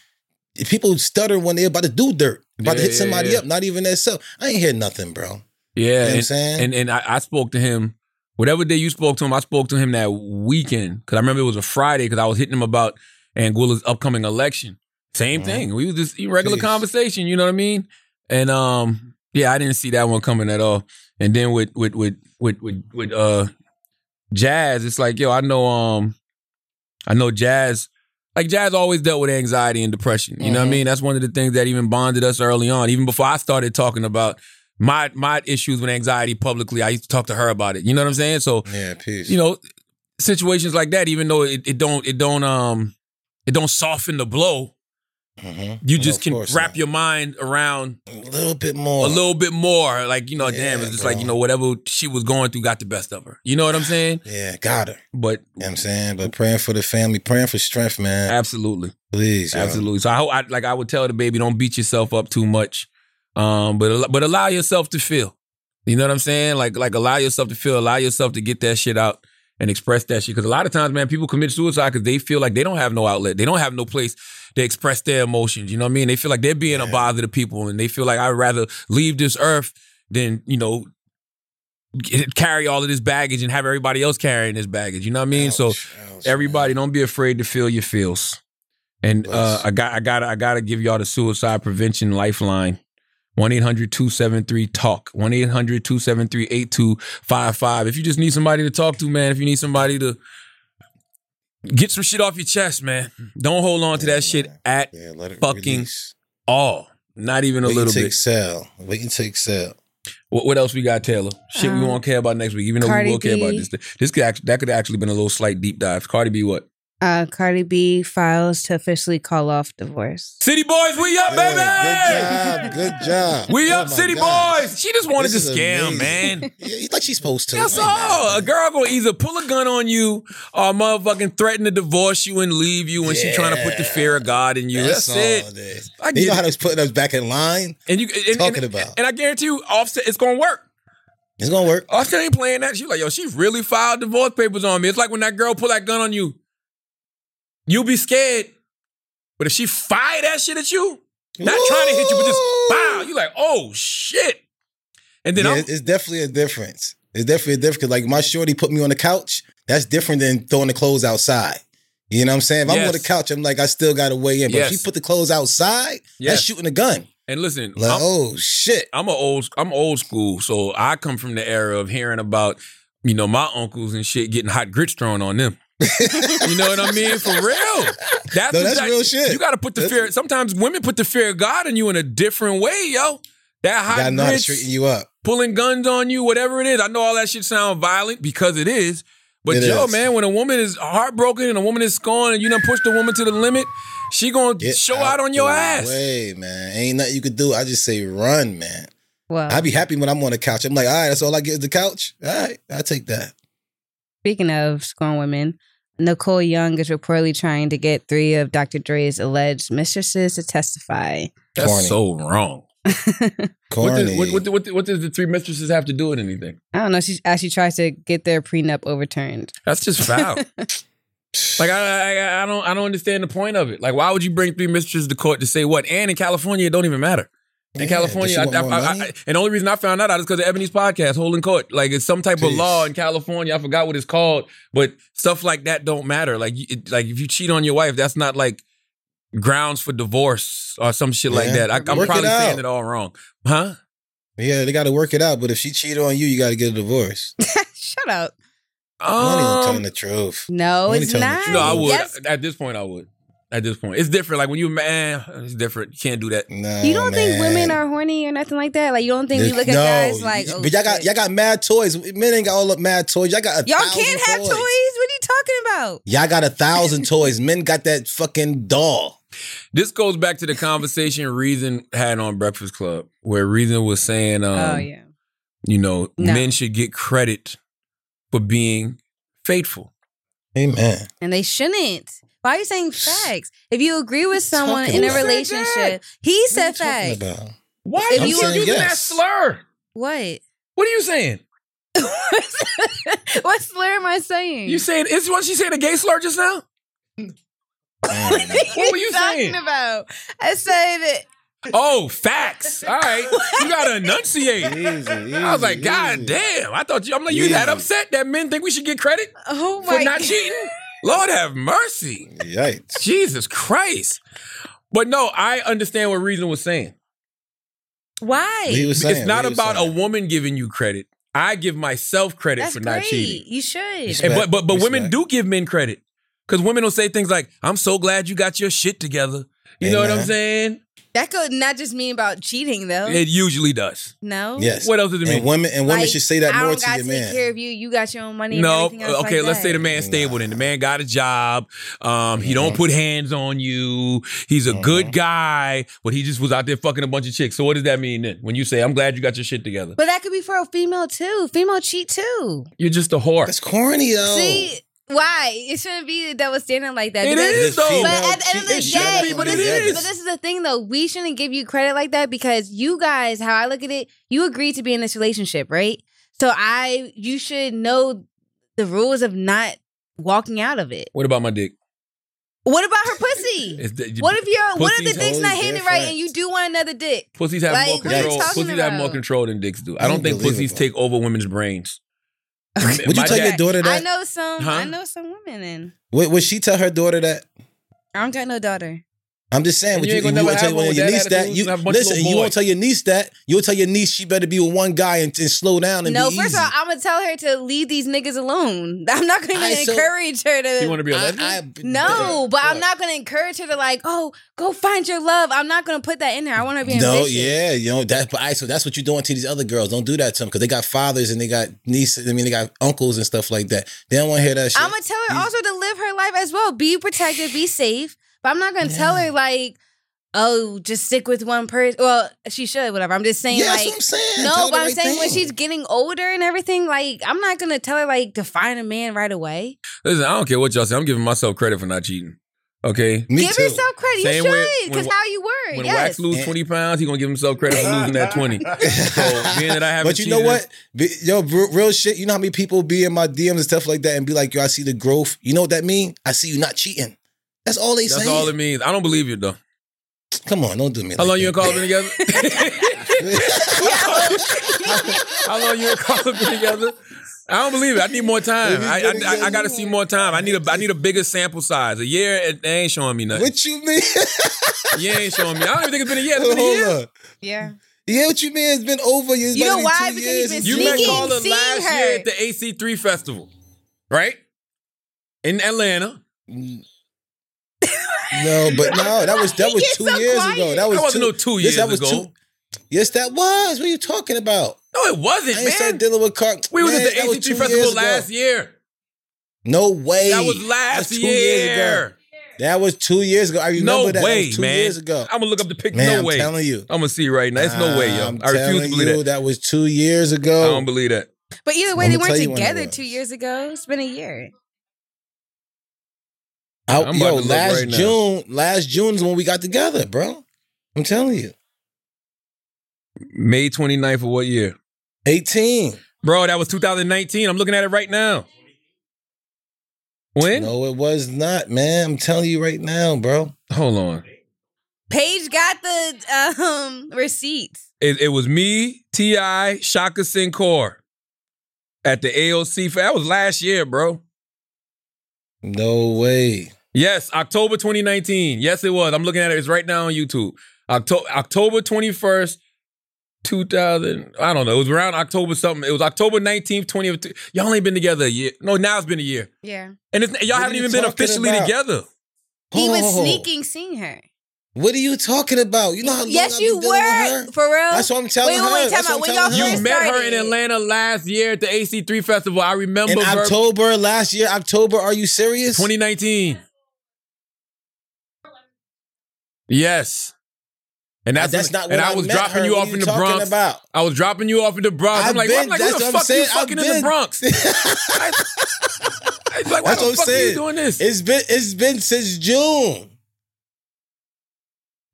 Speaker 4: people stutter when they're about to do dirt, about to
Speaker 2: Yeah,
Speaker 4: hit
Speaker 2: yeah,
Speaker 4: somebody
Speaker 2: yeah.
Speaker 4: up, not even that self. I ain't hear nothing, bro. You know
Speaker 2: Yeah,
Speaker 4: what I'm
Speaker 2: and-
Speaker 4: saying?
Speaker 2: and and I, I spoke to him whatever day you spoke to him. I spoke to him that weekend because I remember it was a Friday because I was hitting him about Anguilla's upcoming election. Same
Speaker 4: Mhm.
Speaker 2: thing. We was just in regular
Speaker 4: Jeez.
Speaker 2: conversation. You know what I mean? And um, yeah, I didn't see that one coming at all. And then with with with with with, with uh, Jazz, it's like yo, I know um, I know Jazz. Like Jazz always dealt with anxiety and depression. You know what I
Speaker 4: Mhm.
Speaker 2: mean? That's one of the things that even bonded us early on. Even before I started talking about my my issues with anxiety publicly. I used to talk to her about it. You know what I'm saying? So
Speaker 4: yeah, peace.
Speaker 2: you know situations like that, even though it, it don't it don't um it don't soften the blow,
Speaker 4: Mhm.
Speaker 2: you
Speaker 4: No,
Speaker 2: just
Speaker 4: of
Speaker 2: can
Speaker 4: course
Speaker 2: wrap
Speaker 4: not.
Speaker 2: your mind around
Speaker 4: a little bit more.
Speaker 2: a little bit more. Like you know,
Speaker 4: Yeah,
Speaker 2: damn, it's just
Speaker 4: bro.
Speaker 2: like you know whatever she was going through got the best of her. You know what I'm saying?
Speaker 4: Yeah, got her.
Speaker 2: But
Speaker 4: You know what I'm saying? But praying for the family, praying for strength, man.
Speaker 2: absolutely,
Speaker 4: Please. yo.
Speaker 2: absolutely. So I, hope- I like I would tell the baby, don't beat yourself up too much, um, but al- but allow yourself to feel. You know what I'm saying? Like like allow yourself to feel, allow yourself to get that shit out and express that shit. Because a lot of times, man, people commit suicide because they feel like they don't have no outlet, they don't have no place to express their emotions. You know what I mean? They feel like they're being a
Speaker 4: Yeah.
Speaker 2: bother to people, and they feel like I'd rather leave this earth than you know. get- Carry all of this baggage and have everybody else carrying this baggage. You know what I mean? So
Speaker 4: Ouch, ouch,
Speaker 2: Everybody,
Speaker 4: man.
Speaker 2: don't be afraid to feel your feels. And uh,
Speaker 4: Bless.
Speaker 2: I got, I got, to I got to give y'all the suicide prevention lifeline. 1-800-273-TALK. 1-800-273-8255. If you just need somebody to talk to, man, if you need somebody to get some shit off your chest, man, don't hold on to
Speaker 4: Yeah,
Speaker 2: that shit
Speaker 4: man.
Speaker 2: at
Speaker 4: Yeah, let it
Speaker 2: fucking
Speaker 4: release.
Speaker 2: all. Not even a
Speaker 4: Wait
Speaker 2: little
Speaker 4: until
Speaker 2: bit.
Speaker 4: Excel. Wait until Excel.
Speaker 2: What, what else we got, Taylor? Shit we
Speaker 5: Um,
Speaker 2: won't care about next week, even though
Speaker 5: Cardi
Speaker 2: we will care about
Speaker 5: B.
Speaker 2: this. This could act, that could actually been a little slight deep dive. Cardi B, what?
Speaker 5: Uh, Cardi B files to officially call off divorce.
Speaker 2: City boys, we up, baby.
Speaker 4: Good job. Good job.
Speaker 2: We
Speaker 4: Oh
Speaker 2: up,
Speaker 4: my
Speaker 2: city
Speaker 4: God.
Speaker 2: boys. She just wanted
Speaker 4: This
Speaker 2: to
Speaker 4: is
Speaker 2: scam,
Speaker 4: amazing.
Speaker 2: man.
Speaker 4: Yeah, you like she's supposed to.
Speaker 2: That's
Speaker 4: Like, man,
Speaker 2: all. A
Speaker 4: man.
Speaker 2: girl gonna either pull a gun on you or motherfucking threaten to divorce you and leave you when she trying to put the
Speaker 4: Yeah.
Speaker 2: fear of God in you. That's,
Speaker 4: That's, all
Speaker 2: it.
Speaker 4: it is.
Speaker 2: I
Speaker 4: You know
Speaker 2: get
Speaker 4: how
Speaker 2: it.
Speaker 4: that's putting us back in line?
Speaker 2: And you and- and,
Speaker 4: Talking
Speaker 2: and-
Speaker 4: about.
Speaker 2: and I guarantee you, Offset, it's gonna work.
Speaker 4: It's gonna work.
Speaker 2: Offset ain't playing that. She like, yo, she really filed divorce papers on me. It's like when that girl pull that gun on you, you'll be scared. But if she fire that shit at you, not trying to hit you, but just wow, you like, oh shit. And then
Speaker 4: Yeah,
Speaker 2: I'm,
Speaker 4: it's- it's definitely a difference. It's definitely a difference. 'cause, Like my shorty put me on the couch. That's different than throwing the clothes outside. You know what I'm saying? If I'm on the
Speaker 2: Yes.
Speaker 4: couch, I'm like, I still got to weigh in. But
Speaker 2: Yes.
Speaker 4: if you put the clothes outside,
Speaker 2: Yes.
Speaker 4: that's shooting a gun.
Speaker 2: And listen,
Speaker 4: Like,
Speaker 2: I'm-
Speaker 4: oh shit.
Speaker 2: I'm a old I'm old school, so I come from the era of hearing about you know my uncles and shit getting hot grits thrown on them. you know what I mean? For real. That's,
Speaker 4: No,
Speaker 2: what
Speaker 4: that's
Speaker 2: that-
Speaker 4: real shit.
Speaker 2: You got to put the
Speaker 4: That's-
Speaker 2: fear. Sometimes women put the fear of God in you in a different way, yo. That
Speaker 4: You
Speaker 2: hot
Speaker 4: gotta know how to
Speaker 2: grits,
Speaker 4: straighten you up.
Speaker 2: pulling guns on you, whatever it is. I know all that shit sound violent because it is. But
Speaker 4: It
Speaker 2: yo,
Speaker 4: is.
Speaker 2: man, when a woman is heartbroken and a woman is scorned and you done pushed a woman to the limit, she gonna
Speaker 4: Get
Speaker 2: show out, on your
Speaker 4: the
Speaker 2: ass.
Speaker 4: Way, man. Ain't nothing you could do. I just say run, man.
Speaker 5: Well,
Speaker 4: I'd be happy when I'm on the couch. I'm like, all right, that's all I get is the couch. All right, I take that.
Speaker 5: Speaking of scorn women, Nicole Young is reportedly trying to get three of Dr. Dre's alleged mistresses to testify.
Speaker 2: That's
Speaker 4: Corny.
Speaker 2: so wrong. What
Speaker 4: Corny.
Speaker 2: does, what, what, what, what does the three mistresses have to do with anything?
Speaker 5: I don't know. She as she tries to get their prenup overturned.
Speaker 2: That's just foul. like I, I, I don't, I don't understand the point of it. Like, why would you bring three mistresses to court to say what? And in California, it don't even matter. In
Speaker 4: Yeah,
Speaker 2: California, I,
Speaker 4: does she
Speaker 2: I,
Speaker 4: want more
Speaker 2: I,
Speaker 4: money?
Speaker 2: I- and the only reason I found out is because of Ebony's podcast, holding court. Like it's some type of
Speaker 4: Jeez.
Speaker 2: law in California. I forgot what it's called, but stuff like that don't matter. Like, you- it, like if you cheat on your wife, that's not like grounds for divorce or some shit like
Speaker 4: Yeah.
Speaker 2: that. I, I'm
Speaker 4: Work it
Speaker 2: probably
Speaker 4: out.
Speaker 2: saying it all wrong, huh?
Speaker 4: yeah, they got to work it out. But if she cheated on you, you got to get a divorce.
Speaker 5: Shut up.
Speaker 4: I'm not even
Speaker 2: Um,
Speaker 4: telling the truth.
Speaker 5: No,
Speaker 4: Let me
Speaker 5: it's
Speaker 4: tell you
Speaker 5: not.
Speaker 4: the
Speaker 2: No, I would.
Speaker 5: Yes.
Speaker 2: At this point, I would. At this point, it's different. Like when you man, it's different. You can't do that.
Speaker 4: Nah,
Speaker 5: You don't think
Speaker 4: Oh, man.
Speaker 5: women are horny or nothing like that? Like you don't think we
Speaker 4: This-
Speaker 5: look at
Speaker 4: no.
Speaker 5: guys like oh,
Speaker 4: but y'all got
Speaker 5: shit.
Speaker 4: y'all got mad toys. Men ain't got all up mad toys. Y'all got a
Speaker 5: Y'all
Speaker 4: thousand
Speaker 5: can't have toys. What are you talking about?
Speaker 4: Y'all got a thousand toys. Men got that fucking doll.
Speaker 2: This goes back to the conversation Reason had on Breakfast Club, where Reason was saying, um,
Speaker 5: oh yeah.
Speaker 2: you know,
Speaker 5: No.
Speaker 2: men should get credit for being faithful.
Speaker 4: Amen.
Speaker 5: And they shouldn't. Why are you saying facts? If you agree with someone in a
Speaker 4: about?
Speaker 5: relationship, he
Speaker 4: What are
Speaker 5: said
Speaker 4: you talking
Speaker 5: facts.
Speaker 4: about?
Speaker 2: Why
Speaker 5: If
Speaker 2: are
Speaker 5: you
Speaker 2: you
Speaker 5: were-
Speaker 2: using that
Speaker 4: Yes.
Speaker 2: slur?
Speaker 5: What?
Speaker 2: What are you saying?
Speaker 5: what slur am I saying?
Speaker 2: You saying is what she saying a gay slur just now?
Speaker 4: Man,
Speaker 2: What were you
Speaker 5: talking
Speaker 2: saying?
Speaker 5: about? I said
Speaker 2: Oh, facts. All right, you gotta enunciate.
Speaker 4: easy,
Speaker 2: I was like,
Speaker 4: easy,
Speaker 2: God
Speaker 4: easy.
Speaker 2: damn! I thought you. I'm like, you
Speaker 4: Easy.
Speaker 2: that upset that men think we should get credit?
Speaker 5: oh
Speaker 2: for
Speaker 5: my
Speaker 2: not
Speaker 5: God.
Speaker 2: cheating? Lord have mercy.
Speaker 4: Yikes.
Speaker 2: Jesus Christ. But no, I understand what Reason was saying.
Speaker 5: Why?
Speaker 4: What he was saying,
Speaker 2: it's not
Speaker 4: what he was
Speaker 2: about
Speaker 4: saying.
Speaker 2: a woman giving you credit. I give myself credit
Speaker 5: That's
Speaker 2: for
Speaker 5: great.
Speaker 2: not cheating.
Speaker 5: You should.
Speaker 4: Respect.
Speaker 2: And, but but but women
Speaker 4: Respect.
Speaker 2: do give men credit. Because women will say things like, I'm so glad you got your shit together. You know what I'm
Speaker 4: Amen.
Speaker 2: saying?
Speaker 5: That could not just mean about cheating though.
Speaker 2: It usually does.
Speaker 5: no.
Speaker 4: Yes.
Speaker 2: What else does it mean?
Speaker 4: And women and women
Speaker 5: Like,
Speaker 4: should say that
Speaker 5: I
Speaker 4: more
Speaker 5: don't
Speaker 4: to
Speaker 5: got
Speaker 4: your
Speaker 5: to take care
Speaker 4: man.
Speaker 5: of you. You got your own money. and
Speaker 2: No,
Speaker 5: everything else
Speaker 2: okay.
Speaker 5: like
Speaker 2: let's say
Speaker 5: that.
Speaker 2: the man's stable. Then the man got a job. Um, he don't
Speaker 4: Mhm.
Speaker 2: put hands on you. He's a good
Speaker 4: Mhm.
Speaker 2: guy, but he just was out there fucking a bunch of chicks. So what does that mean then? When you say, "I'm glad you got your shit together,"
Speaker 5: But that could be for a female too. Female cheat too.
Speaker 2: you're just a whore.
Speaker 4: That's corny though.
Speaker 5: See why it shouldn't be that was standing like that.
Speaker 2: It
Speaker 5: because-
Speaker 2: is though.
Speaker 5: But
Speaker 4: Female
Speaker 5: at the end of the
Speaker 4: cheat- it should
Speaker 5: day,
Speaker 4: be,
Speaker 5: but
Speaker 4: but it
Speaker 5: this-
Speaker 4: is.
Speaker 5: but this is the thing though. We shouldn't give you credit like that because you guys, how I look at it, you agreed to be in this relationship, right? So I, you should know the rules of not walking out of it.
Speaker 2: What about my dick?
Speaker 5: What about her pussy?
Speaker 2: Is that-
Speaker 5: What if you're what if
Speaker 2: Pussy's
Speaker 5: the dick's not
Speaker 4: always
Speaker 5: hitting
Speaker 4: different.
Speaker 5: right and you do want another dick?
Speaker 2: pussies have
Speaker 5: like,
Speaker 2: more
Speaker 5: what are you
Speaker 2: control?
Speaker 5: talking
Speaker 2: Pussies have more
Speaker 5: about?
Speaker 2: control than dicks do. I don't think pussies
Speaker 4: Unbelievable.
Speaker 2: take over women's brains.
Speaker 4: Would you
Speaker 2: My
Speaker 4: tell your
Speaker 2: dad-
Speaker 4: daughter
Speaker 5: I
Speaker 4: that?
Speaker 5: know some
Speaker 2: Huh?
Speaker 5: I know some women and
Speaker 4: Would, would she tell her daughter that?
Speaker 5: I don't got no daughter.
Speaker 4: I'm just saying.
Speaker 2: And
Speaker 4: Would
Speaker 2: you ain't
Speaker 4: you, you,
Speaker 2: gonna
Speaker 4: you
Speaker 2: never
Speaker 4: won't tell
Speaker 2: have
Speaker 4: one
Speaker 2: one
Speaker 4: of your
Speaker 2: with
Speaker 4: niece
Speaker 2: that
Speaker 4: that.
Speaker 2: attitude,
Speaker 4: You
Speaker 2: have a bunch of
Speaker 4: listen.
Speaker 2: little
Speaker 4: You won't
Speaker 2: boys.
Speaker 4: tell your niece that. You'll tell your niece she better be with one guy and, and slow down and
Speaker 5: No,
Speaker 4: be
Speaker 5: first
Speaker 4: easy.
Speaker 5: of all, I'm gonna tell her to leave these niggas alone. I'm not gonna
Speaker 4: I- so-
Speaker 5: encourage her to
Speaker 2: You want to be a lesbian?
Speaker 5: No, but I'm not gonna encourage her to like, oh, go find your love. I'm not gonna put that in there. I want her to be
Speaker 4: No,
Speaker 5: ambitious.
Speaker 4: yeah, you know that. But I so that's what you're doing to these other girls. Don't do that to them because they got fathers and they got nieces. I mean, they got uncles and stuff like that. They don't want to hear that shit.
Speaker 5: I'm gonna tell her also to live her life as well. Be protected, be safe. But I'm not gonna tell her like, oh, just stick with one person. Well, she should, whatever. I'm just saying
Speaker 4: yeah, that's
Speaker 5: like
Speaker 4: what I'm saying.
Speaker 5: no,
Speaker 4: Tell her
Speaker 5: but
Speaker 4: the
Speaker 5: I'm
Speaker 4: right
Speaker 5: saying when
Speaker 4: thing.
Speaker 5: she's getting older and everything, like I'm not gonna tell her like to find a man right away.
Speaker 2: Listen, I don't care what y'all say. I'm giving myself credit for not cheating. Okay.
Speaker 4: Me
Speaker 5: Give
Speaker 4: too.
Speaker 5: yourself credit.
Speaker 2: Same
Speaker 5: you
Speaker 2: way
Speaker 5: should,
Speaker 2: when
Speaker 5: because
Speaker 2: wa-
Speaker 5: how you were.
Speaker 2: When
Speaker 5: yes.
Speaker 2: Wax lose
Speaker 4: And-
Speaker 2: 20 pounds, he gonna give himself credit for losing that 20. So being that I haven't
Speaker 4: But you know
Speaker 2: cheated-
Speaker 4: what? Be- Yo, r- real shit. You know how many people be in my DMs and stuff like that and be like, "Yo, I see the growth." You know what that mean? I see you not cheating. That's all they
Speaker 2: That's
Speaker 4: saying.
Speaker 2: all it means. I don't believe you though.
Speaker 4: Come on, don't do me.
Speaker 2: How
Speaker 4: like
Speaker 2: long you and
Speaker 4: that.
Speaker 2: Carla been together? How long you and Carla been together? I don't believe it. I need more time.
Speaker 4: If you
Speaker 2: I
Speaker 4: did it
Speaker 2: I, I,
Speaker 4: again,
Speaker 2: got to
Speaker 4: you
Speaker 2: see
Speaker 4: won't.
Speaker 2: more time. I need a I need a bigger sample size. A year, it they ain't showing me nothing.
Speaker 4: What you mean?
Speaker 2: You ain't showing me. I don't even think it's been a year. It's been a year.
Speaker 4: Hold up.
Speaker 5: Yeah.
Speaker 4: Yeah, what you mean? It's been over. It's
Speaker 5: You
Speaker 4: about to
Speaker 5: know
Speaker 4: be two
Speaker 5: why? Because
Speaker 4: years.
Speaker 5: he's been
Speaker 2: You
Speaker 5: Sneaking,
Speaker 2: met Carla
Speaker 5: seeing
Speaker 2: last
Speaker 5: her.
Speaker 2: year at the AC3 festival, right? In Atlanta.
Speaker 4: No, but no, that was that was
Speaker 5: He
Speaker 4: two
Speaker 5: gets so
Speaker 4: years
Speaker 5: quiet.
Speaker 4: ago. That was
Speaker 2: That wasn't no
Speaker 4: two,
Speaker 2: two
Speaker 4: yes,
Speaker 2: years
Speaker 4: that was
Speaker 2: ago.
Speaker 4: two- yes, that was. What are you talking about?
Speaker 2: No, it wasn't,
Speaker 4: I
Speaker 2: man.
Speaker 4: ain't start dealing with car.
Speaker 2: we was
Speaker 4: man,
Speaker 2: at the
Speaker 4: that was two
Speaker 2: AC3
Speaker 4: years
Speaker 2: festival
Speaker 4: ago.
Speaker 2: last year.
Speaker 4: No way.
Speaker 2: That was
Speaker 4: That's
Speaker 2: last
Speaker 4: two
Speaker 2: year.
Speaker 4: Years ago. That was two years ago. I remember
Speaker 2: No
Speaker 4: that. that
Speaker 2: way,
Speaker 4: was two
Speaker 2: man.
Speaker 4: years ago.
Speaker 2: I'm gonna look up the picture.
Speaker 4: Man,
Speaker 2: no
Speaker 4: I'm
Speaker 2: way. I'm
Speaker 4: telling you.
Speaker 2: gonna see right now. It's no way, yo.
Speaker 4: I'm
Speaker 2: I refuse to
Speaker 4: telling
Speaker 2: believe
Speaker 4: you,
Speaker 2: that.
Speaker 4: That was two years
Speaker 2: I
Speaker 4: ago.
Speaker 2: don't believe that.
Speaker 5: But either way,
Speaker 4: I'ma
Speaker 5: they
Speaker 4: tell
Speaker 5: weren't
Speaker 4: you when it
Speaker 5: together
Speaker 4: was.
Speaker 5: two years ago. It's been a year.
Speaker 4: I,
Speaker 2: I'm about
Speaker 4: yo,
Speaker 2: to look
Speaker 4: last
Speaker 2: right now.
Speaker 4: June, last June's when we got together, bro. I'm telling you,
Speaker 2: May 29th of what year?
Speaker 4: 18.
Speaker 2: Bro, that was 2019. I'm looking at it right now. When?
Speaker 4: No, it was not, man. I'm telling you right now, bro.
Speaker 2: Hold on.
Speaker 5: Paige got the um receipts.
Speaker 2: It, it was me, Ti, Shaka Sincor at the AOC. That was last year, bro.
Speaker 4: No way.
Speaker 2: Yes, October 2019. Yes, it was. I'm looking at it. It's right now on YouTube. October October 21st, 2000. I don't know. It was around October something. It was October 19th, 20th. Y'all ain't been together a year. No, now it's been a year,
Speaker 5: Yeah.
Speaker 2: and it's, y'all
Speaker 4: What are
Speaker 2: haven't
Speaker 4: you
Speaker 2: even been
Speaker 4: talking
Speaker 2: officially
Speaker 4: about?
Speaker 2: together.
Speaker 5: He was
Speaker 4: Oh.
Speaker 5: sneaking seeing her.
Speaker 4: What are you talking about? You know how long I've
Speaker 5: yes,
Speaker 4: been
Speaker 5: you
Speaker 4: dealing with
Speaker 5: were.
Speaker 4: her?
Speaker 5: For real?
Speaker 4: That's what I'm telling
Speaker 5: Wait, wait,
Speaker 4: her.
Speaker 5: wait, time
Speaker 4: That's
Speaker 5: out.
Speaker 4: what
Speaker 5: When
Speaker 4: I'm
Speaker 5: y'all
Speaker 4: telling
Speaker 2: You
Speaker 4: her.
Speaker 5: first-
Speaker 2: met her in
Speaker 5: started.
Speaker 2: Atlanta last year at the AC3 festival. I remember
Speaker 4: in
Speaker 2: her-
Speaker 4: October last year, October, are you serious?
Speaker 2: 2019. Yes. And that's,
Speaker 4: that's not
Speaker 2: and
Speaker 4: when
Speaker 2: I
Speaker 4: I
Speaker 2: was
Speaker 4: met
Speaker 2: dropping
Speaker 4: her.
Speaker 2: you off
Speaker 4: What are
Speaker 2: in
Speaker 4: you
Speaker 2: the
Speaker 4: talking
Speaker 2: Bronx.
Speaker 4: about?
Speaker 2: I was dropping you off in the Bronx. I'm
Speaker 4: I've
Speaker 2: like,
Speaker 4: been-
Speaker 2: I'm like, who
Speaker 4: that's
Speaker 2: the
Speaker 4: what
Speaker 2: fuck
Speaker 4: I'm
Speaker 2: you
Speaker 4: saying. I've
Speaker 2: fucking in the
Speaker 4: been-
Speaker 2: Bronx? I, I was like, why
Speaker 4: That's
Speaker 2: the
Speaker 4: what
Speaker 2: fuck are
Speaker 4: I'm
Speaker 2: you
Speaker 4: saying.
Speaker 2: doing this?
Speaker 4: It's been it's been since June.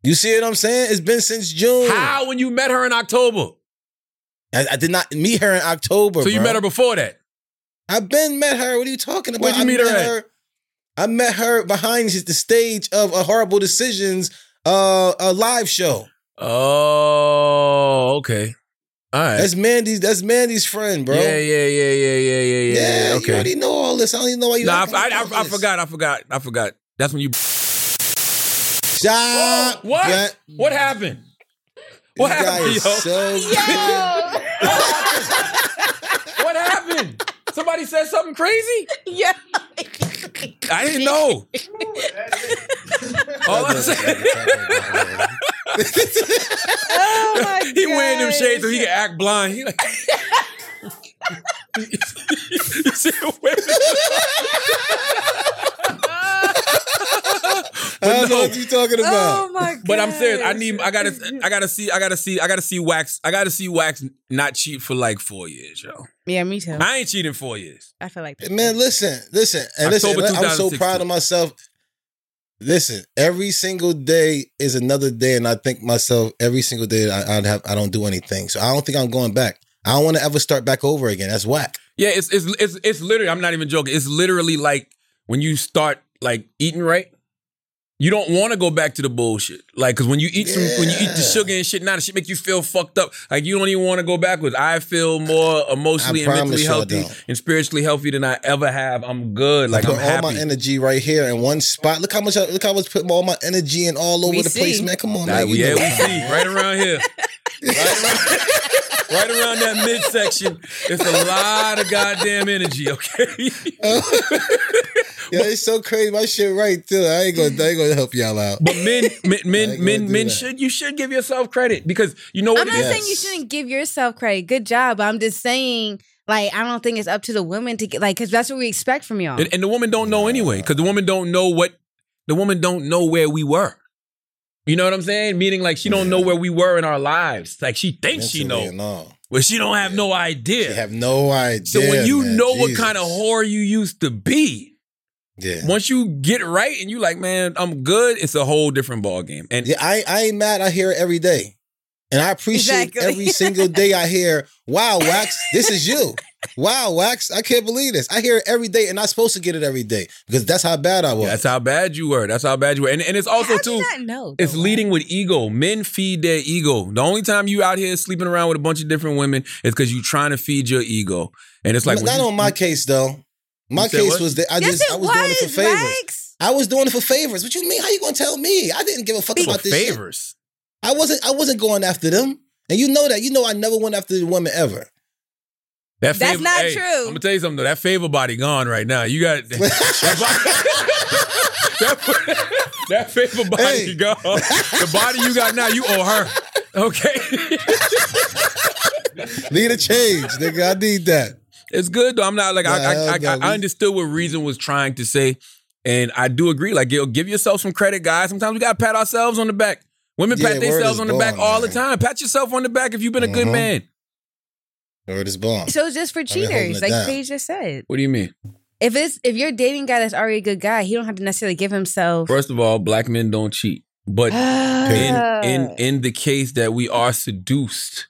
Speaker 4: You see what I'm saying? It's been since June.
Speaker 2: How when you met her in October?
Speaker 4: I, I did not meet her in October.
Speaker 2: So you
Speaker 4: bro.
Speaker 2: met her before that.
Speaker 4: I've been met her. What are you talking about?
Speaker 2: Where'd you
Speaker 4: I
Speaker 2: meet her
Speaker 4: met
Speaker 2: at?
Speaker 4: I met her behind the stage of a horrible decisions uh a live show.
Speaker 2: Oh, okay. All right.
Speaker 4: That's Mandy's that's Mandy's friend, bro.
Speaker 2: Yeah, yeah, yeah, yeah, yeah, yeah, yeah.
Speaker 4: Yeah, you
Speaker 2: okay.
Speaker 4: already know all this. I don't even know why you
Speaker 2: Nah,
Speaker 4: asking
Speaker 2: I,
Speaker 4: me
Speaker 2: I,
Speaker 4: about
Speaker 2: I
Speaker 4: this.
Speaker 2: forgot. I forgot. I forgot. That's when you.
Speaker 4: Stop.
Speaker 2: what?
Speaker 4: that.
Speaker 2: What happened? What
Speaker 4: This guy
Speaker 2: happened,
Speaker 4: is
Speaker 2: yo?
Speaker 4: so good.
Speaker 5: Yo.
Speaker 2: What happened? Somebody said something crazy?
Speaker 5: yeah.
Speaker 2: I didn't know. All I'm saying,
Speaker 5: Oh my god.
Speaker 2: he wearing them shades so he can act blind. He like, you see him wearing
Speaker 4: I don't know
Speaker 2: no.
Speaker 4: what you talking
Speaker 5: Oh
Speaker 4: about.
Speaker 5: my god.
Speaker 2: But I'm serious. I need. I gotta. I gotta see. I gotta see. I gotta see wax. I gotta see wax not cheat for like four years, yo.
Speaker 5: Yeah, me too.
Speaker 2: I ain't cheating four years.
Speaker 5: I feel like that.
Speaker 4: Man, listen, listen, and listen.
Speaker 2: October
Speaker 4: I'm so
Speaker 2: 2016.
Speaker 4: proud of myself. Listen, every single day is another day, and I think myself every single day that I, I'd have I don't do anything. So I don't think I'm going back. I don't want to ever start back over again. That's whack.
Speaker 2: Yeah, it's it's it's it's literally. I'm not even joking. It's literally like when you start like eating right. You don't want to go back to the bullshit, like because when you eat some, when you eat the
Speaker 4: Yeah.
Speaker 2: sugar and shit, now the shit make you feel fucked up. Like you don't even want to go backwards. I feel more emotionally and
Speaker 4: promise
Speaker 2: mentally
Speaker 4: you I
Speaker 2: healthy
Speaker 4: don't.
Speaker 2: and spiritually healthy than I ever have. I'm good. Like
Speaker 4: I
Speaker 2: I'm
Speaker 4: put all
Speaker 2: happy.
Speaker 4: my energy right here in one spot. Look how much I, look how I was putting all my energy and all over
Speaker 5: We
Speaker 4: the place,
Speaker 5: see.
Speaker 4: man. Come on,
Speaker 2: Nah,
Speaker 4: man. You
Speaker 2: yeah,
Speaker 4: know
Speaker 2: we
Speaker 4: what I'm
Speaker 2: see right around here. Right around, right around that midsection, it's a lot of goddamn energy. Okay,
Speaker 4: Yeah, it's so crazy. My shit right too. I ain't gonna, I ain't gonna help y'all out.
Speaker 2: but men, men,
Speaker 4: I ain't
Speaker 2: men,
Speaker 4: gonna
Speaker 2: men,
Speaker 4: do
Speaker 2: men
Speaker 4: that.
Speaker 2: should you should give yourself credit because you know
Speaker 5: I'm
Speaker 2: what
Speaker 5: not
Speaker 2: it is.
Speaker 4: Yes.
Speaker 5: saying you shouldn't give yourself credit. Good job. I'm just saying, like, I don't think it's up to the women to get like, because that's what we expect from y'all.
Speaker 2: And, and the woman don't know anyway because the woman don't know what the woman don't know where we were. You know what I'm saying? Meaning like she don't know where we were in our lives. Like she thinks she
Speaker 4: Mentally
Speaker 2: know,
Speaker 4: and all.
Speaker 2: but she don't have no idea.
Speaker 4: You have no idea.
Speaker 2: so when you
Speaker 4: man.
Speaker 2: know what
Speaker 4: Jesus.
Speaker 2: kind of whore you used to be,
Speaker 4: yeah.
Speaker 2: once you get right and you like, man, I'm good, it's a whole different ball game. And
Speaker 4: Yeah, I, I ain't mad. I hear it every day. And I appreciate
Speaker 5: Exactly.
Speaker 4: every single day I hear, wow, Wax, this is you. Wow, Wax, I can't believe this. I hear it every day and I'm supposed to get it every day because that's how bad I was.
Speaker 2: That's how bad you were. That's how bad you were. And, and it's also,
Speaker 5: How do
Speaker 2: too,
Speaker 5: you not know?
Speaker 2: it's
Speaker 5: though?
Speaker 2: leading with ego. Men feed their ego. The only time you out here sleeping around with a bunch of different women is because you trying to feed your ego. And it's like, when
Speaker 4: not
Speaker 2: you-
Speaker 4: on my case though. My
Speaker 2: You said
Speaker 4: case
Speaker 2: what?
Speaker 4: was that I
Speaker 5: Yes,
Speaker 4: just I
Speaker 5: it
Speaker 4: was, doing it for
Speaker 5: was,
Speaker 4: favors.
Speaker 5: Max.
Speaker 4: I was doing it for favors. What you mean? How you gonna tell me? I didn't give a fuck
Speaker 2: for
Speaker 4: about this shit.
Speaker 2: favors.
Speaker 4: I wasn't I wasn't going after them. And you know that. You know I never went after the woman ever.
Speaker 2: That
Speaker 5: That's not
Speaker 2: I'm
Speaker 5: true.
Speaker 2: gonna tell you something though. That favor body gone right now. You got that, body- that, that favor body
Speaker 4: Hey.
Speaker 2: gone. The body you got now, you owe her. Okay,
Speaker 4: Need a change, nigga. I need that.
Speaker 2: it's good though. I'm not like
Speaker 4: Nah,
Speaker 2: I I, I,
Speaker 4: hell no.
Speaker 2: I understood what reason was trying to say, and I do agree. Like yo, give yourself some credit, guys. Sometimes we gotta pat ourselves on the back. Women
Speaker 4: Yeah,
Speaker 2: pat
Speaker 4: word
Speaker 2: themselves
Speaker 4: is
Speaker 2: on the back
Speaker 4: born,
Speaker 2: all the
Speaker 4: man.
Speaker 2: time. Pat yourself on the back if you've been a good
Speaker 4: Mhm.
Speaker 2: man.
Speaker 4: Or it is bomb.
Speaker 5: So it's just for
Speaker 4: holding
Speaker 5: cheaters,
Speaker 4: it
Speaker 5: like
Speaker 4: down.
Speaker 5: Paige just said.
Speaker 2: What do you mean?
Speaker 5: If it's if you're dating a guy that's already a good guy, he don't have to necessarily give himself.
Speaker 2: First of all, black men don't cheat, but in in in the case that we are seduced,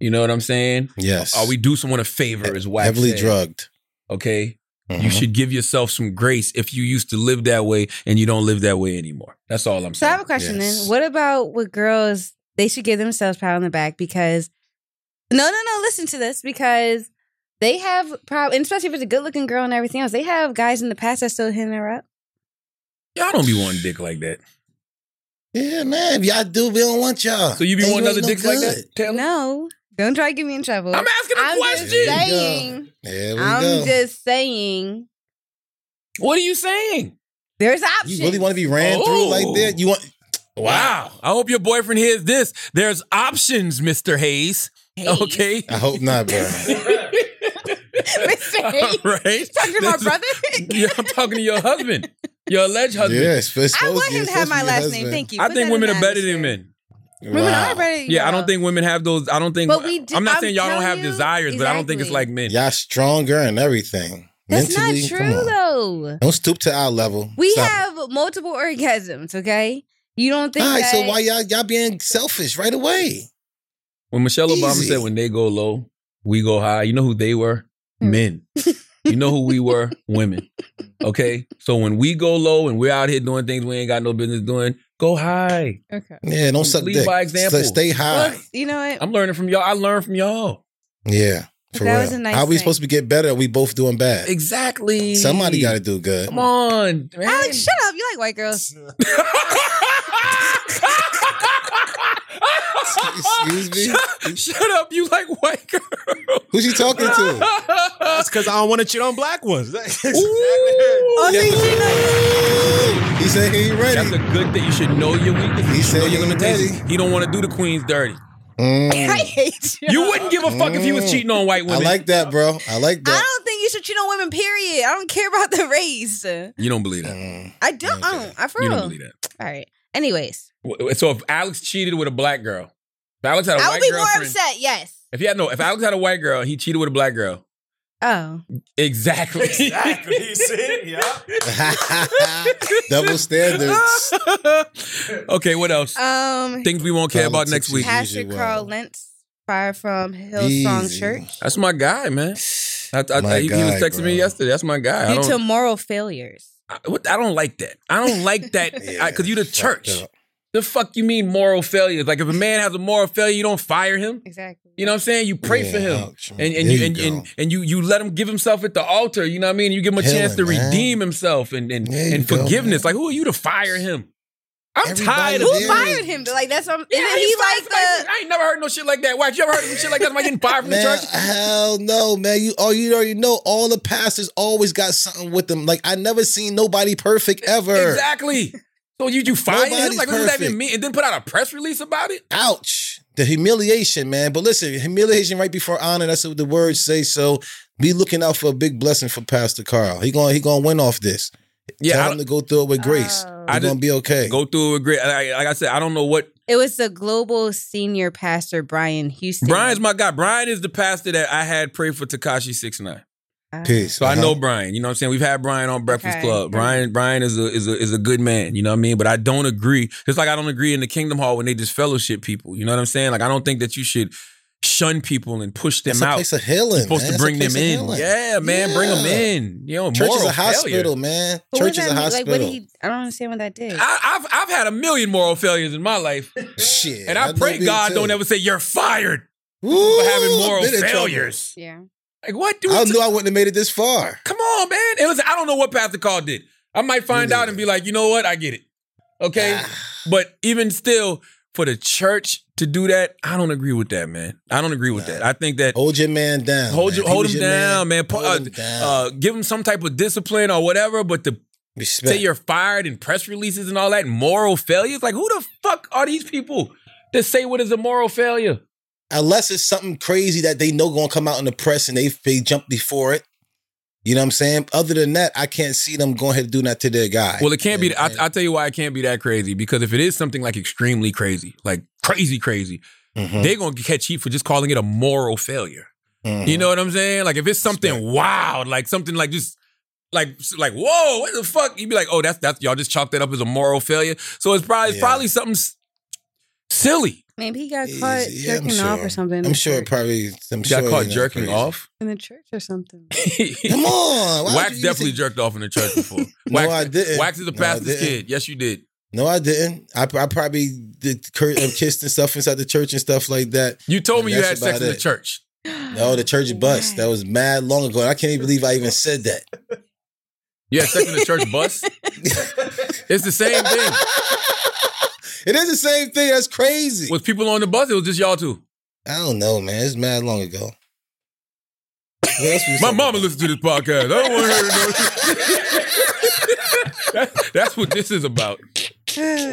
Speaker 2: you know what I'm saying?
Speaker 4: Yes.
Speaker 2: Are we do someone a favor is wax
Speaker 4: E, heavily
Speaker 2: said,
Speaker 4: drugged?
Speaker 2: Okay,
Speaker 4: Mhm.
Speaker 2: you should give yourself some grace if you used to live that way and you don't live that way anymore. That's all I'm
Speaker 5: So I
Speaker 2: saying.
Speaker 5: have a question
Speaker 4: Yes.
Speaker 5: then. What about with girls? They should give themselves pat on the back because no, no, no. Listen to this because they have probably, especially if it's a good looking girl and everything else. They have guys in the past that still hitting her up.
Speaker 2: Y'all don't be one dick like that.
Speaker 4: Yeah, man. If y'all do, we don't want y'all.
Speaker 2: So you be
Speaker 4: And
Speaker 2: wanting
Speaker 4: ain't
Speaker 2: other
Speaker 4: no
Speaker 2: dicks like
Speaker 4: good.
Speaker 2: that, Taylor?
Speaker 5: No, don't try to get me in trouble.
Speaker 2: I'm asking a
Speaker 5: I'm
Speaker 2: question.
Speaker 5: just
Speaker 4: There you go.
Speaker 5: saying.
Speaker 4: There we
Speaker 5: I'm
Speaker 4: go.
Speaker 5: just saying.
Speaker 2: What are you saying?
Speaker 5: There's options.
Speaker 4: you really want to be ran
Speaker 2: Oh.
Speaker 4: through like that? You want?
Speaker 2: Wow. I hope your boyfriend hears this. There's options, Mr. Hayes.
Speaker 5: Hayes.
Speaker 2: Okay.
Speaker 4: I hope not, bro.
Speaker 5: Mr. Hayes.
Speaker 2: All right.
Speaker 5: Talking to my
Speaker 2: This-
Speaker 5: brother.
Speaker 2: Yeah, I'm talking to your husband, your alleged husband.
Speaker 4: yeah, it's supposed
Speaker 5: I want
Speaker 4: be-
Speaker 5: him
Speaker 4: it's
Speaker 5: to have
Speaker 4: supposed
Speaker 5: my
Speaker 4: be
Speaker 5: last
Speaker 4: your
Speaker 5: name.
Speaker 4: husband.
Speaker 5: Thank you.
Speaker 2: I
Speaker 5: Put
Speaker 2: think
Speaker 5: that
Speaker 2: women
Speaker 5: in
Speaker 2: are
Speaker 5: the
Speaker 2: better than
Speaker 5: atmosphere.
Speaker 2: men.
Speaker 5: Women
Speaker 4: Wow.
Speaker 5: are better. than
Speaker 2: Yeah, I don't
Speaker 5: y'all.
Speaker 2: think women have those. I don't think.
Speaker 5: But we do-
Speaker 2: I'm not
Speaker 5: I'm
Speaker 2: saying y'all don't
Speaker 5: telling
Speaker 2: have
Speaker 5: you-
Speaker 2: desires, but I don't think it's
Speaker 5: Exactly.
Speaker 2: like men.
Speaker 4: Y'all stronger and everything.
Speaker 5: That's
Speaker 4: Mentally,
Speaker 5: not
Speaker 4: come
Speaker 5: true
Speaker 4: on.
Speaker 5: though.
Speaker 4: Don't stoop to our level.
Speaker 5: We
Speaker 4: Stop it.
Speaker 5: have multiple orgasms, okay? You don't think
Speaker 4: All right,
Speaker 5: that,
Speaker 4: so why y'all y'all being selfish right away?
Speaker 2: When Michelle Obama
Speaker 4: Easy.
Speaker 2: said, "When they go low, we go high," you know who they were?
Speaker 5: Hmm.
Speaker 2: Men. you know who we were? Women. Okay. So when we go low and we're out here doing things we ain't got no business doing, go high.
Speaker 5: Okay.
Speaker 4: Yeah, don't suck
Speaker 2: Lead
Speaker 4: dick.
Speaker 2: by example.
Speaker 4: Stay, stay high.
Speaker 5: Well, you know what?
Speaker 2: I'm learning from y'all. I learned from y'all.
Speaker 4: yeah, for
Speaker 5: That
Speaker 4: real.
Speaker 5: was a nice
Speaker 4: How we
Speaker 5: thing.
Speaker 4: supposed to get better? Are we both doing bad?
Speaker 2: Exactly.
Speaker 4: Somebody got to do good.
Speaker 2: Come on, man.
Speaker 5: Alex, shut up. You like white girls.
Speaker 4: Excuse me?
Speaker 2: Shut, shut up, you like white girl.
Speaker 4: Who she talking to?
Speaker 6: That's because I don't want to cheat on black ones. That's exactly-
Speaker 5: Oh,
Speaker 4: He said he ain't
Speaker 2: That's
Speaker 4: ready.
Speaker 2: a good thing. You should know your weaknesses.
Speaker 4: He
Speaker 2: You should
Speaker 4: said
Speaker 2: know you're
Speaker 4: he
Speaker 2: gonna
Speaker 4: ain't
Speaker 2: taste it.
Speaker 4: ready.
Speaker 2: He don't want to do the queens dirty.
Speaker 5: I
Speaker 4: Mm,
Speaker 5: hate you.
Speaker 2: You wouldn't give a fuck if he was cheating on white
Speaker 4: I
Speaker 2: women.
Speaker 4: like that, bro. I like
Speaker 5: I
Speaker 4: that.
Speaker 5: don't think you should cheat on women, period. I don't care about the race.
Speaker 2: you don't believe that.
Speaker 4: Mm,
Speaker 5: I don't.
Speaker 4: Okay.
Speaker 5: I for
Speaker 2: You
Speaker 5: real.
Speaker 2: don't believe that.
Speaker 5: All right. Anyways,
Speaker 2: W- So if Alex cheated with a black girl, if Alex had a
Speaker 5: I
Speaker 2: white
Speaker 5: would be more
Speaker 2: girlfriend.
Speaker 5: upset, yes.
Speaker 2: If he had no, if Alex had a white girl, he cheated with a black girl.
Speaker 5: Oh.
Speaker 2: Exactly.
Speaker 6: exactly. You see? Yeah.
Speaker 4: Mm. Double standards.
Speaker 2: okay, what else?
Speaker 5: Um
Speaker 2: Things we won't care about next week.
Speaker 4: Politics.
Speaker 5: Pastor
Speaker 4: Easy, wow.
Speaker 5: Carl Lentz, fire from Hillsong
Speaker 4: Easy.
Speaker 5: Church.
Speaker 2: That's my guy, man. I, I,
Speaker 4: My
Speaker 2: he, he was
Speaker 4: guy,
Speaker 2: texting me
Speaker 4: bro.
Speaker 2: yesterday. That's my guy. I
Speaker 5: Due to
Speaker 2: don't,
Speaker 5: moral failures.
Speaker 2: I, what, I don't like that. I don't like that
Speaker 4: Yeah,
Speaker 2: because you the
Speaker 4: fucked
Speaker 2: church.
Speaker 4: up.
Speaker 2: The fuck you mean moral failures? Like if a man has a moral failure, you don't fire him.
Speaker 5: Exactly.
Speaker 2: You know what I'm saying? You pray
Speaker 4: Yeah,
Speaker 2: for him.
Speaker 4: ouch.
Speaker 2: And and
Speaker 4: There
Speaker 2: you and,
Speaker 4: go.
Speaker 2: and, and you you let him give himself at the altar, you know what I mean? You give him a
Speaker 4: Killing,
Speaker 2: chance to
Speaker 4: man.
Speaker 2: redeem himself and and,
Speaker 4: There you
Speaker 2: and
Speaker 4: go,
Speaker 2: forgiveness.
Speaker 4: man.
Speaker 2: like who are you to fire him? I'm
Speaker 4: Everybody
Speaker 2: tired of
Speaker 5: Who
Speaker 4: Yeah.
Speaker 5: fired him? Like that's what I'm,
Speaker 2: Yeah,
Speaker 5: isn't
Speaker 2: I
Speaker 5: he
Speaker 2: ain't fired
Speaker 5: like
Speaker 2: somebody-
Speaker 5: the
Speaker 2: I ain't never heard no shit like that. Wax, you ever heard some shit like that? Am I getting fired from the
Speaker 4: Man,
Speaker 2: church?
Speaker 4: hell no, man. You all you already know. All the pastors always got something with them. Like I never seen nobody perfect ever.
Speaker 2: Exactly. So you you fire him?
Speaker 4: Nobody's
Speaker 2: Like what does that
Speaker 4: perfect.
Speaker 2: even mean? And then put out a press release about it?
Speaker 4: Ouch. The humiliation, man. But listen, humiliation right before honor. That's what the words say. So be looking out for a big blessing for Pastor Carl. He going he gonna win off this.
Speaker 2: Yeah, I
Speaker 4: Tell
Speaker 2: don't-
Speaker 4: him to go through it with grace.
Speaker 5: Oh.
Speaker 2: I
Speaker 4: He's gonna
Speaker 2: just-
Speaker 4: be okay.
Speaker 2: go through it with great. Like, like I said, I don't know what
Speaker 5: It was the global senior pastor Brian Houston.
Speaker 2: Brian's my guy. Brian is the pastor that I had pray for Takashi six nine.
Speaker 5: Uh,
Speaker 4: Peace.
Speaker 2: So I know
Speaker 4: Uh-huh.
Speaker 2: Brian. You know what I'm saying? We've had Brian on Breakfast
Speaker 5: Okay.
Speaker 2: Club. Brian, Brian is a is a is a good man. You know what I mean? But I don't agree. Just like I don't agree in the Kingdom Hall when they just fellowship people. You know what I'm saying? Like I don't think that you should shun people and push them
Speaker 4: It's a
Speaker 2: out.
Speaker 4: place of healing.
Speaker 2: You're supposed
Speaker 4: man.
Speaker 2: to
Speaker 4: It's a
Speaker 2: bring them
Speaker 4: place of
Speaker 2: in.
Speaker 4: healing.
Speaker 2: Yeah, man, bring them
Speaker 4: Yeah.
Speaker 2: in. You know,
Speaker 4: Church is
Speaker 2: moral
Speaker 4: a hospital,
Speaker 2: failure.
Speaker 4: man.
Speaker 5: but what
Speaker 4: Church
Speaker 5: does
Speaker 4: is a
Speaker 5: that mean? Like, what
Speaker 4: hospital.
Speaker 5: did he? I don't understand what that did.
Speaker 2: I, I've I've had a million moral failures in my life,
Speaker 4: Shit.
Speaker 2: and I,
Speaker 4: I'd love
Speaker 2: pray
Speaker 4: to
Speaker 2: God
Speaker 4: too.
Speaker 2: don't ever say you're fired
Speaker 4: Ooh,
Speaker 2: for having moral
Speaker 4: been in trouble.
Speaker 2: failures.
Speaker 5: yeah.
Speaker 2: Like what? Do we
Speaker 4: I
Speaker 2: do?
Speaker 4: knew I wouldn't have made it this far.
Speaker 2: Come on, man. It was, I don't know what Pastor Carl did. I might find
Speaker 4: Yeah.
Speaker 2: out and be like, you know what? I get it. Okay. but even still, for the church to do that, I don't agree with that, man. I don't agree with
Speaker 4: Nah.
Speaker 2: that. I think that
Speaker 4: Hold your man down.
Speaker 2: hold,
Speaker 4: man.
Speaker 2: you,
Speaker 4: If he
Speaker 2: hold
Speaker 4: was
Speaker 2: him
Speaker 4: your
Speaker 2: down, man. Pa-
Speaker 4: hold him
Speaker 2: uh,
Speaker 4: down.
Speaker 2: uh, give him some type of discipline or whatever, but to
Speaker 4: Respect.
Speaker 2: say you're fired and press releases and all that, moral failures. Like, who the fuck are these people that say what is a moral failure?
Speaker 4: Unless it's something crazy that they know gonna come out in the press and they they jump before it. You know what I'm saying? Other than that, I can't see them going ahead and doing that to their guy.
Speaker 2: Well, it can't be.
Speaker 4: And-
Speaker 2: I,
Speaker 4: and-
Speaker 2: I'll tell you why it can't be that crazy because if it is something like extremely crazy, like crazy, crazy,
Speaker 4: Mhm,
Speaker 2: they're gonna catch heat for just calling it a moral failure.
Speaker 4: mhm.
Speaker 2: You know what I'm saying? Like if it's something wild, like something like just like like whoa, what the fuck? You'd be like, oh, that's that's y'all just chalked that up as a moral failure. So it's probably it's
Speaker 4: Yeah.
Speaker 2: probably something s- silly.
Speaker 5: Maybe he got
Speaker 4: Easy.
Speaker 5: caught
Speaker 4: Yeah, I'm
Speaker 5: jerking off
Speaker 4: sure.
Speaker 5: or something. in
Speaker 4: I'm
Speaker 5: the
Speaker 4: sure it
Speaker 5: church-
Speaker 4: probably. I'm
Speaker 2: Got
Speaker 4: sure
Speaker 2: caught
Speaker 4: you know,
Speaker 2: jerking
Speaker 4: crazy.
Speaker 2: off.
Speaker 5: in the church or something.
Speaker 4: Come on, Why would
Speaker 2: Wax
Speaker 4: you
Speaker 2: definitely
Speaker 4: even-
Speaker 2: jerked off in the church before.
Speaker 4: No,
Speaker 2: Wax,
Speaker 4: I didn't.
Speaker 2: Wax is a
Speaker 4: No, I
Speaker 2: pastor's
Speaker 4: didn't.
Speaker 2: kid. Yes, you did.
Speaker 4: No, I didn't. I, I probably did cur- uh, kissed and stuff inside the church and stuff like that.
Speaker 2: You told
Speaker 4: And
Speaker 2: me you had
Speaker 4: that's
Speaker 2: sex
Speaker 4: about
Speaker 2: in the
Speaker 4: it.
Speaker 2: church.
Speaker 4: No, the
Speaker 5: Oh,
Speaker 4: church bus. That was mad long ago. And I can't even believe I even said that.
Speaker 2: You had sex in the church bus. It's the same thing.
Speaker 4: It is the same thing. That's crazy.
Speaker 2: Was people on the bus? It was just y'all two.
Speaker 4: I don't know, man. It's mad long ago. What else we
Speaker 2: My
Speaker 4: talking
Speaker 2: mama
Speaker 4: about?
Speaker 2: listens to this podcast. I don't want her to know. That- that's what this is about.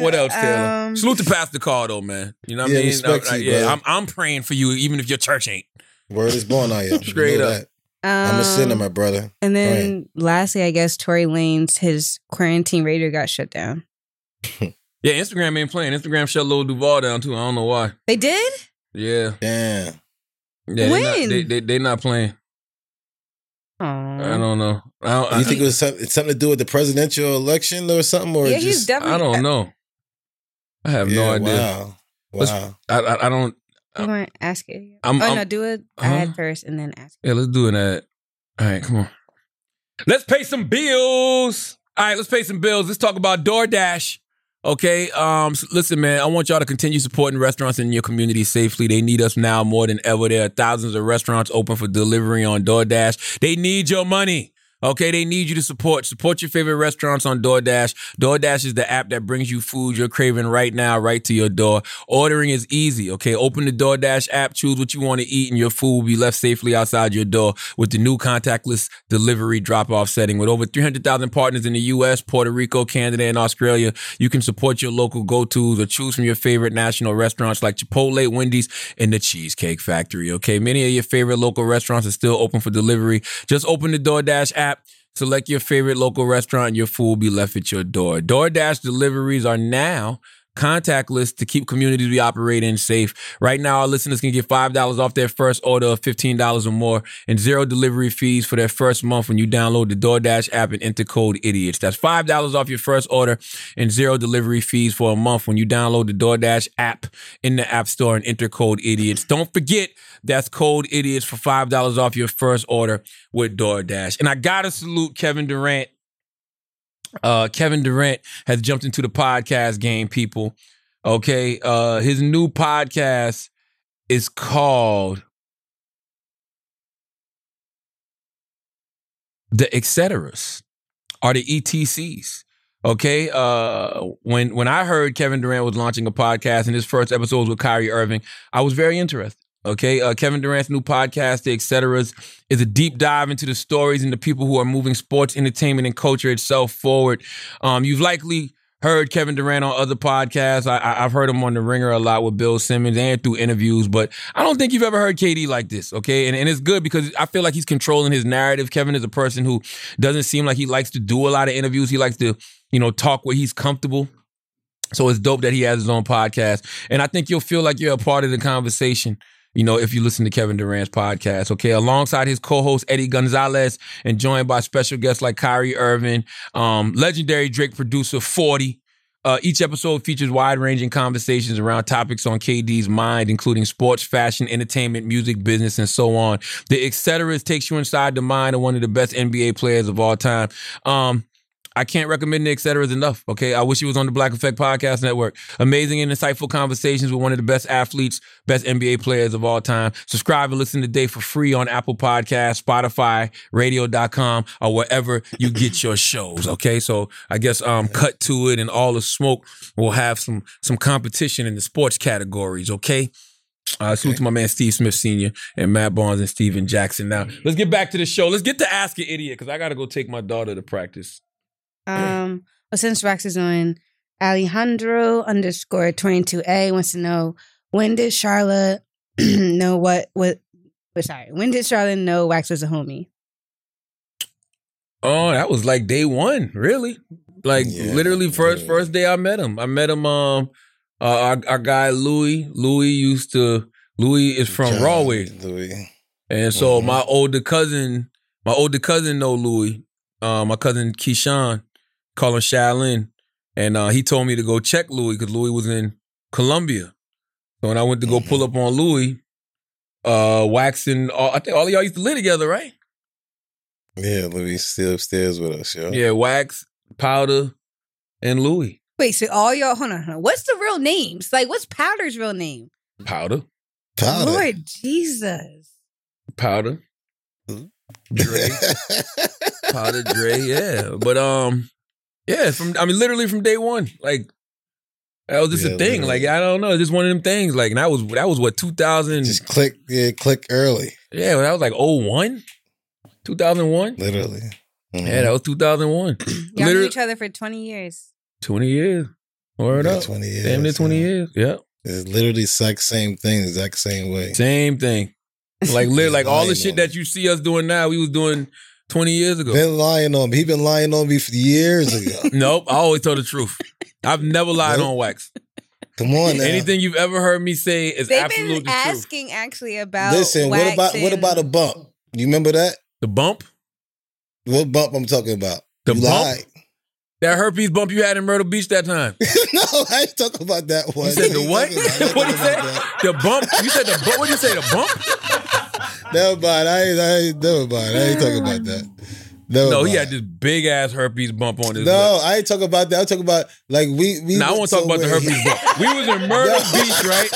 Speaker 2: What else, Taylor?
Speaker 5: Um,
Speaker 2: Salute to Pastor Carl, though, man. You know what
Speaker 4: Yeah,
Speaker 2: I mean?
Speaker 4: respect
Speaker 2: I- I-
Speaker 4: you,
Speaker 2: yeah,
Speaker 4: bro.
Speaker 2: I'm, I'm praying for you, even if your church ain't.
Speaker 4: Word is born on you.
Speaker 2: Straight
Speaker 4: You know
Speaker 2: up.
Speaker 4: that. I'm a sinner,
Speaker 5: um,
Speaker 4: my brother.
Speaker 5: And then lastly, I guess Tory Lane's his quarantine radio got shut down.
Speaker 2: Yeah, Instagram ain't playing. Instagram shut Lil Duval down too. I don't know why.
Speaker 5: They did?
Speaker 2: Yeah,
Speaker 4: Damn.
Speaker 2: yeah. They not,
Speaker 5: When? Mm.
Speaker 2: they, they, they not playing. I
Speaker 5: Aww.
Speaker 2: don't know. I don't,
Speaker 4: Do
Speaker 2: I,
Speaker 4: you think it was some- it's something to do with the presidential election or something? Or
Speaker 5: Yeah,
Speaker 4: just,
Speaker 5: he's definitely.
Speaker 2: I don't know. I have no
Speaker 4: Yeah,
Speaker 2: idea.
Speaker 4: Wow.
Speaker 2: Let's-
Speaker 4: Wow.
Speaker 2: I, I I don't.
Speaker 5: You want to ask it?
Speaker 2: I'm-
Speaker 5: oh,
Speaker 2: I'm-
Speaker 5: no, do it
Speaker 2: Huh?
Speaker 5: ad first and then ask.
Speaker 2: Yeah, let's do it. At, all right, come on. Let's pay some bills. All right, let's pay some bills. Let's talk about DoorDash. Okay. Um. s- listen, man. I want y'all to continue supporting restaurants in your community safely. They need us now more than ever. There are thousands of restaurants open for delivery on DoorDash. They need your money. Okay, they need you to support. Support your favorite restaurants on DoorDash. DoorDash is the app that brings you food you're craving right now, right to your door. Ordering is easy. Okay, open the DoorDash app, choose what you want to eat, and your food will be left safely outside your door with the new contactless delivery drop-off setting. With over 300,000 partners in the U.S., Puerto Rico, Canada, and Australia, you can support your local go-tos or choose from your favorite national restaurants like Chipotle, Wendy's, and the Cheesecake Factory. Okay, many of your favorite local restaurants are still open for delivery. Just open the DoorDash app. Select your favorite local restaurant, and your food will be left at your door. DoorDash deliveries are now contactless to keep communities we operate in safe. Right now, our listeners can get $5 off their first order of $15 or more and zero delivery fees for their first month when you download the DoorDash app and enter code IDIOTS. That's $5 off your first order and zero delivery fees for a month when you download the DoorDash app in the App Store and enter code IDIOTS. Don't forget, that's code IDIOTS for $5 off your first order with DoorDash. And I gotta salute Kevin Durant. Uh, Kevin Durant has jumped into the podcast game, people. Okay. Uh, his new podcast is called The Et Ceteras or the ETCs. Okay. Uh, when when I heard Kevin Durant was launching a podcast and his first episode was with Kyrie Irving, I was very interested. Okay. Uh, Kevin Durant's new podcast, The Et Ceteras, is a deep dive into the stories and the people who are moving sports, entertainment, and culture itself forward. Um, you've likely heard Kevin Durant on other podcasts. I, I, I've heard him on The Ringer a lot with Bill Simmons and through interviews, but I don't think you've ever heard KD like this, okay? And, and it's good because I feel like he's controlling his narrative. Kevin is a person who doesn't seem like he likes to do a lot of interviews. He likes to, you know, talk where he's comfortable. So it's dope that he has his own podcast. And I think you'll feel like you're a part of the conversation. you know, if you listen to Kevin Durant's podcast, okay, alongside his co-host Eddie Gonzalez and joined by special guests like Kyrie Irving, um, legendary Drake producer 40. Uh, each episode features wide-ranging conversations around topics on KD's mind, including sports, fashion, entertainment, music, business, and so on. The et cetera takes you inside the mind of one of the best NBA players of all time. Um, I can't recommend the et cetera's enough. Okay. I wish it was on the Black Effect Podcast Network. Amazing and insightful conversations with one of the best athletes, best NBA players of all time. Subscribe and listen today for free on Apple Podcasts, Spotify, radio.com, or wherever you get your shows. Okay. So I guess um cut to it and all the smoke will have some some competition in the sports categories, okay? Uh, salute to my man Steve Smith Sr. and Matt Barnes and Steven Jackson. Now, let's get back to the show. Let's get to Ask an Idiot because I got to go take my daughter to practice.
Speaker 5: Um, well, since Rex is on, Alejandro underscore twenty two A wants to know when did Charlotte know what what? but Sorry, when did Charlotte know Wax was a homie?
Speaker 2: Oh, that was like day one, really. Like
Speaker 4: Yeah,
Speaker 2: literally first
Speaker 4: yeah.
Speaker 2: first day I met him. I met him um uh, our, our guy Louis. Louis used to Louis is from
Speaker 4: John
Speaker 2: Rawway.
Speaker 4: Louis.
Speaker 2: And so
Speaker 4: Mhm.
Speaker 2: my older cousin, my older cousin know Louis. Uh, my cousin Keyshawn, call him Shaolin. And uh, he told me to go check Louis because Louis was in Colombia. So when I went to go
Speaker 4: Mhm.
Speaker 2: pull up on Louis, uh, Wax and all, I think all of y'all used to live together, right?
Speaker 4: Yeah, Louis still upstairs with us, yo.
Speaker 2: Yeah, Wax, Powder, and Louis.
Speaker 5: Wait, so all y'all, hold on, hold on. What's the real names? Like, what's Powder's real name?
Speaker 2: Powder.
Speaker 4: Powder.
Speaker 5: Lord Jesus.
Speaker 2: Powder. Dre.
Speaker 4: Dre.
Speaker 2: Powder Dre, yeah. But um yeah, from I mean literally from day one. Like that was just
Speaker 4: Yeah,
Speaker 2: a thing.
Speaker 4: literally.
Speaker 2: Like I don't know, just one of them things. Like and that was that was what 2000
Speaker 4: Just click, yeah, click early,
Speaker 2: Yeah, that was like 01? 2001?
Speaker 4: literally. Mhm.
Speaker 2: Yeah, that was 2001.
Speaker 5: Y'all knew
Speaker 2: Literally-
Speaker 5: each other for 20 years.
Speaker 2: 20 years. Word
Speaker 4: Yeah,
Speaker 2: up.
Speaker 4: Twenty years.
Speaker 2: Damn near 20
Speaker 4: yeah.
Speaker 2: years. Yeah.
Speaker 4: It's literally exact same thing, exact same way.
Speaker 2: Same thing. Like literally, like all the
Speaker 4: Lying
Speaker 2: shit
Speaker 4: on
Speaker 2: that you see us doing now, we was doing 20 years ago.
Speaker 4: Been lying on me. He been lying on me for years ago.
Speaker 2: Nope, I always tell the truth. I've never lied
Speaker 4: Nope.
Speaker 2: on wax.
Speaker 4: Come on, now.
Speaker 2: Anything you've ever heard me say is
Speaker 5: They've
Speaker 2: absolute
Speaker 5: been
Speaker 2: the truth.
Speaker 5: asking actually about.
Speaker 4: Listen, what
Speaker 5: Wax
Speaker 4: about what
Speaker 5: and-
Speaker 4: about a bump? You remember that?
Speaker 2: The bump,
Speaker 4: What bump I'm talking about?
Speaker 2: The
Speaker 4: you
Speaker 2: bump?
Speaker 4: lied.
Speaker 2: that herpes bump you had in Myrtle Beach that time.
Speaker 4: no, I ain't talking about that one.
Speaker 2: You said the
Speaker 4: Ain't
Speaker 2: what?
Speaker 4: talking about- I ain't
Speaker 2: what you
Speaker 4: talking
Speaker 2: say?
Speaker 4: about that.
Speaker 2: The bump. You said the bump. What did you say? The bump?
Speaker 4: Never mind. I ain't, I ain't, never mind. I ain't talking about that. Never
Speaker 2: No,
Speaker 4: mind.
Speaker 2: he had this big ass herpes bump on his.
Speaker 4: Oh No,
Speaker 2: lip.
Speaker 4: I ain't talking about that. I'm talking about like we. we
Speaker 2: Nah, I
Speaker 4: went
Speaker 2: want to talk about the
Speaker 4: somewhere.
Speaker 2: herpes bump. We was in Myrtle Beach, right?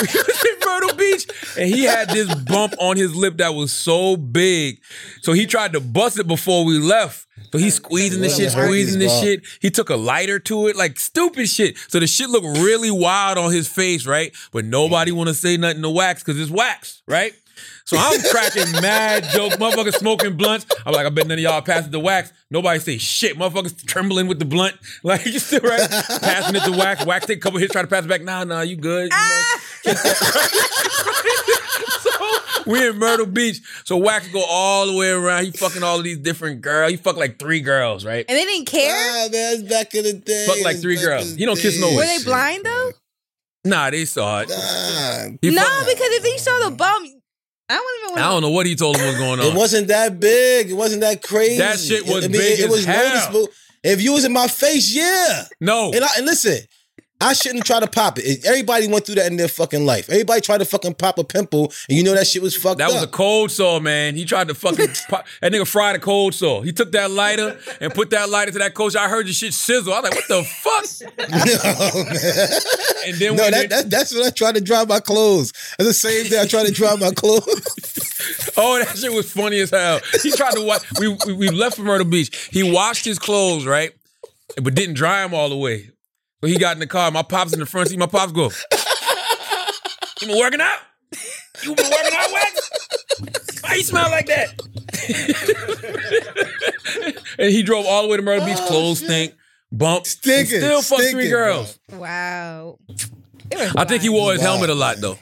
Speaker 2: We was in Myrtle Beach, and he had this bump on his lip that was so big. So he tried to bust it before we left. So he's squeezing this
Speaker 4: What
Speaker 2: shit,
Speaker 4: a herpes
Speaker 2: squeezing this
Speaker 4: bump.
Speaker 2: shit. He took a lighter to it, like stupid shit. So the shit looked really wild on his face, right? But nobody
Speaker 4: Mm.
Speaker 2: want to say nothing to wax because it's wax, right? So I'm cracking mad jokes, motherfuckers smoking blunts. I'm like, I bet none of y'all passed the wax. Nobody say shit. Motherfuckers trembling with the blunt. Like, you still right? Passing it to wax. Wax take a couple hits, try to pass it back. Nah, nah, you good. You know,
Speaker 5: Ah!
Speaker 2: we in Myrtle Beach. So Wax go all the way around. He fucking all of these different girls. He fucked like three girls, right?
Speaker 5: And they didn't care?
Speaker 4: Ah, man, it's back in the day.
Speaker 2: Fuck like
Speaker 4: It's
Speaker 2: three
Speaker 4: back in
Speaker 2: girls.
Speaker 4: the
Speaker 2: He don't kiss no
Speaker 4: day.
Speaker 2: one.
Speaker 5: Were they blind though?
Speaker 2: Nah, they saw it.
Speaker 4: Nah,
Speaker 2: He
Speaker 5: no,
Speaker 2: fucked-
Speaker 5: because if he saw the bump, I don't even
Speaker 2: I don't
Speaker 5: want
Speaker 2: know what he told him was going
Speaker 4: It
Speaker 2: on.
Speaker 4: wasn't that big. It wasn't that crazy.
Speaker 2: That shit was
Speaker 4: I
Speaker 2: big as hell.
Speaker 4: If you was in my face, yeah.
Speaker 2: no.
Speaker 4: And I and listen, I shouldn't try to pop it. Everybody went through that in their fucking life. Everybody tried to fucking pop a pimple, and you know that shit was fucked
Speaker 2: That was a
Speaker 4: up.
Speaker 2: cold saw, man. He tried to fucking pop. That nigga fried a cold saw. He took that lighter and put that lighter to that coach. I heard your shit sizzle. I was like, what the fuck?
Speaker 4: no, man.
Speaker 2: And then
Speaker 4: no
Speaker 2: when
Speaker 4: that,
Speaker 2: it-
Speaker 4: that, that's when I tried to dry my clothes. That's the same day I tried to dry my clothes.
Speaker 2: Oh, that shit was funny as hell. He tried to wash. We, we we left for Myrtle Beach. He washed his clothes right, but didn't dry them all the way. So he got in the car. My pops in the front seat. My pops go. You been working out? You been working out, Wax? Why you smell like that? and he drove all the way to Myrtle Beach. Clothes stink. Bump. and
Speaker 4: Oh, Stinking,
Speaker 2: Still fucked three
Speaker 4: stinking,
Speaker 2: girls.
Speaker 5: to. Wow. They were
Speaker 2: I think he
Speaker 5: blind.
Speaker 2: wore his
Speaker 4: Wow.
Speaker 2: helmet a lot though.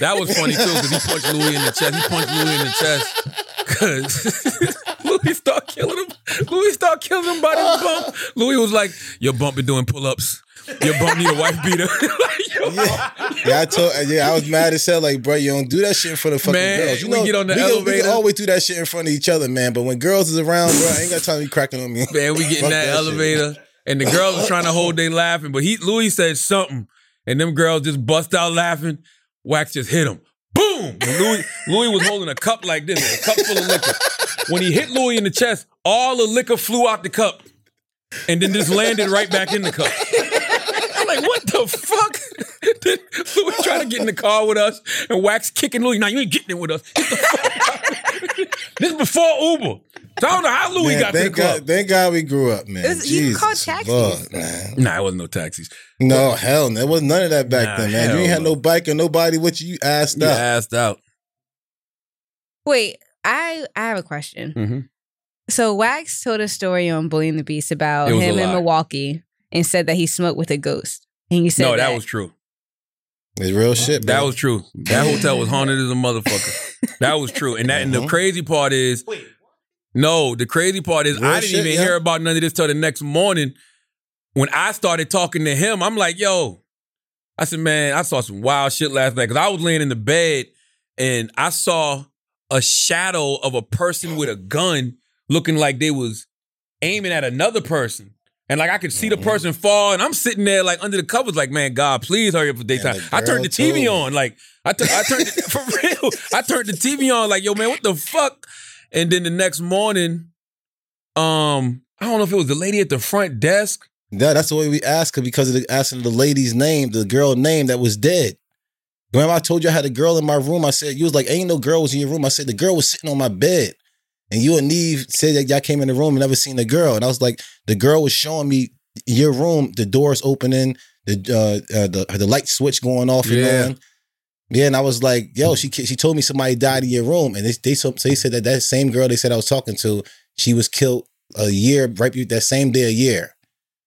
Speaker 2: That was funny too because he punched Louis in the chest. He punched Louis in the chest because Louis started killing him. Louis started killing him by the bump. Louis was like, "Your bump been doing pull ups. Your bump need a wife beater." like,
Speaker 4: Yeah, yeah, I told. Yeah, I was mad as hell. Like, bro, you don't do that shit in front of fucking
Speaker 2: Man,
Speaker 4: girls. You
Speaker 2: we
Speaker 4: know,
Speaker 2: get on the
Speaker 4: we, can, we
Speaker 2: elevator.
Speaker 4: can always do that shit in front of each other, man. But when girls is around, bro, I ain't got time to be cracking on me.
Speaker 2: Man, we get in that,
Speaker 4: Fuck that shit.
Speaker 2: elevator, and the girls are trying to hold they laughing, but he Louis said something, and them girls just bust out laughing. Wax just hit him. Boom! And Louis, Louis was holding a cup like this, a cup full of liquor. When he hit Louis in the chest, all the liquor flew out the cup and then just landed right back in the cup. I'm like, what the fuck? Then Louis trying to get in the car with us, and Wax kicking Louis. Now you ain't getting it with us. Get the fuck out. this is before Uber. So I don't know how Louis
Speaker 4: Man,
Speaker 2: got to the
Speaker 4: thank
Speaker 2: club.
Speaker 4: God, thank God we grew up, man.
Speaker 5: It was- you
Speaker 4: Jesus,
Speaker 5: called taxis.
Speaker 4: Lord, man.
Speaker 2: Nah, it wasn't no taxis.
Speaker 4: No, hell, no. There was none of that back
Speaker 2: Nah,
Speaker 4: then, man. You
Speaker 2: hell
Speaker 4: ain't had
Speaker 2: no.
Speaker 4: no bike or nobody with you. You asked
Speaker 2: You
Speaker 4: out.
Speaker 2: assed out.
Speaker 5: Wait, I I have a question.
Speaker 2: Mhm.
Speaker 5: So Wax told a story on Bullying the Beast about
Speaker 2: It was a
Speaker 5: him in
Speaker 2: lie.
Speaker 5: Milwaukee and said that he smoked with a ghost. And you said
Speaker 2: No, that was true.
Speaker 4: It's real shit.
Speaker 2: That
Speaker 4: bro.
Speaker 2: was true. That hotel was haunted as a motherfucker. that was true. And that and the
Speaker 4: Mhm.
Speaker 2: crazy part is no, the crazy part is
Speaker 4: Real
Speaker 2: I didn't
Speaker 4: shit,
Speaker 2: even
Speaker 4: yeah.
Speaker 2: hear about none of this till the next morning. When I started talking to him, I'm like, yo, I said, man, I saw some wild shit last night. Cause I was laying in the bed and I saw a shadow of a person with a gun looking like they was aiming at another person. And like I could
Speaker 4: Mm-hmm.
Speaker 2: see the person fall, and I'm sitting there like under the covers, like, man, God, please hurry up for daytime.
Speaker 4: the
Speaker 2: I turned
Speaker 4: girl
Speaker 2: the TV
Speaker 4: too.
Speaker 2: on. Like, I tur- I turned the- for real. I turned the TV on, like, yo, man, what the fuck? And then the next morning, um, I don't know if it was the lady at the front desk.
Speaker 4: Yeah, that's the way we asked her because of the asking the lady's name, the girl name that was dead. Remember, I told you I had a girl in my room. I said, you was like, ain't no girl was in your room. I said, the girl was sitting on my bed. And you and Neve said that y'all came in the room and never seen the girl. And I was like, the girl was showing me your room, the doors opening, the uh, uh the the light switch going off
Speaker 2: Yeah.
Speaker 4: and on. Yeah, and I was like, yo, she ki- she told me somebody died in your room, and they they, so- they said that that same girl they said I was talking to, she was killed a year right be- that same day a year.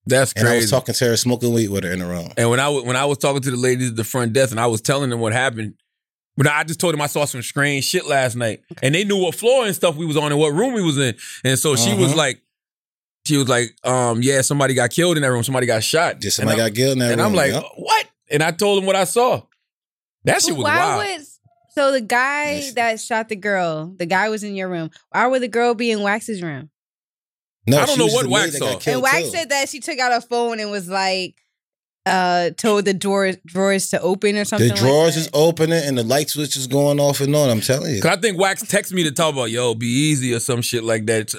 Speaker 2: That's
Speaker 4: And I was
Speaker 2: crazy. And,
Speaker 4: talking to her, smoking weed with her in the room.
Speaker 2: when I wa- when I was talking to the ladies at the front desk, and I was telling them what happened, but I just told them I saw some strange shit last night, and they knew what floor and stuff we was on and what room we was in, and so she was
Speaker 4: Mhm.
Speaker 2: like, she was like, um, yeah, somebody got killed in that room, somebody got shot,
Speaker 4: Just
Speaker 2: And
Speaker 4: somebody
Speaker 2: I'm-
Speaker 4: got killed in that
Speaker 2: and
Speaker 4: room.
Speaker 2: I'm like,
Speaker 4: yup.
Speaker 2: what? And I told him what I saw. That shit was
Speaker 5: why
Speaker 2: wild.
Speaker 5: would so the guy
Speaker 4: Yes.
Speaker 5: that shot the girl, the guy was in your room. Why would the girl be in Wax's room?
Speaker 4: no,
Speaker 2: I don't
Speaker 4: she
Speaker 2: know
Speaker 4: was
Speaker 2: what
Speaker 4: the
Speaker 2: Wax
Speaker 4: maid that got
Speaker 2: saw.
Speaker 4: killed,
Speaker 5: and Wax
Speaker 4: too.
Speaker 5: said that she took out her phone and was like, uh, told the drawer, drawers to open or something.
Speaker 4: the drawers
Speaker 5: like
Speaker 4: is opening and the light switch is going off and on. I'm telling you.
Speaker 2: Cause I think Wax texted me to talk about, yo, be easy or some shit like that.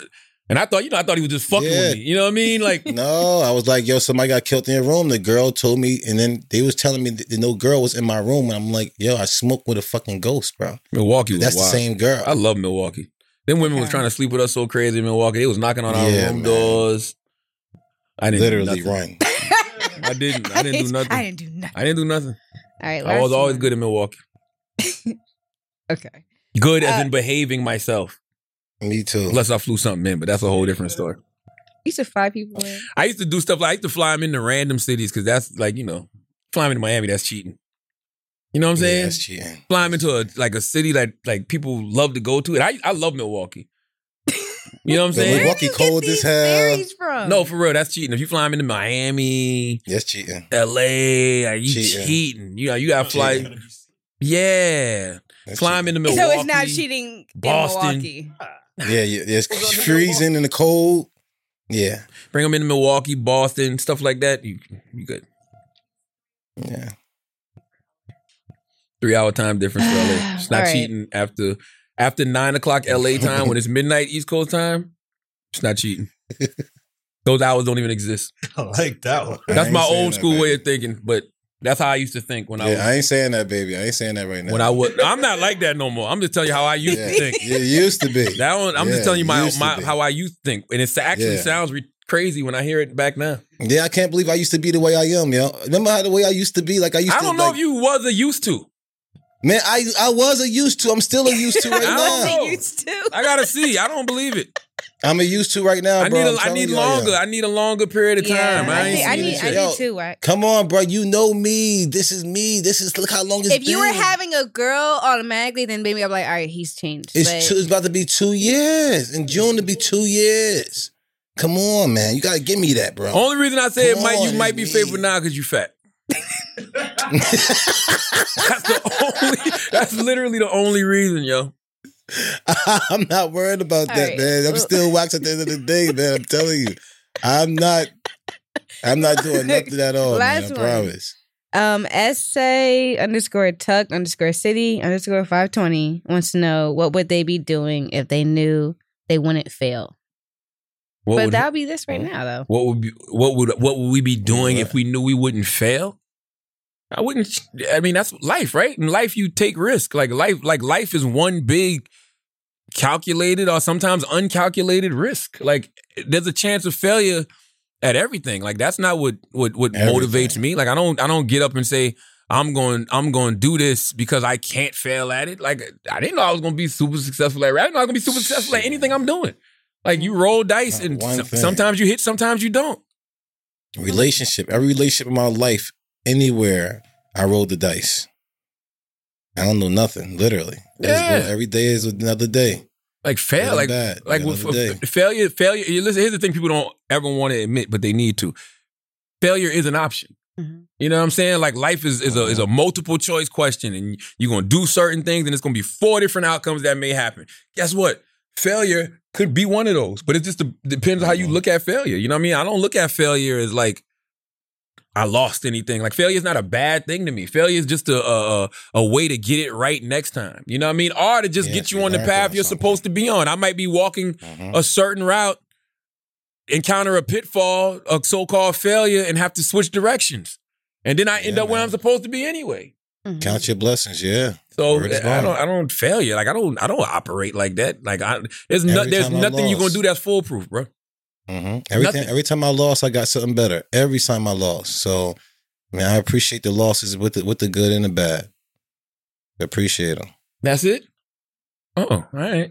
Speaker 2: And I thought, you know, I thought he was just fucking
Speaker 4: Yeah.
Speaker 2: with me. You know what I mean? Like,
Speaker 4: No, I was like, yo, somebody got killed in your room. The girl told me, and then they was telling me that no girl was in my room. And I'm like, yo, I smoked with a fucking ghost, bro.
Speaker 2: Milwaukee was
Speaker 4: That's the
Speaker 2: wild.
Speaker 4: same girl.
Speaker 2: I love Milwaukee. Them women was
Speaker 5: Okay.
Speaker 2: trying to sleep with us so crazy in Milwaukee. They was knocking on our
Speaker 4: Yeah,
Speaker 2: room
Speaker 4: man.
Speaker 2: doors. I didn't
Speaker 4: Literally
Speaker 2: do nothing.
Speaker 4: run.
Speaker 5: that.
Speaker 2: I didn't. I didn't do nothing.
Speaker 5: I didn't do nothing.
Speaker 2: I didn't do nothing.
Speaker 5: All right,
Speaker 2: I was
Speaker 5: last
Speaker 2: always
Speaker 5: one.
Speaker 2: good in Milwaukee.
Speaker 5: Okay.
Speaker 2: Good as
Speaker 5: Uh,
Speaker 2: in behaving myself.
Speaker 4: Me too.
Speaker 2: Unless I flew something in, but that's a whole different story.
Speaker 5: You should fly people in.
Speaker 2: I used to do stuff like I used to fly them into random cities because that's like you know, flying into Miami that's cheating. You know what I'm
Speaker 4: Yeah,
Speaker 2: saying?
Speaker 4: that's cheating.
Speaker 2: fly them into a like a city that like people love to go to. And I I love Milwaukee. You know what I'm
Speaker 4: But
Speaker 2: saying?
Speaker 4: Milwaukee cold as hell.
Speaker 5: theories from?
Speaker 2: No, for real, that's cheating. If you fly them into Miami,
Speaker 4: That's cheating.
Speaker 2: L.A., are you cheating?
Speaker 4: Cheating.
Speaker 2: You know you got fly.
Speaker 4: Cheating.
Speaker 2: Yeah,
Speaker 4: That's
Speaker 2: fly them
Speaker 4: cheating.
Speaker 2: into Milwaukee.
Speaker 5: so it's not cheating.
Speaker 2: Boston.
Speaker 5: Boston. In Milwaukee.
Speaker 4: Yeah, yeah. It's freezing in the cold. Yeah.
Speaker 2: Bring them into Milwaukee, Boston, stuff like that. You you good?
Speaker 4: Yeah.
Speaker 2: Three hour time difference for L.A. It's not
Speaker 5: All right.
Speaker 2: cheating after after nine o'clock L.A. time when it's midnight East Coast time. It's not cheating. Those hours don't even exist.
Speaker 6: I like that one.
Speaker 2: That's
Speaker 4: I
Speaker 2: my
Speaker 4: ain't saying
Speaker 2: old
Speaker 4: that,
Speaker 2: school
Speaker 4: baby.
Speaker 2: way of thinking, but that's how I used to think when I was
Speaker 4: yeah, I ain't saying that, baby. I ain't saying that right now.
Speaker 2: when I was. I'm not like that no more. I'm just telling you how I used
Speaker 4: yeah.
Speaker 2: to think.
Speaker 4: Yeah, it used to be.
Speaker 2: That one, I'm just
Speaker 4: Yeah,
Speaker 2: telling you my,
Speaker 4: used to
Speaker 2: my
Speaker 4: be.
Speaker 2: how I used to think, and it actually
Speaker 4: Yeah.
Speaker 2: sounds re- crazy when I hear it back now.
Speaker 4: Yeah, I can't believe I used to be the way I am, yo. Remember how the way I used to be? Like I used
Speaker 2: I
Speaker 4: to
Speaker 2: don't know
Speaker 4: like,
Speaker 2: if you was a used to.
Speaker 4: Man, I I was a used to. I'm still a used to right
Speaker 2: I don't
Speaker 4: now.
Speaker 2: know.
Speaker 5: Boston used to.
Speaker 2: I gotta see. I don't believe it.
Speaker 4: I'm a used to right now,
Speaker 2: I
Speaker 4: bro.
Speaker 2: need
Speaker 4: I'm
Speaker 2: a, I
Speaker 4: telling
Speaker 2: need
Speaker 4: you, I am.
Speaker 2: longer. I need a longer period of time.
Speaker 5: Yeah,
Speaker 2: I,
Speaker 5: I,
Speaker 2: ain't
Speaker 5: think- I
Speaker 2: seen
Speaker 5: need.
Speaker 2: it
Speaker 5: I
Speaker 2: yet.
Speaker 4: Yo,
Speaker 5: need too. Wax.
Speaker 4: Come on, bro. You know me. This is me. This is look how long it's
Speaker 5: If you were
Speaker 4: been.
Speaker 5: having a girl automatically, then maybe I'm like, all right, he's changed.
Speaker 4: it's
Speaker 5: But-
Speaker 4: two, it's about to be two years. In June to be two years. Come on, man. You gotta give me that, bro.
Speaker 2: Only reason I say it
Speaker 4: Come
Speaker 2: might you
Speaker 4: on,
Speaker 2: might be
Speaker 4: man.
Speaker 2: faithful now because you fat. That's the only. That's literally the only reason, yo.
Speaker 4: I'm not worried about
Speaker 5: All
Speaker 4: that,
Speaker 5: right.
Speaker 4: man. I'm
Speaker 5: Well-
Speaker 4: still wax at the end of the day, man. I'm telling you, I'm not. I'm not doing nothing at all,
Speaker 5: Last
Speaker 4: man. I
Speaker 5: one.
Speaker 4: promise.
Speaker 5: Um, essay underscore tuck underscore city underscore five twenty wants to know what would they be doing if they knew they wouldn't fail.
Speaker 2: What
Speaker 5: but
Speaker 2: would,
Speaker 5: that'll be this right now though.
Speaker 2: what would be, what would what would we be doing if we knew we wouldn't fail? I wouldn't. I mean, that's life, right? In life, you take risk. Like life, like life is one big calculated or sometimes uncalculated risk. Like there's a chance of failure at everything. Like that's not what what what
Speaker 4: Everything.
Speaker 2: motivates me. Like I don't I don't get up and say I'm going I'm going to do this because I can't fail at it. Like I didn't know I was going to be super successful at. I didn't know I was going to be super successful at anything I'm doing. Like you roll dice
Speaker 4: Not
Speaker 2: and
Speaker 4: one
Speaker 2: some-
Speaker 4: thing.
Speaker 2: sometimes you hit, sometimes you don't.
Speaker 4: Relationship, every relationship in my life, anywhere, I roll the dice. I don't know nothing, literally. I just
Speaker 2: Yeah.
Speaker 4: go- every day is another day.
Speaker 2: Like fail,
Speaker 4: Good or
Speaker 2: like
Speaker 4: bad,
Speaker 2: like
Speaker 4: another
Speaker 2: with, f-
Speaker 4: day.
Speaker 2: f- failure, failure. you Listen, here's the thing: people don't ever want to admit, but they need to. Failure is an option.
Speaker 5: Mhm.
Speaker 2: You know what I'm saying? Like life is is a is a
Speaker 4: Uh-huh.
Speaker 2: multiple choice question, and you're gonna do certain things, and it's gonna be four different outcomes that may happen. Guess what? Failure could be one of those, but it just de- depends on how you
Speaker 4: Mhm.
Speaker 2: look at failure. You know what I mean? I don't look at failure as like I lost anything. Like failure is not a bad thing to me. Failure is just a a, a- a way to get it right next time. You know what I mean? Or to just
Speaker 4: Yeah,
Speaker 2: get
Speaker 4: to
Speaker 2: you on the
Speaker 4: learn from
Speaker 2: path you're
Speaker 4: something. Mm-hmm.
Speaker 2: supposed to be on. I might be walking
Speaker 5: Mm-hmm.
Speaker 2: a certain route, encounter a pitfall, a so-called failure, and have to switch directions, and then I end
Speaker 4: Yeah,
Speaker 2: up where
Speaker 4: man.
Speaker 2: I'm supposed to be anyway.
Speaker 5: Mhm.
Speaker 4: Count your blessings, yeah.
Speaker 2: So uh,
Speaker 4: Word is
Speaker 2: I don't,
Speaker 4: bond.
Speaker 2: I don't failure. Like I don't, I don't operate like that. Like I, there's
Speaker 4: Every
Speaker 2: no, there's
Speaker 4: time I
Speaker 2: nothing you're gonna
Speaker 4: lost.
Speaker 2: do that's foolproof, bro.
Speaker 4: Mm-hmm. Every,
Speaker 2: Nothing.
Speaker 4: time, every time I lost, I got something better. Every time I lost, so man, I appreciate the losses with the with the good and the bad. Appreciate them.
Speaker 2: That's it. Oh, all right.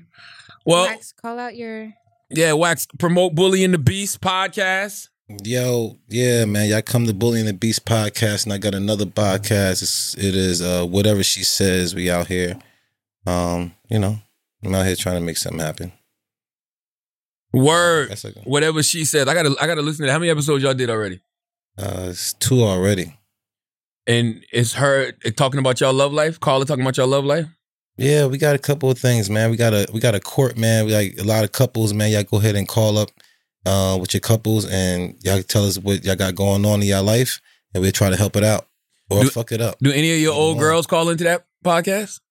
Speaker 2: Well,
Speaker 5: Max, call out your
Speaker 2: yeah. Wax promote bully and the beast podcast.
Speaker 4: Yo, yeah, man, y'all come to Bully and the Beast podcast, and I got another podcast. It's, it is uh, whatever she says. We out here, um, you know, I'm out here trying to make something happen.
Speaker 2: Word.
Speaker 4: That's like,
Speaker 2: Whatever she says. I gotta, I gotta listen to that. how many episodes y'all did already.
Speaker 4: uh, it's two already.
Speaker 2: And it's her eh, talking about y'all love life. Carla talking about y'all love life.
Speaker 4: Yeah, we got a couple of things, man. We got a we got a court, man. We like a lot of couples, man. Y'all go ahead and call up uh, with your couples, and y'all can tell us what y'all got going on in y'all life, and we'll try to help it out or
Speaker 2: Do-
Speaker 4: fuck it up.
Speaker 2: Do any of your old
Speaker 4: Mhm.
Speaker 2: girls call into that podcast?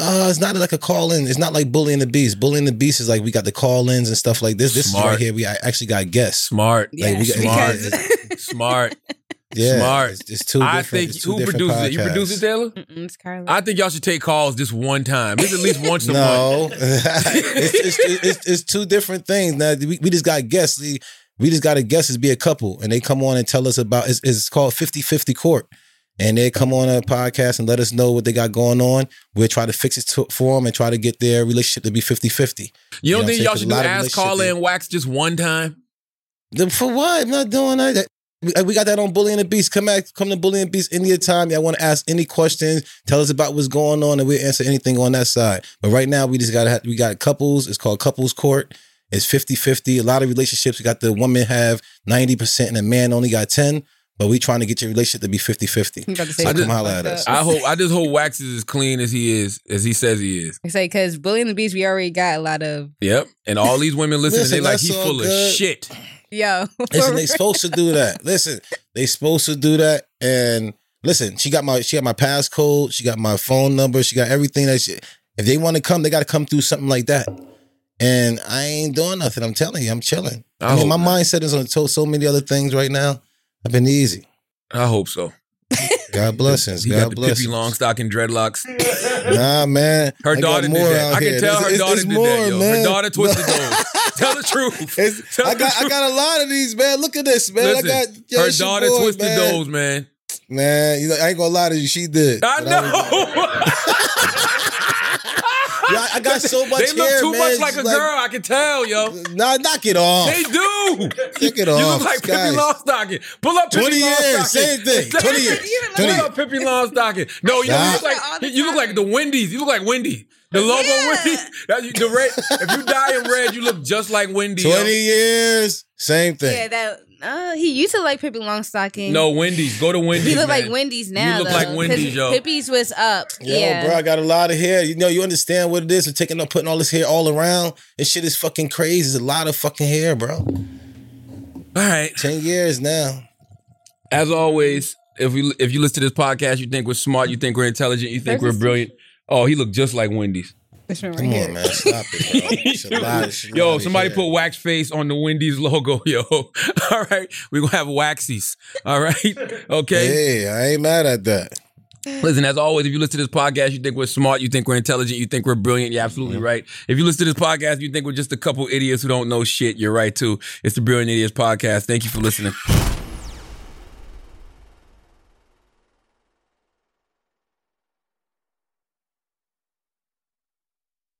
Speaker 4: Uh, it's not like a call in. It's not like bullying the beast. Bullying the beast is like we got the call ins and stuff like this. This is
Speaker 2: Smart.
Speaker 4: right here. We actually got guests.
Speaker 2: Smart,
Speaker 4: Like, we got-
Speaker 2: smart,
Speaker 5: because
Speaker 2: smart.
Speaker 4: Yeah,
Speaker 2: Smart.
Speaker 4: It's, it's two.
Speaker 2: I
Speaker 4: different-
Speaker 2: think
Speaker 4: it's two
Speaker 2: who
Speaker 4: different
Speaker 2: produces it? You produce
Speaker 4: podcasts.
Speaker 2: it, Taylor?
Speaker 5: Mm-mm, it's Carla.
Speaker 2: I think y'all should take calls just one time. It's at least once a month.
Speaker 4: No, it's, it's, it's, it's two different things. Now we, we just got guests. We, we just got a guest is be a couple, and they come on and tell us about. It's, it's called 50-50 court, and they come on a podcast and let us know what they got going on. We'll try to fix it to, for them and try to get their relationship to be 50-50.
Speaker 2: You don't
Speaker 4: You know what I'm
Speaker 2: think
Speaker 4: saying?
Speaker 2: y'all
Speaker 4: 'Cause
Speaker 2: should
Speaker 4: a
Speaker 2: do
Speaker 4: lot of
Speaker 2: ask
Speaker 4: relationships
Speaker 2: Carla
Speaker 4: they-
Speaker 2: and Wax just one time?
Speaker 4: Then for what? I'm not doing that. We, uh, we got that on Bully and the Beast. Come back, come to Bully and Beast any time. Y'all want to ask any questions? Tell us about what's going on, and we'll answer anything on that side. But right now, we just got to we got couples. It's called Couples Court. It's 50-50. A lot of relationships we got the woman have 90% and the man only got 10. But we trying to get your relationship to be 50-50.
Speaker 5: I'm about to
Speaker 2: I just-
Speaker 5: say something
Speaker 4: holla at
Speaker 5: fucked
Speaker 4: us.
Speaker 5: up.
Speaker 2: I hope I just hope Wax is as clean as he is, as he says he is.
Speaker 5: I say because Bully and the Beast, we already got a lot of
Speaker 2: Yep. And all these women listening,
Speaker 4: Listen,
Speaker 2: they like
Speaker 4: that's
Speaker 2: he's
Speaker 4: all
Speaker 2: full of
Speaker 4: good.
Speaker 2: shit.
Speaker 5: yo.
Speaker 4: Listen, they supposed to do that. Listen, they supposed to do that. And listen, she got my she got my passcode. She got my phone number. She got everything that she. If they want to come, they got to come through something like that. And I ain't doing nothing. I'm telling you, I'm chilling. I,
Speaker 2: I
Speaker 4: mean, my
Speaker 2: hope
Speaker 4: mindset is on so, so many other things right now. I've been easy.
Speaker 2: I hope so.
Speaker 4: God blessings.
Speaker 2: He got
Speaker 4: God
Speaker 2: the Pippi
Speaker 4: blessings.
Speaker 2: Longstocking dreadlocks.
Speaker 4: Nah, man.
Speaker 2: Her
Speaker 4: I got
Speaker 2: daughter did
Speaker 4: more
Speaker 2: that.
Speaker 4: out
Speaker 2: I can
Speaker 4: here.
Speaker 2: tell her
Speaker 4: It's- it's-
Speaker 2: daughter
Speaker 4: it's
Speaker 2: did
Speaker 4: more,
Speaker 2: that, yo. Her
Speaker 4: man.
Speaker 2: daughter twisted
Speaker 4: No.
Speaker 2: those. Tell the truth.
Speaker 4: It's-
Speaker 2: Tell
Speaker 4: I
Speaker 2: the
Speaker 4: got I
Speaker 2: truth.
Speaker 4: got a lot of these, man. Look at this, man.
Speaker 2: Listen,
Speaker 4: I got yo,
Speaker 2: her
Speaker 4: it's your
Speaker 2: daughter
Speaker 4: boy,
Speaker 2: twisted
Speaker 4: man.
Speaker 2: those, man.
Speaker 4: Man, you know, I ain't gonna lie to you. She did.
Speaker 2: I
Speaker 4: But was-
Speaker 2: know.
Speaker 4: Yeah, I got so much
Speaker 2: they look
Speaker 4: hair,
Speaker 2: too
Speaker 4: man.
Speaker 2: much like
Speaker 4: It's
Speaker 2: a girl. I can tell, yo.
Speaker 4: Nah, knock it off.
Speaker 2: They do.
Speaker 4: Take it
Speaker 2: you
Speaker 4: off,
Speaker 2: look like
Speaker 4: guys.
Speaker 2: Pippi Longstocking. Pull up Pippi
Speaker 4: 20 years,
Speaker 2: Longstocking.
Speaker 4: same thing. 20 years,
Speaker 5: You look
Speaker 4: 20
Speaker 2: Pull
Speaker 4: years.
Speaker 2: up Pippi Longstocking. No, you
Speaker 4: Nah.
Speaker 2: look like you look like the Wendy's. You look like Wendy. The logo
Speaker 5: Yeah.
Speaker 2: Wendy. That, you- the red. If you dye it red, you look just like Wendy. yo.
Speaker 4: Twenty years, same thing.
Speaker 5: Yeah, that uh, he used to like Pippi Longstocking.
Speaker 2: No, Wendy's. Go to Wendy's.
Speaker 5: he looked
Speaker 2: man.
Speaker 5: like Wendy's now.
Speaker 2: look
Speaker 5: though,
Speaker 2: like Wendy's,
Speaker 5: 'cause
Speaker 2: yo.
Speaker 5: Pippi's was up.
Speaker 4: Yo,
Speaker 5: yeah,
Speaker 4: bro, I got a lot of hair. You know, you understand what it is. We're taking up, putting all this hair all around. This shit is fucking crazy. It's a lot of fucking hair, bro.
Speaker 2: All right.
Speaker 4: Ten years now.
Speaker 2: As always, if we if you listen to this podcast, you think we're smart, you think we're intelligent, you think
Speaker 5: Where's
Speaker 2: we're
Speaker 5: this-
Speaker 2: brilliant. Oh, he looked just like Wendy's.
Speaker 5: This one right
Speaker 4: Come
Speaker 5: here.
Speaker 4: on, man, stop it, bro. It's a lot of- it's a lot
Speaker 2: Yo,
Speaker 4: of
Speaker 2: somebody
Speaker 4: hair.
Speaker 2: put wax face on the Wendy's logo, yo. All right. We're gonna have waxies. All right. Okay.
Speaker 4: Hey, I ain't mad at that.
Speaker 2: Listen, as always, if you listen to this podcast, you think we're smart, you think we're intelligent, you think we're brilliant. You're absolutely right. If you listen to this podcast, you think we're just a couple idiots who don't know shit. You're right too. It's the Brilliant Idiots Podcast. Thank you for listening.